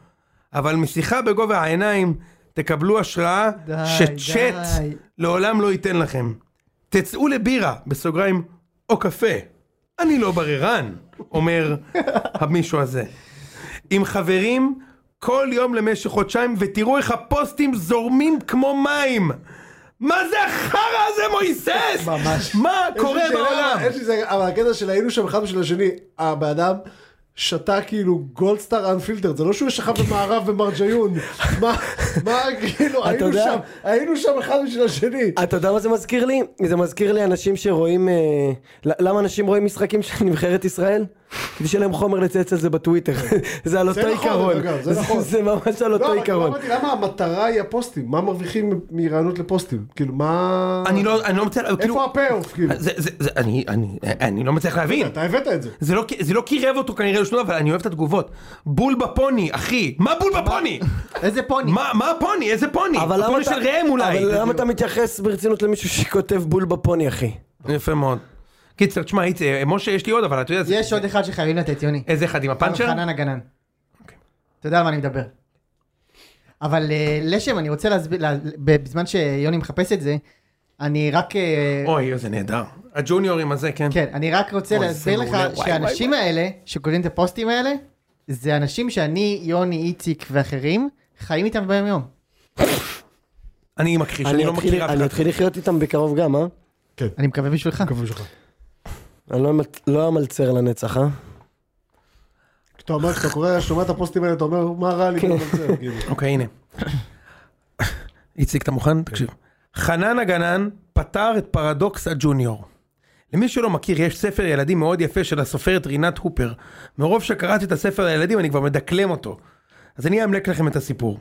Speaker 2: אבל משיחה בגובה העיניים, תקבלו השראה
Speaker 1: די,
Speaker 2: שצ'אט
Speaker 1: די.
Speaker 2: לעולם לא ייתן לכם. תצאו לבירה, בסוגריים, או קפה. אני לא בררן, אומר המישהו הזה. עם חברים כל יום למשך חודשיים, ותראו איך הפוסטים זורמים כמו מים. מה זה החרא הזה, מויסס?
Speaker 1: ממש.
Speaker 2: מה קורה
Speaker 3: יש לי שאלה,
Speaker 2: בעולם?
Speaker 3: יש לי זה, אבל הקטע של היינו שם אחד בשביל השני, הבן אדם שתה כאילו גולדסטאר אנפילטרד, זה לא שהוא שכב במערב במרג'יון, מה, מה, כאילו,
Speaker 4: אתה
Speaker 3: היינו
Speaker 4: יודע-
Speaker 3: שם, היינו שם אחד בשביל השני.
Speaker 4: אתה יודע מה זה מזכיר לי? זה מזכיר לי אנשים שרואים... אה, ל- למה אנשים רואים משחקים של נבחרת ישראל? כדי שיהיה להם חומר לצייץ על זה בטוויטר. זה על אותו
Speaker 3: נכון,
Speaker 4: עיקרון.
Speaker 3: אגב, זה נכון.
Speaker 4: זה ממש על
Speaker 3: לא,
Speaker 4: אותו
Speaker 3: אבל
Speaker 4: עיקרון.
Speaker 3: אמרתי, למה המטרה היא הפוסטים? מה מרוויחים מרעיונות לפוסטים? כאילו, מה...
Speaker 2: אני לא, אני לא מצליח,
Speaker 3: איפה
Speaker 2: כאילו,
Speaker 3: הפי-אוף? כאילו?
Speaker 2: זה, זה, זה, אני, אני, אני לא מצליח להבין.
Speaker 3: אתה הבאת את זה.
Speaker 2: זה לא, זה לא קירב אותו כנראה לשנות, אבל אני אוהב את התגובות. בול בפוני, אחי. מה בול בפוני?
Speaker 1: איזה פוני.
Speaker 2: מה, מה הפוני? איזה פוני?
Speaker 4: אבל למה
Speaker 2: הפוני
Speaker 4: אתה-
Speaker 2: של ראם אולי.
Speaker 4: אבל למה אתה מתייחס ברצינות למישהו שכותב בול בפוני, אחי?
Speaker 2: יפה מאוד. קיצר, תשמע, איציק, אה, משה, יש לי עוד, אבל אתה יודע... זה-
Speaker 1: יש עוד אחד שחייבים לתת, יוני.
Speaker 2: איזה אחד עם הפאנצ'ר?
Speaker 1: חנן הגנן.
Speaker 2: אוקיי.
Speaker 1: אתה יודע על מה אני מדבר. אבל אה, לשם, אני רוצה להסביר, לה- בזמן שיוני מחפש את זה, אני רק... אה,
Speaker 2: אוי, זה נהדר. הג'וניורים הזה, כן.
Speaker 1: כן, אני רק רוצה
Speaker 2: אוי,
Speaker 1: להסביר
Speaker 2: זה
Speaker 1: לך
Speaker 2: מעולה, וואי,
Speaker 1: שהאנשים האלה, שכותבים את הפוסטים האלה, זה אנשים שאני, יוני, איציק ואחרים, חיים איתם ביום יום.
Speaker 2: אני מכחיש, אני
Speaker 4: אני
Speaker 2: לא
Speaker 4: אתחיל-
Speaker 2: מכיר אף
Speaker 4: אני
Speaker 2: אחד.
Speaker 4: אתחיל לחיות איתם בקרוב גם, אה?
Speaker 3: כן,
Speaker 1: אני מקווה בשבילך.
Speaker 4: אני לא אמ- לא אמלצר לנצח, אה?
Speaker 3: אתה אומר, כשאתה קורא, שומע את הפוסטים האלה, אתה אומר, מה רע לי?
Speaker 2: כן.
Speaker 3: גם על זה?" כאילו.
Speaker 2: אוקיי, הנה. איציק, אתה
Speaker 1: כן.
Speaker 2: מוכן? תקשיב. חנן הגנן פתר את פרדוקס הג'וניור. למי שלא מכיר, יש ספר ילדים מאוד יפה של הסופרת רינת הופר. מרוב שקראתי את הספר לילדים, אני כבר מדקלם אותו. אז אני אמלק לכם את הסיפור.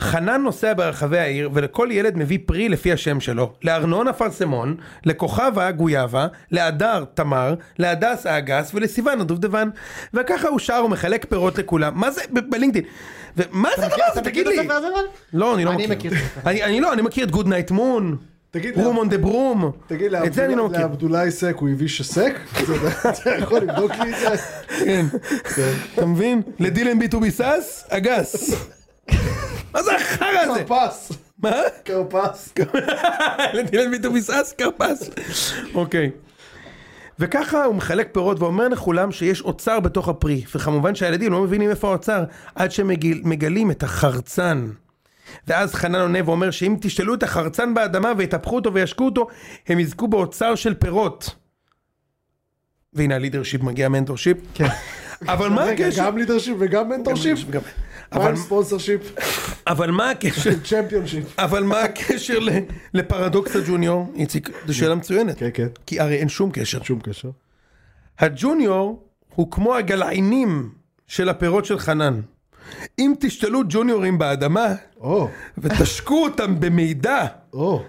Speaker 2: חנן נוסע ברחבי העיר, ולכל ילד מביא פרי לפי השם שלו. לארנון אפרסמון, לכוכבה גויאבה, להדר תמר, להדס האגס ולסיוון הדובדבן. וככה הוא שר ומחלק פירות לכולם. מה זה? ב- בלינקדאין. ומה זה הדבר הזה?
Speaker 1: אתה
Speaker 2: תגיד
Speaker 1: מכיר
Speaker 2: לי.
Speaker 1: את הספר הזה, אבל?
Speaker 2: לא, אני לא
Speaker 1: אני
Speaker 2: מכיר.
Speaker 1: מכיר את הספר.
Speaker 2: אני- אני לא, אני מכיר את גוד נייט מון.
Speaker 3: תגיד,
Speaker 2: רום און דה ברום.
Speaker 3: תגיד,
Speaker 2: את זה אני לא
Speaker 3: לעבדולאי-
Speaker 2: מכיר.
Speaker 3: לעבדולאי סק הוא הביא שסק? אתה- אתה יכול לבדוק לי את זה?
Speaker 2: כן. אתה מבין? לדילן בי טו בי סאס, אגס. מה זה החרא הזה?
Speaker 3: כרפס,
Speaker 2: מה?
Speaker 3: כרפס.
Speaker 2: לדילן בי טו בי סאס, כרפס. אוקיי. וככה הוא מחלק פירות ואומר לכולם שיש אוצר בתוך הפרי, וכמובן שהילדים לא מבינים איפה האוצר, עד שמגלים את החרצן. ואז חנן עונה ואומר שאם תשתלו את החרצן באדמה ויטפחו אותו וישקו אותו, הם יזכו באוצר של פירות. והנה הלידרשיפ מגיע מנטורשיפ.
Speaker 1: כן.
Speaker 2: אבל מה
Speaker 3: רגע,
Speaker 2: הקשר?
Speaker 3: גם לידרשיפ וגם מנטורשיפ?
Speaker 2: גם- אבל-
Speaker 3: גם ספונסר שיפ?
Speaker 2: אבל מה הקשר?
Speaker 3: צ'מפיונשיפ.
Speaker 2: אבל מה הקשר ל- לפרדוקס הג'וניור? איציק, זו שאלה מצוינת.
Speaker 3: כן, כן.
Speaker 2: כי הרי אין שום קשר.
Speaker 3: שום קשר.
Speaker 2: הג'וניור הוא כמו הגלעינים של הפירות של חנן. אם תשתלו ג'וניורים באדמה
Speaker 3: או,
Speaker 2: ותשקו אותם במידע
Speaker 3: או.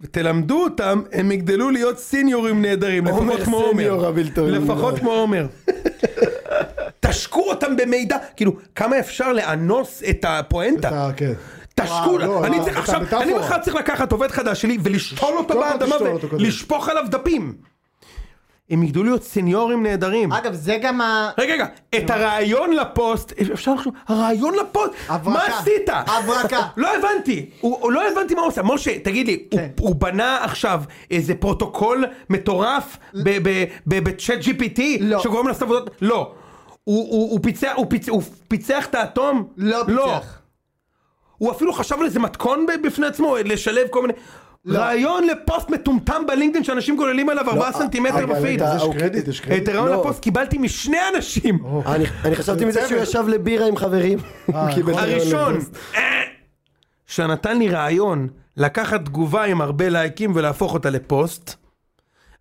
Speaker 2: ותלמדו אותם, הם יגדלו להיות סיניורים נהדרים, לפחות
Speaker 4: עומר
Speaker 2: כמו
Speaker 4: סיניור
Speaker 2: עומר.
Speaker 4: הבלתי נמנע.
Speaker 2: לפחות כמו עומר. תשקו אותם במידע, כאילו, כמה אפשר לאנוס את הפואנטה?
Speaker 3: אתה, כן.
Speaker 2: תשקו
Speaker 3: וואו,
Speaker 2: לה,
Speaker 3: לא,
Speaker 2: אני
Speaker 3: לא,
Speaker 2: צריך
Speaker 3: את
Speaker 2: עכשיו,
Speaker 3: המטאפורה.
Speaker 2: אני מחר צריך לקחת עובד חדש שלי ולשתול אותו
Speaker 3: אותו,
Speaker 2: באדמה
Speaker 3: לא, תשתול אותו, קודם.
Speaker 2: ולשפוך עליו דפים. הם יגדלו להיות סניורים נהדרים.
Speaker 1: אגב, זה גם ה...
Speaker 2: רגע, רגע, את הרעיון לפוסט, אפשר לחשוב, הרעיון לפוסט,
Speaker 1: הברקה.
Speaker 2: מה עשית?
Speaker 1: הברקה.
Speaker 2: לא הבנתי, הוא הוא לא הבנתי מה הוא עושה, משה, תגיד לי, הוא-
Speaker 1: כן.
Speaker 2: הוא בנה עכשיו איזה פרוטוקול מטורף ב- ב- ב- בצ'אט GPT,
Speaker 1: לא.
Speaker 2: שגורם לעשות עבודות, לא. הוא- הוא הוא פיצח, הוא פיצ- הוא פיצח את האטום?
Speaker 1: לא פיצח.
Speaker 2: הוא אפילו חשב על איזה מתכון ב- בפני עצמו, לשלב כל מיני...
Speaker 1: לא.
Speaker 2: רעיון לפוסט מטומטם בלינקדאין שאנשים גוללים עליו 4 סנטימטר
Speaker 3: אבל
Speaker 2: בפיד.
Speaker 3: אתה-
Speaker 4: אה,
Speaker 3: יש
Speaker 4: אוקיי.
Speaker 3: קרדיט, יש קרדיט.
Speaker 2: את הרעיון
Speaker 4: לא.
Speaker 2: לפוסט קיבלתי משני אנשים.
Speaker 4: אני- אני חשבתי מזה שהוא ישב לבירה עם חברים. הוא קיבל את הרעיון
Speaker 2: הראשון
Speaker 4: לפוסט.
Speaker 2: אה, שנתן לי רעיון לקחת תגובה עם הרבה לייקים ולהפוך אותה לפוסט.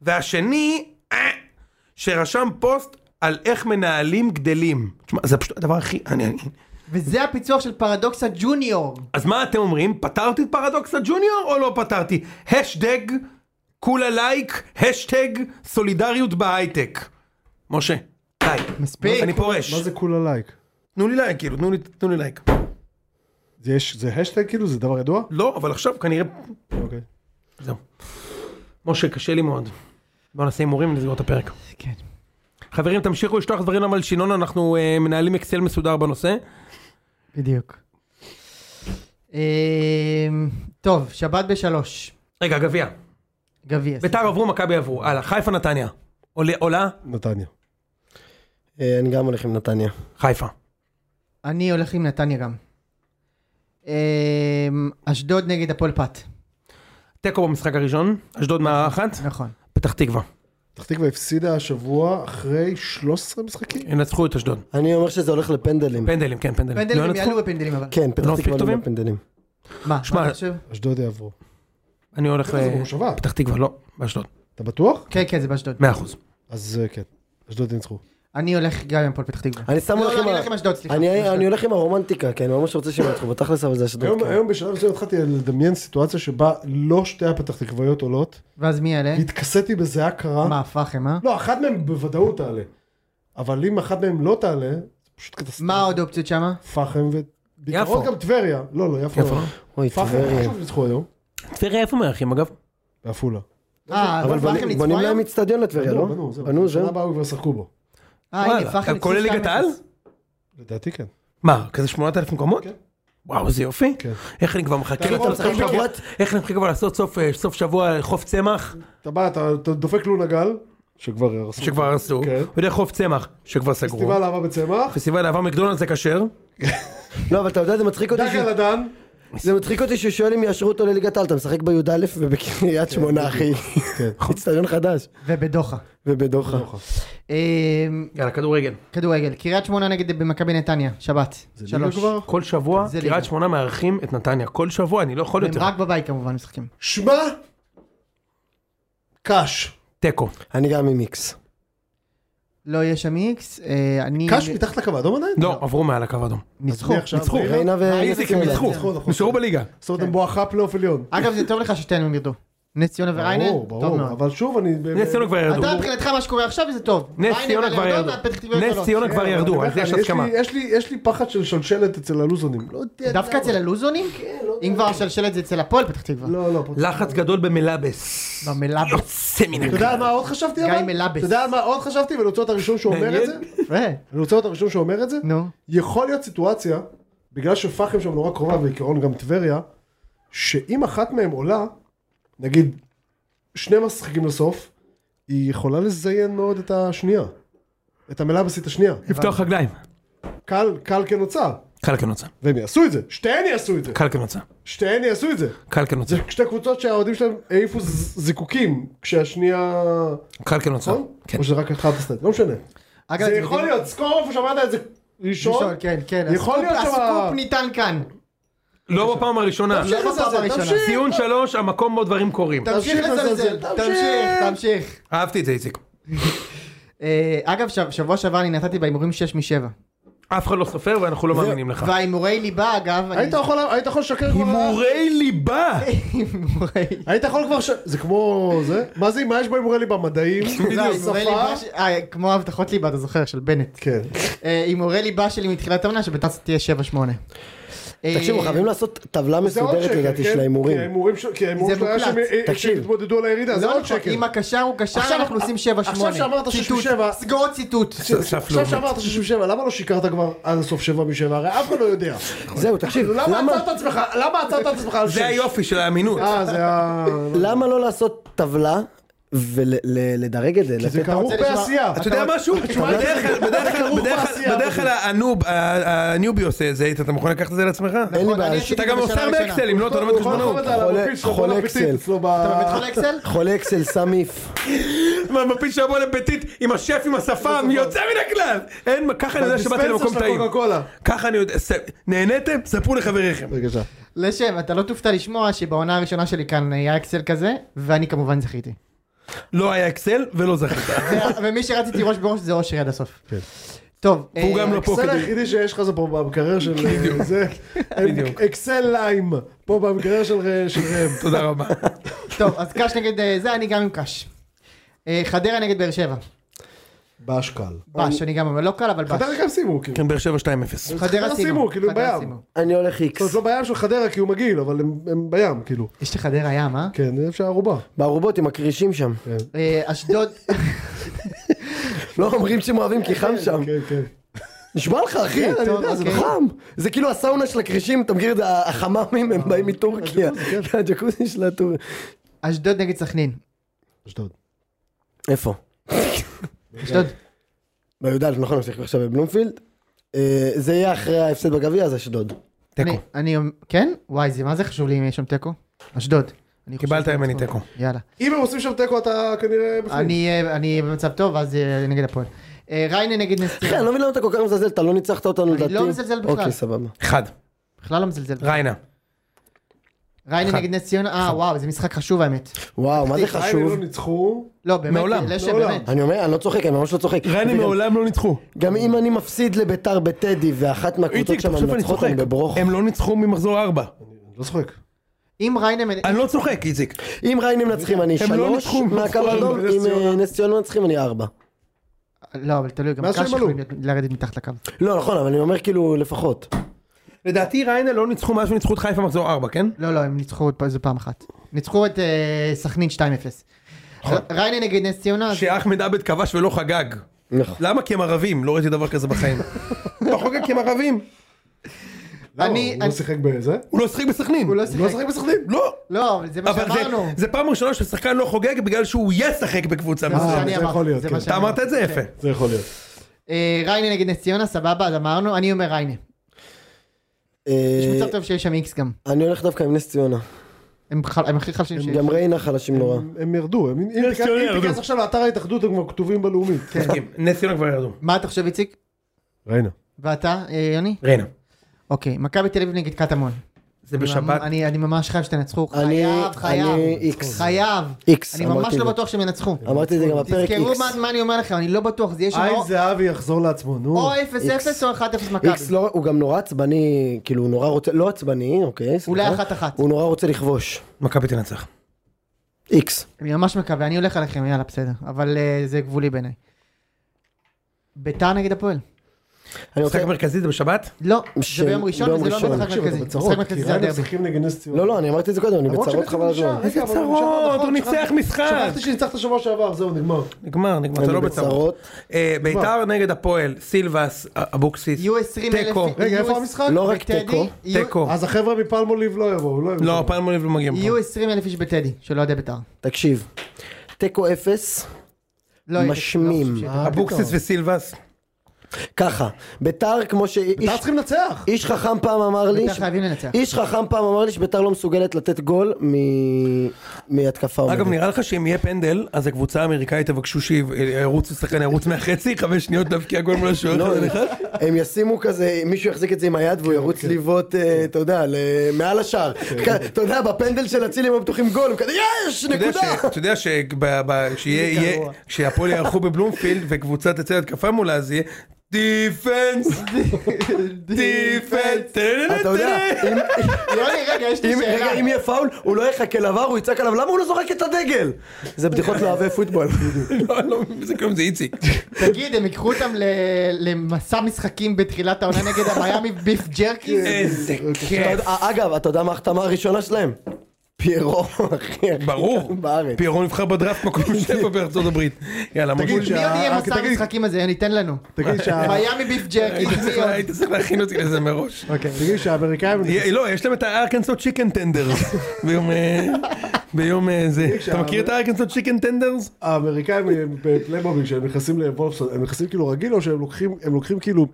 Speaker 2: והשני אה, שרשם פוסט על איך מנהלים גדלים. תשמע, זה פשוט הדבר הכי... אני, אני...
Speaker 1: וזה הפיצוח של פרדוקס הג'וניור.
Speaker 2: אז מה אתם אומרים? פתרתי את פרדוקס הג'וניור או לא פתרתי? השטג, כולה לייק, השטג, סולידריות בהייטק. משה, לייק.
Speaker 1: מספיק.
Speaker 2: אני פורש.
Speaker 3: מה זה כולה לייק?
Speaker 2: תנו לי לייק, כאילו, תנו לי, תנו לי לייק.
Speaker 3: זה יש- זה השטג כאילו? זה דבר ידוע?
Speaker 2: לא, אבל עכשיו כנראה...
Speaker 3: אוקיי.
Speaker 2: זהו. משה, קשה לי מאוד. בוא נעשה הימורים ונסגור את הפרק.
Speaker 1: כן.
Speaker 2: חברים, תמשיכו לשלוח דברים למלשינון, אנחנו אה, מנהלים אקסל מסודר בנושא.
Speaker 1: בדיוק. אמ, אמ, טוב, שבת בשלוש.
Speaker 2: רגע, גביע.
Speaker 1: גביע.
Speaker 2: ביתר עברו, מכבי עברו. הלאה, חיפה נתניה. עולה, עולה,
Speaker 3: נתניה.
Speaker 4: אה, אני גם הולך עם נתניה.
Speaker 2: חיפה.
Speaker 1: אני הולך עם נתניה גם. אמ, אשדוד נגד הפועל פת.
Speaker 2: תיקו במשחק הראשון, אשדוד מארחת,
Speaker 1: נכון.
Speaker 2: פתח תקווה.
Speaker 3: פתח תקווה הפסידה השבוע אחרי 13 משחקים.
Speaker 2: ינצחו את אשדוד.
Speaker 4: אני אומר שזה הולך לפנדלים.
Speaker 2: פנדלים, כן, פנדלים.
Speaker 1: פנדלים
Speaker 2: לא
Speaker 1: הם
Speaker 2: ינצחו?
Speaker 1: יעלו בפנדלים אבל.
Speaker 4: כן,
Speaker 2: לא
Speaker 4: פתח
Speaker 2: מספיק
Speaker 4: תקווה לא
Speaker 2: טובים?
Speaker 4: בפנדלים.
Speaker 1: מה?
Speaker 2: שמע,
Speaker 1: מה אתה חושב?
Speaker 3: אשדוד יעברו.
Speaker 2: אני הולך
Speaker 3: זה
Speaker 2: אה,
Speaker 3: במושבה.
Speaker 2: פתח תקווה, לא, באשדוד.
Speaker 3: אתה בטוח?
Speaker 1: כן, כן, זה באשדוד.
Speaker 2: 100 אחוז.
Speaker 3: אז אה, כן. אשדוד ינצחו.
Speaker 1: אני הולך גם עם הפועל פתח תקווה.
Speaker 4: אני סתם
Speaker 1: לא,
Speaker 4: הולך
Speaker 1: לא,
Speaker 4: עם
Speaker 1: אני
Speaker 4: ה-
Speaker 1: הולך עם אשדוד, סליחה.
Speaker 4: אני-
Speaker 1: עם אשדוד.
Speaker 4: אני הולך עם הרומנטיקה, כן, אני ממש רוצה שהם ינצחו, בתכלס אבל זה אשדוד.
Speaker 3: היום,
Speaker 4: כן.
Speaker 3: היום בשלב מסוים התחלתי לדמיין סיטואציה שבה לא שתי הפתח תקוויות עולות,
Speaker 1: ואז מי יעלה?
Speaker 3: והתכסיתי בזיעה קרה.
Speaker 1: מה, פחם, אה?
Speaker 3: לא, אחת מהן בוודאות תעלה. אבל אם אחת מהן לא תעלה, זה פשוט קטסטרופה.
Speaker 1: מה עוד אופציות שמה?
Speaker 3: פחם ו... בעיקרון גם טבריה. לא, לא, יפו.
Speaker 2: יפו.
Speaker 3: לא.
Speaker 4: אוי,
Speaker 3: פחם,
Speaker 4: טבריה.
Speaker 3: חשוב ניצחו היום.
Speaker 2: טבריה איפה מארחים אגב?
Speaker 3: בעפולה.
Speaker 1: אה,
Speaker 4: אבל
Speaker 1: פחם
Speaker 4: בונים-
Speaker 1: ניצחו
Speaker 4: בונים
Speaker 1: היום?
Speaker 4: להם אצטדיון לטבריה, לא?
Speaker 3: בנו, זהו.
Speaker 4: בנו, זהו.
Speaker 3: שנה הבאה הוא כבר שחקו בו.
Speaker 1: אה, הנה,
Speaker 2: וואלה,
Speaker 1: פחם ניצחו
Speaker 2: כולל ליגת
Speaker 1: 2-0.
Speaker 2: העל?
Speaker 3: לדעתי כן.
Speaker 2: מה, כזה 8,000 קומות?
Speaker 3: כן.
Speaker 2: וואו, איזה יופי.
Speaker 3: כן.
Speaker 2: איך אני כבר מחכה
Speaker 3: אתה
Speaker 2: לסוף
Speaker 3: יכול
Speaker 2: שבוע-
Speaker 3: לשחק
Speaker 4: בקבוצ-
Speaker 2: איך אני מחכה כבר לעשות סוף, אה, סוף שבוע חוף צמח,
Speaker 3: אתה בא, אתה אתה דופק לונה גל, שכבר הרסו.
Speaker 2: שכבר הרסו,
Speaker 3: כן.
Speaker 2: יודע חוף צמח, שכבר סגרו.
Speaker 3: פסטיבל אהבה בצמח.
Speaker 2: פסטיבל אהבה מקדונלדס זה כשר.
Speaker 4: לא, אבל אתה יודע, זה מצחיק אותי.
Speaker 3: דקה
Speaker 4: ש-
Speaker 3: לדן.
Speaker 4: זה מצחיק אותי שהוא שואל אם יאשרו אותו לליגת העל, אתה משחק בי"א ובקריית שמונה אחי. אצטדיון חדש.
Speaker 1: ובדוחה.
Speaker 4: ובדוחה.
Speaker 1: אמ,
Speaker 2: יאללה, כדורגל.
Speaker 1: כדורגל, קריית שמונה נגד במכבי נתניה, שבת.
Speaker 3: זה ליגה
Speaker 1: שלוש.
Speaker 3: כבר?
Speaker 2: כל שבוע
Speaker 1: זה ליגה.
Speaker 2: קריית שמונה מארחים את נתניה. כל שבוע, אני לא יכול
Speaker 1: הם
Speaker 2: יותר.
Speaker 1: רק בבית כמובן משחקים.
Speaker 3: שמע! קאש.
Speaker 2: תיקו.
Speaker 4: אני גם עם איקס.
Speaker 1: לא יהיה שם איקס, אה, אני...
Speaker 3: קאש מתחת לקו האדום עדיין?
Speaker 2: לא, עברו מעל הקו האדום.
Speaker 1: ניצחו.
Speaker 3: אז מי עכשיו?
Speaker 2: ניצחו.
Speaker 3: ריינה?
Speaker 4: ריינה ו...
Speaker 2: איציק, הם ניצחו.
Speaker 3: אה, ניצחו, נכון.
Speaker 2: נשארו בליגה.
Speaker 3: זאת אומרת, הם בואכה פלייאוף עליון.
Speaker 1: אגב, זה טוב לך ששתינו הם ירדו. נס ציונה וריינה,
Speaker 3: ברור,
Speaker 1: טוב
Speaker 3: ברור.
Speaker 1: מאוד.
Speaker 3: אבל שוב, אני...
Speaker 2: נס ציונה כבר ירדו.
Speaker 1: אתה מבחינתך מה שקורה עכשיו זה טוב.
Speaker 2: נס
Speaker 1: ריינה
Speaker 2: ציונה כבר
Speaker 1: ולבדו
Speaker 2: ירדו.
Speaker 1: והפתח תקווה לא.
Speaker 2: נס
Speaker 1: גדולות.
Speaker 2: ציונה כבר ירדו, אז יש
Speaker 3: אני-
Speaker 2: הסכמה.
Speaker 3: לי- אה, יש לי, יש לי פחד של שלשלת אצל הלוזונים. לא יודע.
Speaker 1: דווקא אצל הלוזונים? אם כבר השלשלת זה אצל הפועל פתח תקווה.
Speaker 3: כן, לא, לא. פה-
Speaker 2: לחץ גדול במלאבס.
Speaker 1: במלאבס.
Speaker 2: יוצא מן
Speaker 3: לא, אתה
Speaker 2: הכלל.
Speaker 3: יודע על מה עוד חשבתי
Speaker 1: גיא
Speaker 3: אבל?
Speaker 1: מלאבס.
Speaker 3: אתה יודע על מה עוד חשבתי ואני רוצה להיות הראשון שאומר
Speaker 2: מעניין.
Speaker 3: את זה?
Speaker 1: אה,
Speaker 3: אני רוצה להיות הראשון שאומר את זה?
Speaker 1: נו.
Speaker 3: יכול להיות סיטואציה, בגלל שפחם שם נורא קרובה ובעיקרון גם טבריה, שאם אחת מהן עולה, נגיד 12 משחקים לסוף, היא יכולה לזיין מאוד את השנייה. את המלאבסית השנייה.
Speaker 2: לפתוח רגליים.
Speaker 3: קל, קל כנוצה.
Speaker 2: קל כן הוצא.
Speaker 3: והם יעשו את זה. שתיהן יעשו את זה.
Speaker 2: קל כן הוצא.
Speaker 3: שתיהן יעשו את זה.
Speaker 2: קל כן הוצא.
Speaker 3: זה שתי קבוצות שהאוהדים שלהם העיפו ז- זיקוקים כשהשנייה...
Speaker 2: קל כן הוצא.
Speaker 3: נכון?
Speaker 2: כן.
Speaker 3: או שזה רק אחת עשתה, לא משנה.
Speaker 1: אגב,
Speaker 3: זה
Speaker 1: אתם
Speaker 3: יכול
Speaker 1: יודעים-
Speaker 3: להיות, סקור איפה שמעת את זה ראשון.
Speaker 1: ראשון, כן, כן.
Speaker 3: יכול
Speaker 1: הסקופ-
Speaker 3: להיות שמה-
Speaker 1: הסקופ ניתן כאן.
Speaker 2: לא בפעם הראשונה.
Speaker 3: תמשיך
Speaker 1: לא בפעם
Speaker 3: לזלזל,
Speaker 1: הראשונה.
Speaker 3: תמשיך.
Speaker 2: ציון שלוש, המקום בו דברים קורים.
Speaker 1: תמשיך
Speaker 3: תמשיך
Speaker 1: לזלזל,
Speaker 3: לזלזל,
Speaker 1: תמשיך, תמשיך.
Speaker 2: אהבתי את זה, איציק.
Speaker 1: אה, אגב, שב- שבוע שעבר אני נתתי בהימורים 6 מ-7.
Speaker 2: אף אחד לא סופר ואנחנו לא מאמינים לך.
Speaker 1: וההימורי ליבה, אגב, אני-
Speaker 3: היית יכול- היית יכול לשקר כבר...
Speaker 2: הימורי ליבה!
Speaker 1: הימורי...
Speaker 3: היית יכול כבר ש... זה כמו זה? מה זה, מה יש בהימורי לי במדעים?
Speaker 1: לא, הימורי ליבה
Speaker 3: שפה?
Speaker 1: ש- אה, כמו הבטחות ליבה, אתה זוכר, של בנט.
Speaker 3: כן.
Speaker 1: אה, הימורי ליבה שלי מתחילת העונה, שביתר תהיה 7-8. אה,
Speaker 4: תקשיבו, חייבים לעשות טבלה
Speaker 3: זה עוד
Speaker 4: מסודרת
Speaker 3: שקר,
Speaker 4: לדעתי
Speaker 3: כן?
Speaker 4: של ההימורים.
Speaker 3: כי ההימורים של- כי ההימורים
Speaker 1: זה
Speaker 3: שלו היה
Speaker 1: מוקלט.
Speaker 3: שהם אה,
Speaker 4: תקשיב.
Speaker 3: שהתמודדו על הירידה, זה
Speaker 1: לא
Speaker 3: עוד
Speaker 1: נכון,
Speaker 3: שקר.
Speaker 1: אם הקשר הוא קשר,
Speaker 3: עכשיו-
Speaker 1: אנחנו עושים 7-8.
Speaker 3: עכשיו שאמרת שיש לי
Speaker 1: ציטוט.
Speaker 3: שבע-
Speaker 1: סגור ציטוט.
Speaker 2: ספלו.
Speaker 4: לא.
Speaker 3: עכשיו שאמרת 67, למה לא שיקרת כבר עד הסוף 7 מ-7? הרי אף אחד לא יודע.
Speaker 4: זהו, תקשיב,
Speaker 3: למה
Speaker 4: למה-
Speaker 3: עצרת עצמך? למה עצרת עצמך על 6?
Speaker 2: זה היופי של האמינות.
Speaker 3: אה, זה ה...
Speaker 4: למה לא לעשות טבלה ולדרג את זה?
Speaker 3: זה
Speaker 4: לתת-
Speaker 3: כרוך
Speaker 1: לשמוע-
Speaker 3: בעשייה.
Speaker 2: אתה יודע משהו? בדרך כלל- בדרך כלל-
Speaker 3: כרוך
Speaker 2: בדרך כלל-
Speaker 3: בעשייה,
Speaker 2: בדרך כלל הנוב, ה- הניובי עושה את זה, איתן, אתה מוכן לקחת את זה לעצמך?
Speaker 4: אין לי
Speaker 1: נכון, אני
Speaker 4: בעיה.
Speaker 1: עשיתי
Speaker 2: אתה
Speaker 1: את זה
Speaker 2: גם
Speaker 1: בשנה
Speaker 2: עושה הרבה
Speaker 1: הראשונה.
Speaker 2: אקסלים, לא? אתה לומד
Speaker 3: הוא יכול
Speaker 2: חשבונות.
Speaker 3: לחתום את זה על
Speaker 4: חולה-
Speaker 3: המפעיל שלו,
Speaker 4: חולה
Speaker 3: כל הפתיל
Speaker 4: אקסל.
Speaker 3: אצלו ב-
Speaker 4: אה,
Speaker 1: אתה באמת חולה אקסל?
Speaker 4: חולה אקסל, סם איף.
Speaker 2: מפיל שבוע לפטיט עם השף עם השפם, יוצא מן הכלל! אין, ככה אני יודע שבאתי
Speaker 3: בדיספנסר
Speaker 2: למקום
Speaker 3: של
Speaker 2: טעים.
Speaker 3: קוקה-קולה.
Speaker 2: ככה אני יודע, ס- נהניתם? ספרו לחבריכם.
Speaker 3: בבקשה.
Speaker 1: לשם, אתה לא תופתע לשמוע שבעונה הראשונה שלי כאן היה אקסל כזה, ואני כמובן זכיתי.
Speaker 2: לא היה אקסל ולא זכית.
Speaker 1: ו- ומי שרציתי ראש בראש זה אושרי עד הסוף.
Speaker 3: כן.
Speaker 1: טוב.
Speaker 2: והוא
Speaker 1: אה,
Speaker 2: גם לא פה
Speaker 3: האקסל
Speaker 2: כדי...
Speaker 3: היחידי שיש לך זה פה במקרר של זה,
Speaker 2: בדיוק.
Speaker 3: אקסל ליים, פה במקרר של ר- של ראם.
Speaker 2: תודה רבה.
Speaker 1: טוב, אז קאש נגד אה, זה, אני גם עם קאש. אה, חדרה נגד באר שבע.
Speaker 3: באש קל.
Speaker 1: בש, אני גם, אבל לא קל, אבל בש.
Speaker 3: חדרה גם סיימו, כאילו.
Speaker 2: כן, באר שבע 2-0.
Speaker 1: חדרה
Speaker 3: חדרה
Speaker 1: סיימו,
Speaker 3: סיימו, כאילו,
Speaker 1: חדרה
Speaker 3: בים.
Speaker 1: סיימו.
Speaker 4: אני הולך איקס.
Speaker 3: זאת אומרת, לא בים של חדרה כי הוא מגעיל, אבל הם- הם בים, כאילו.
Speaker 1: יש לחדרה ים, אה?
Speaker 3: כן, זה אפשר ערובה.
Speaker 4: בארובות עם הקרישים שם.
Speaker 1: אה, אשדוד,
Speaker 4: לא אומרים שהם אוהבים כי חם שם.
Speaker 3: כן, כן.
Speaker 4: נשבע לך אחי,
Speaker 1: כן,
Speaker 4: אני
Speaker 1: טוב,
Speaker 4: יודע, זה
Speaker 1: אוקיי.
Speaker 4: חם. זה כאילו הסאונה של הכרישים, אתה מכיר את זה, החממים הם באים מטורקיה.
Speaker 3: אה, הג'קוזי, כן.
Speaker 4: הג'קוזי של הטורקיה.
Speaker 1: אשדוד נגד סכנין.
Speaker 2: כן,
Speaker 3: אשדוד.
Speaker 4: איפה?
Speaker 1: אשדוד.
Speaker 4: בי"א, נכון, הם שיחקו עכשיו בבלומפילד. אה, זה יהיה אחרי ההפסד בגביע, אז אשדוד.
Speaker 2: תיקו.
Speaker 1: אני- אני... כן? וואי, זה מה זה חשוב לי אם יש שם תיקו? אשדוד. אני חושב
Speaker 2: קיבלת
Speaker 1: שזה
Speaker 2: ממני
Speaker 1: מצחיק.
Speaker 2: תיקו.
Speaker 1: יאללה.
Speaker 3: אם הם עושים שם תיקו אתה כנראה בפנים.
Speaker 1: אני אה, אני במצב טוב, אז אה, נגד הפועל. אה, ריינה נגד נס
Speaker 4: אחי, אני
Speaker 1: ציונה.
Speaker 4: לא מבין למה אתה כל כך מזלזל, אתה לא ניצחת אותנו
Speaker 1: אני
Speaker 4: לדעתי.
Speaker 1: לא מזלזל בכלל.
Speaker 4: אוקיי, סבבה.
Speaker 2: אחד.
Speaker 1: בכלל לא מזלזל.
Speaker 2: ריינה.
Speaker 1: ריינה
Speaker 2: אחד.
Speaker 1: נגד נס ציונה. אה, וואו, זה משחק חשוב האמת.
Speaker 4: וואו, מה זה
Speaker 3: הם
Speaker 4: חשוב?
Speaker 3: לא ניצחו.
Speaker 1: לא, באמת.
Speaker 2: מעולם,
Speaker 1: לשם,
Speaker 3: מעולם.
Speaker 1: באמת.
Speaker 4: אני אומר, אני לא צוחק, אני ממש לא צוחק. וגם-
Speaker 2: לא ניצחו.
Speaker 4: גם אם אני מפסיד לביתר בטדי, ואחת מהקבוצות
Speaker 2: איציק,
Speaker 4: שם
Speaker 2: אתה חושב שאני
Speaker 4: מנצחות,
Speaker 2: צוחק?
Speaker 4: אני בברוך.
Speaker 2: הם לא ניצחו ממחזור ארבע.
Speaker 3: לא צוחק.
Speaker 1: אם ריינה... מנ-
Speaker 2: אני לא צוחק, איציק.
Speaker 4: אם ריינה מנצחים אני
Speaker 2: הם לא
Speaker 4: שלוש
Speaker 2: ניצחו, הם
Speaker 4: מהקו
Speaker 2: ניצחו,
Speaker 4: האדום,
Speaker 3: נס
Speaker 4: אם
Speaker 3: ציונה.
Speaker 4: אה, נס ציונה מנצחים אני ארבע.
Speaker 1: לא, אבל תלוי, גם
Speaker 3: מאז שהם
Speaker 1: קש יכולים
Speaker 3: עלו.
Speaker 1: להיות- לרדת מתחת לקו.
Speaker 4: לא נכון, אבל אני אומר כאילו לפחות.
Speaker 2: לדעתי ריינה לא ניצחו מאז שניצחו את חיפה מחזור ארבע, כן?
Speaker 1: לא, לא, הם ניצחו את זה פעם אחת. ניצחו את אה, סכנין 2-0.
Speaker 2: נכון.
Speaker 1: ר- ריינה נגד נס ציונה, אז-
Speaker 2: שאחמד עבד כבש ולא חגג.
Speaker 4: נכון.
Speaker 2: למה? כי הם ערבים, לא ראיתי דבר כזה בחיים. לא חוגג כי הם ערבים.
Speaker 3: למה?
Speaker 1: אני-
Speaker 3: הוא לא
Speaker 1: אני-
Speaker 3: שיחק בזה?
Speaker 2: הוא לא שיחק בסכנין.
Speaker 1: הוא לא
Speaker 3: הוא לא
Speaker 1: שיחק.
Speaker 3: שיחק בסכנין.
Speaker 2: לא.
Speaker 1: לא, אבל זה מה
Speaker 2: אבל זה-
Speaker 1: שאמרנו.
Speaker 2: זה פעם ראשונה ששחקן לא חוגג בגלל שהוא ישחק בקבוצה
Speaker 1: זה מה
Speaker 2: מסוימת.
Speaker 1: שאני
Speaker 3: זה יכול
Speaker 1: אמרתי,
Speaker 3: להיות,
Speaker 1: זה
Speaker 3: כן.
Speaker 1: מה
Speaker 2: אתה
Speaker 1: שאני
Speaker 2: אמרת
Speaker 1: אמרתי.
Speaker 2: את זה יפה.
Speaker 3: זה יכול להיות.
Speaker 1: אה, ריינה נגד נס ציונה, סבבה, אז אמרנו, אני אומר ריינה.
Speaker 4: אה,
Speaker 1: יש מצב טוב שיש שם איקס גם.
Speaker 4: אני הולך דווקא עם נס ציונה.
Speaker 1: הם ח- הם הכי חלשים שיש.
Speaker 4: גם ריינה חלשים נורא.
Speaker 3: הם- הם ירדו. הם- אם תיכנס-
Speaker 2: ציונה
Speaker 3: אם
Speaker 2: ירדו.
Speaker 3: תיכנס עכשיו לאתר ההתאחדות הם כבר כתובים בלאומית.
Speaker 2: מסכים. נס ציונה כבר ירדו.
Speaker 1: מה אתה חושב, איציק?
Speaker 3: כן. ריינה.
Speaker 1: ואתה, אה, יוני?
Speaker 2: ריינה.
Speaker 1: אוקיי, מכבי תל אביב נגד קטמון.
Speaker 2: זה
Speaker 1: אני
Speaker 2: בשבת.
Speaker 1: ממ- אני אני ממש חייב שתנצחו.
Speaker 4: אני-
Speaker 1: חייב, חייב.
Speaker 4: אני איקס.
Speaker 1: חייב.
Speaker 4: איקס,
Speaker 1: אני
Speaker 4: אמרתי
Speaker 1: ממש
Speaker 4: את
Speaker 1: לא
Speaker 4: זה.
Speaker 1: בטוח שהם ינצחו.
Speaker 4: אמרתי את זה גם בפרק
Speaker 1: תזכרו
Speaker 4: איקס.
Speaker 1: מה- מה אני אומר לכם, אני לא בטוח, זה יהיה שם או-
Speaker 3: היי זהבי יחזור לעצמו, נו.
Speaker 1: או 0-0 או 1-0
Speaker 4: איקס
Speaker 1: מכבי.
Speaker 4: לא, הוא גם נורא עצבני, כאילו הוא נורא רוצה, לא עצבני, אוקיי, סליחה.
Speaker 1: אולי אחת אחת.
Speaker 4: הוא נורא רוצה לכבוש.
Speaker 2: מכבי תנצח.
Speaker 4: איקס.
Speaker 1: אני ממש מקווה, אני הולך עליכם, יאללה, בסדר. אבל אה, זה גבולי בעיניי. ביתר נגד הפועל.
Speaker 4: אני
Speaker 2: משחק
Speaker 4: רוצה...
Speaker 2: מרכזי זה בשבת?
Speaker 1: לא,
Speaker 4: ש-
Speaker 1: זה ביום ראשון,
Speaker 4: ביום
Speaker 1: וזה לא
Speaker 4: ראשון.
Speaker 1: משחק
Speaker 3: תקשיב,
Speaker 1: מרכזי.
Speaker 3: אתה בצרות,
Speaker 1: משחק
Speaker 3: כי
Speaker 1: מרכזי זה
Speaker 3: ריינה
Speaker 1: הדרבי.
Speaker 3: משחקים נגד נס ציונה.
Speaker 4: לא, לא, אני אמרתי את זה קודם, אני
Speaker 3: למרות
Speaker 4: בצרות
Speaker 3: שבעצם
Speaker 4: חבל על
Speaker 3: נשאר,
Speaker 4: הזמן.
Speaker 3: רגע,
Speaker 2: איזה
Speaker 3: אבל
Speaker 2: צרות,
Speaker 3: נשאר,
Speaker 2: הוא
Speaker 3: נכון,
Speaker 2: ניצח
Speaker 3: שכחתי-
Speaker 2: משחק.
Speaker 3: שכחתי שניצחת שבוע שעבר, זהו, נגמר.
Speaker 2: נגמר, נגמר, אתה
Speaker 4: אני
Speaker 2: לא
Speaker 4: בצרות.
Speaker 2: בצרות. אה, ביתר נגד הפועל, סילבס, אה, אבוקסיס,
Speaker 1: יהיו 20 אלף...
Speaker 2: תיקו.
Speaker 3: רגע, איפה המשחק?
Speaker 4: לא רק תיקו. לא.
Speaker 2: תיקו.
Speaker 3: אז החבר'ה מפלמוליב לא יבואו, לא יבואו.
Speaker 2: לא, פלמוליב לא מגיעים.
Speaker 1: יהיו 20 אלף איש בטדי, שלא יודע ביתר.
Speaker 4: תקשיב, תיקו אפס,
Speaker 1: לא יהיה-
Speaker 4: משמים.
Speaker 1: לא חושב שיהיה.
Speaker 3: אה,
Speaker 2: אבוקסיס
Speaker 3: פתאום.
Speaker 2: וסילבס.
Speaker 4: ככה, ביתר כמו שאיש
Speaker 3: בית"ר צריכים לנצח.
Speaker 4: איש חכם פעם אמר לי,
Speaker 1: ביתר
Speaker 4: ש-
Speaker 1: חייבים לנצח.
Speaker 4: איש חכם פעם אמר לי שביתר לא מסוגלת לתת גול מ- מהתקפה
Speaker 2: אגב,
Speaker 4: עומדת.
Speaker 2: נראה לך שאם יהיה פנדל, אז הקבוצה האמריקאית תבקשו שירוץ שחקן ירוץ מהחצי, חמש שניות להבקיע גול מול השוער
Speaker 4: לא,
Speaker 2: אחד על אחד?
Speaker 4: הם ישימו כזה, מישהו יחזיק את זה עם היד והוא ירוץ
Speaker 2: כן.
Speaker 4: לבעוט, אה, אתה יודע, ל- מעל השער. כ- אתה יודע, בפנדל של אצילי הם היו פתוחים גול, הם כזה, יש,
Speaker 2: אתה יודע
Speaker 4: נקודה.
Speaker 2: ש- אתה יודע שב- ב- שיהיה-
Speaker 1: זה
Speaker 2: יהיה-
Speaker 1: גרוע.
Speaker 2: כשהפועל יערכו בבלומפילד וקבוצה תצא להתקפה מולה, אז יהיה דיפנס, דיפנס.
Speaker 4: אתה יודע, אם-
Speaker 1: יוני, רגע, יש לי
Speaker 4: אם- רגע,
Speaker 1: שאלה.
Speaker 4: אם יהיה פאול, הוא לא יחכה לבר, הוא יצעק עליו, למה הוא לא זורק את הדגל? זה בדיחות לאוהבי פוטבול.
Speaker 2: לא, לא, זה כלום, זה איציק.
Speaker 1: תגיד, הם ייקחו אותם ל- למסע משחקים בתחילת העונה נגד המיאמי ביף ג'רקיס?
Speaker 3: כן.
Speaker 2: איזה
Speaker 4: אתה
Speaker 2: כיף.
Speaker 4: יודע- אגב, אתה יודע מה ההחתמה הראשונה שלהם? פיירו, אחי. הכי
Speaker 2: ברור.
Speaker 4: טוב בארץ.
Speaker 2: פיירון נבחר בדראפט מקום שבע בארצות הברית. יאללה,
Speaker 3: תגיד,
Speaker 2: מגול.
Speaker 1: מי עוד יהיה
Speaker 3: אה,
Speaker 1: מסע
Speaker 3: תגיד-
Speaker 1: המשחקים הזה? יוני, תן לנו.
Speaker 3: תגיד שה-
Speaker 1: מיאמי ביף ג'רקיס,
Speaker 2: היית
Speaker 1: מי
Speaker 2: צריך-
Speaker 1: עוד?
Speaker 2: היית צריך להכין אותי לזה מראש.
Speaker 1: אוקיי.
Speaker 3: תגיד שהאמריקאים...
Speaker 2: יה- לא, יש להם את הארקנסו צ'יקן טנדרס. ביום, אה, ביום אה, זה. אתה
Speaker 3: כשהאמר-
Speaker 2: מכיר את הארקנסו צ'יקן טנדרס?
Speaker 3: האמריקאים הם בפלייבוביק שהם נכנסים לוולפסון, הם נכנסים כאילו רגיל או שהם לוקחים, הם לוקחים כאילו,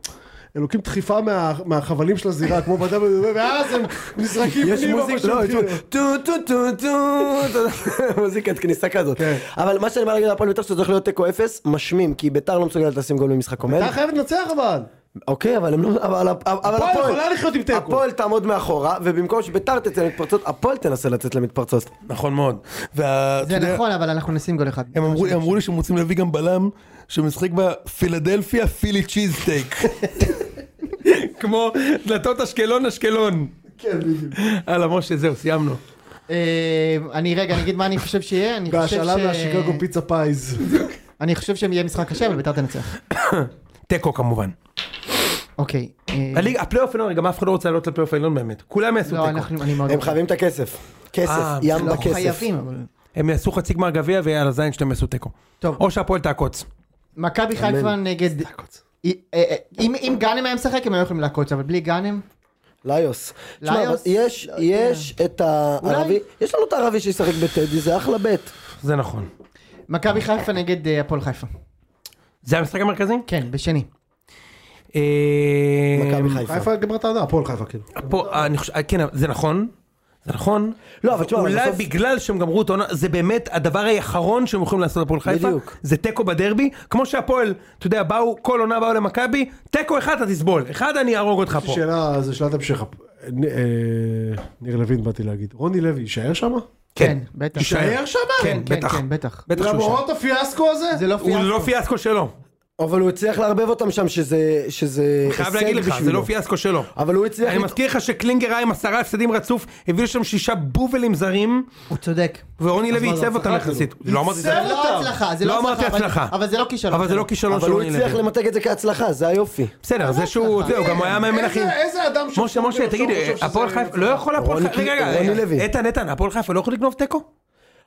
Speaker 3: הם לוקחים דחיפה מה- מהחבלים של הזירה כמו בדם ואז הם נזרקים
Speaker 4: יש
Speaker 3: פנימה
Speaker 4: מוזיקה,
Speaker 3: פשוט,
Speaker 4: לא, יש
Speaker 3: כאילו.
Speaker 4: טו טו טו טו, אתה- מוזיקת כניסה כזאת.
Speaker 3: כן.
Speaker 4: אבל מה שאני בא להגיד על הפועל בית"ר שזה הולך להיות תיקו אפס, משמים, כי בית"ר לא מסוגלת לשים גול במשחק עומד.
Speaker 3: אתה חייב לנצח אבל.
Speaker 4: אוקיי, אבל הם לא, אבל הפ- אבל
Speaker 3: הפועל יכולה לחיות עם תיקו.
Speaker 4: הפועל תעמוד מאחורה, ובמקום שבית"ר תצא למתפרצות, הפועל תנסה לצאת למתפרצות.
Speaker 2: נכון מאוד. וה-
Speaker 1: זה
Speaker 2: אתה יודע,
Speaker 1: נכון, אבל אנחנו נשים גול אחד.
Speaker 2: הם אמרו- הם אמרו לי שהם רוצים להביא גם בלם שמשחק בפילדלפיה פילי צ'יז טייק. כמו דלתות אשקלון אשקלון.
Speaker 3: כן, בדיוק.
Speaker 2: הלאה משה זהו סיימנו.
Speaker 1: אה, אני רגע, אני אגיד מה אני חושב שיהיה. אני חושב
Speaker 3: בהשאלה
Speaker 1: ש-
Speaker 3: מהשיקגו פיצה פייז.
Speaker 1: אני חושב שיהיה משחק קשה, אבל ביתר תנצח.
Speaker 2: תיקו כמובן.
Speaker 1: אוקיי. אה,
Speaker 2: הליגה- הפלייאוף העליון גם אף אחד לא רוצה לעלות לפלייאוף העליון באמת. כולם יעשו
Speaker 1: לא,
Speaker 2: תיקו.
Speaker 1: אנחנו, אני מאוד...
Speaker 4: הם חייבים את הכסף. כסף,
Speaker 2: אה,
Speaker 4: ים
Speaker 1: לא
Speaker 4: בכסף.
Speaker 1: חייבים, אבל...
Speaker 2: הם יעשו חצי גמר גביע ועל הזין שלהם יעשו תיקו.
Speaker 1: טוב,
Speaker 2: או שהפועל תעקוץ.
Speaker 1: מכבי חיפה נגד אי- אה, אה, אם אם גאנם היה משחק הם היו יכולים לעקוץ, אבל בלי גאנם...
Speaker 4: ליוס. תשמע,
Speaker 1: ליוס?
Speaker 4: אבל יש,
Speaker 1: לא יודע.
Speaker 4: יש את הערבי, יש לנו את הערבי שישחק בטדי, זה אחלה בית.
Speaker 2: זה נכון.
Speaker 1: מכבי חיפה נגד אה, הפועל חיפה.
Speaker 2: זה המשחק המרכזי?
Speaker 1: כן, בשני.
Speaker 2: אה,
Speaker 4: מכבי חיפה.
Speaker 3: חיפה גמרה את העונה, הפועל חיפה כאילו.
Speaker 2: פה, אני חושב, כן, זה נכון. זה נכון.
Speaker 4: לא, אבל תשמע, אבל
Speaker 2: אולי
Speaker 4: בסוף-
Speaker 2: בגלל שהם גמרו את העונה, זה באמת הדבר האחרון שהם יכולים לעשות לפועל חיפה.
Speaker 4: בדיוק.
Speaker 2: זה תיקו בדרבי. כמו שהפועל, אתה יודע, באו, כל עונה באו למכבי, תיקו אחד אתה תסבול, אחד אני אהרוג אותך פה.
Speaker 3: שאלה, זה שאלת המשך. נ- אה, ניר לוין באתי להגיד. רוני לוי יישאר שם?
Speaker 1: כן, בטח.
Speaker 2: יישאר שם? כן,
Speaker 1: כן,
Speaker 2: בטח.
Speaker 1: כן, בטח.
Speaker 2: בטח שהוא יישאר.
Speaker 3: למרות הפיאסקו הזה?
Speaker 1: זה לא
Speaker 2: הוא
Speaker 1: פיאסקו.
Speaker 2: לא פיאסקו שלו.
Speaker 4: אבל הוא הצליח לערבב אותם שם, שזה שזה
Speaker 2: אה. חייב
Speaker 4: הישג
Speaker 2: להגיד לך, זה לא
Speaker 4: בשבילו.
Speaker 2: פיאסקו שלו.
Speaker 4: אבל הוא הצליח...
Speaker 2: אני
Speaker 4: לת-
Speaker 2: מזכיר לך שקלינגר היה עם עשרה הפסדים רצוף, הביא לשם שישה בובלים זרים,
Speaker 1: הוא צודק.
Speaker 2: ורוני לוי
Speaker 3: מה,
Speaker 2: עיצב
Speaker 3: זה
Speaker 2: אותם
Speaker 3: הצלחה
Speaker 2: יחסית. לא אמרתי
Speaker 1: זה
Speaker 2: זה,
Speaker 1: לא הצלחה, זה
Speaker 2: לא
Speaker 1: לא
Speaker 2: אמרתי
Speaker 1: אבל-
Speaker 2: הצלחה.
Speaker 1: אבל זה לא כישלון.
Speaker 2: אבל זה לא
Speaker 1: שלו.
Speaker 2: כישלון
Speaker 4: אבל
Speaker 2: של
Speaker 4: הוא
Speaker 2: רוני
Speaker 4: הצליח
Speaker 2: לוי.
Speaker 4: למתג את זה כהצלחה, זה היופי.
Speaker 2: בסדר, זה שהוא,
Speaker 1: הצלחה.
Speaker 2: זהו, גם הוא היה מאמן הכי...
Speaker 3: איזה- איזה אדם ש...
Speaker 2: משה, משה, תגיד, הפועל חיפה, לא יכול הפועל
Speaker 4: רוני
Speaker 2: חיפה,
Speaker 4: קיל-
Speaker 2: רגע, רגע,
Speaker 4: רוני
Speaker 2: רגע,
Speaker 4: לוי.
Speaker 2: איתן, איתן, הפועל חיפה לא יכול לגנוב תיקו?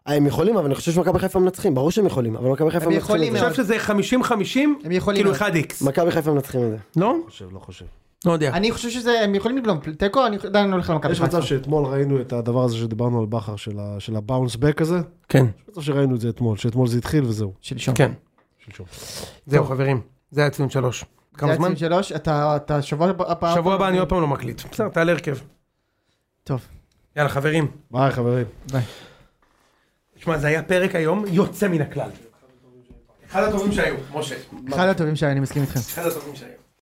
Speaker 4: אה, הם יכולים, אבל אני חושב שמכבי חיפה מנצחים, ברור שהם יכולים, אבל מכבי חיפה
Speaker 1: הם
Speaker 4: מנצחים
Speaker 1: יכולים
Speaker 4: את
Speaker 2: אני
Speaker 4: זה.
Speaker 1: מאוד.
Speaker 2: חושב שזה 50-50,
Speaker 1: הם יכולים
Speaker 2: כאילו
Speaker 1: מאוד.
Speaker 2: 1x.
Speaker 4: מכבי חיפה מנצחים את זה.
Speaker 2: לא?
Speaker 3: חושב, לא חושב.
Speaker 2: לא יודע.
Speaker 1: אני חושב שזה, הם יכולים לגנוב תיקו, אני עדיין הולך למכבי
Speaker 3: יש
Speaker 1: חיפה.
Speaker 3: מצב שאתמול ראינו את הדבר הזה שדיברנו על בכר, של ה- של הבאונס בק הזה?
Speaker 2: כן,
Speaker 3: יש מצב שראינו את זה אתמול, שאתמול זה התחיל וזהו.
Speaker 1: שלשום.
Speaker 2: כן.
Speaker 3: שלשום.
Speaker 2: זהו, חברים, זה היה ציון שלוש.
Speaker 1: זה
Speaker 2: כמה
Speaker 1: היה
Speaker 2: זמן?
Speaker 1: ציון שלוש, אתה אתה שבוע הבא... כן.
Speaker 2: שבוע הבא אני עוד פעם לא מקליט. בסדר, תעלה הרכב.
Speaker 1: טוב,
Speaker 2: יאללה, חברים.
Speaker 3: ביי חברים.
Speaker 1: ביי.
Speaker 2: תשמע, זה היה פרק היום יוצא מן הכלל. אחד הטובים שהיו, משה.
Speaker 1: אחד הטובים שהיה, אני מסכים איתכם.
Speaker 2: אחד הטובים שהיו.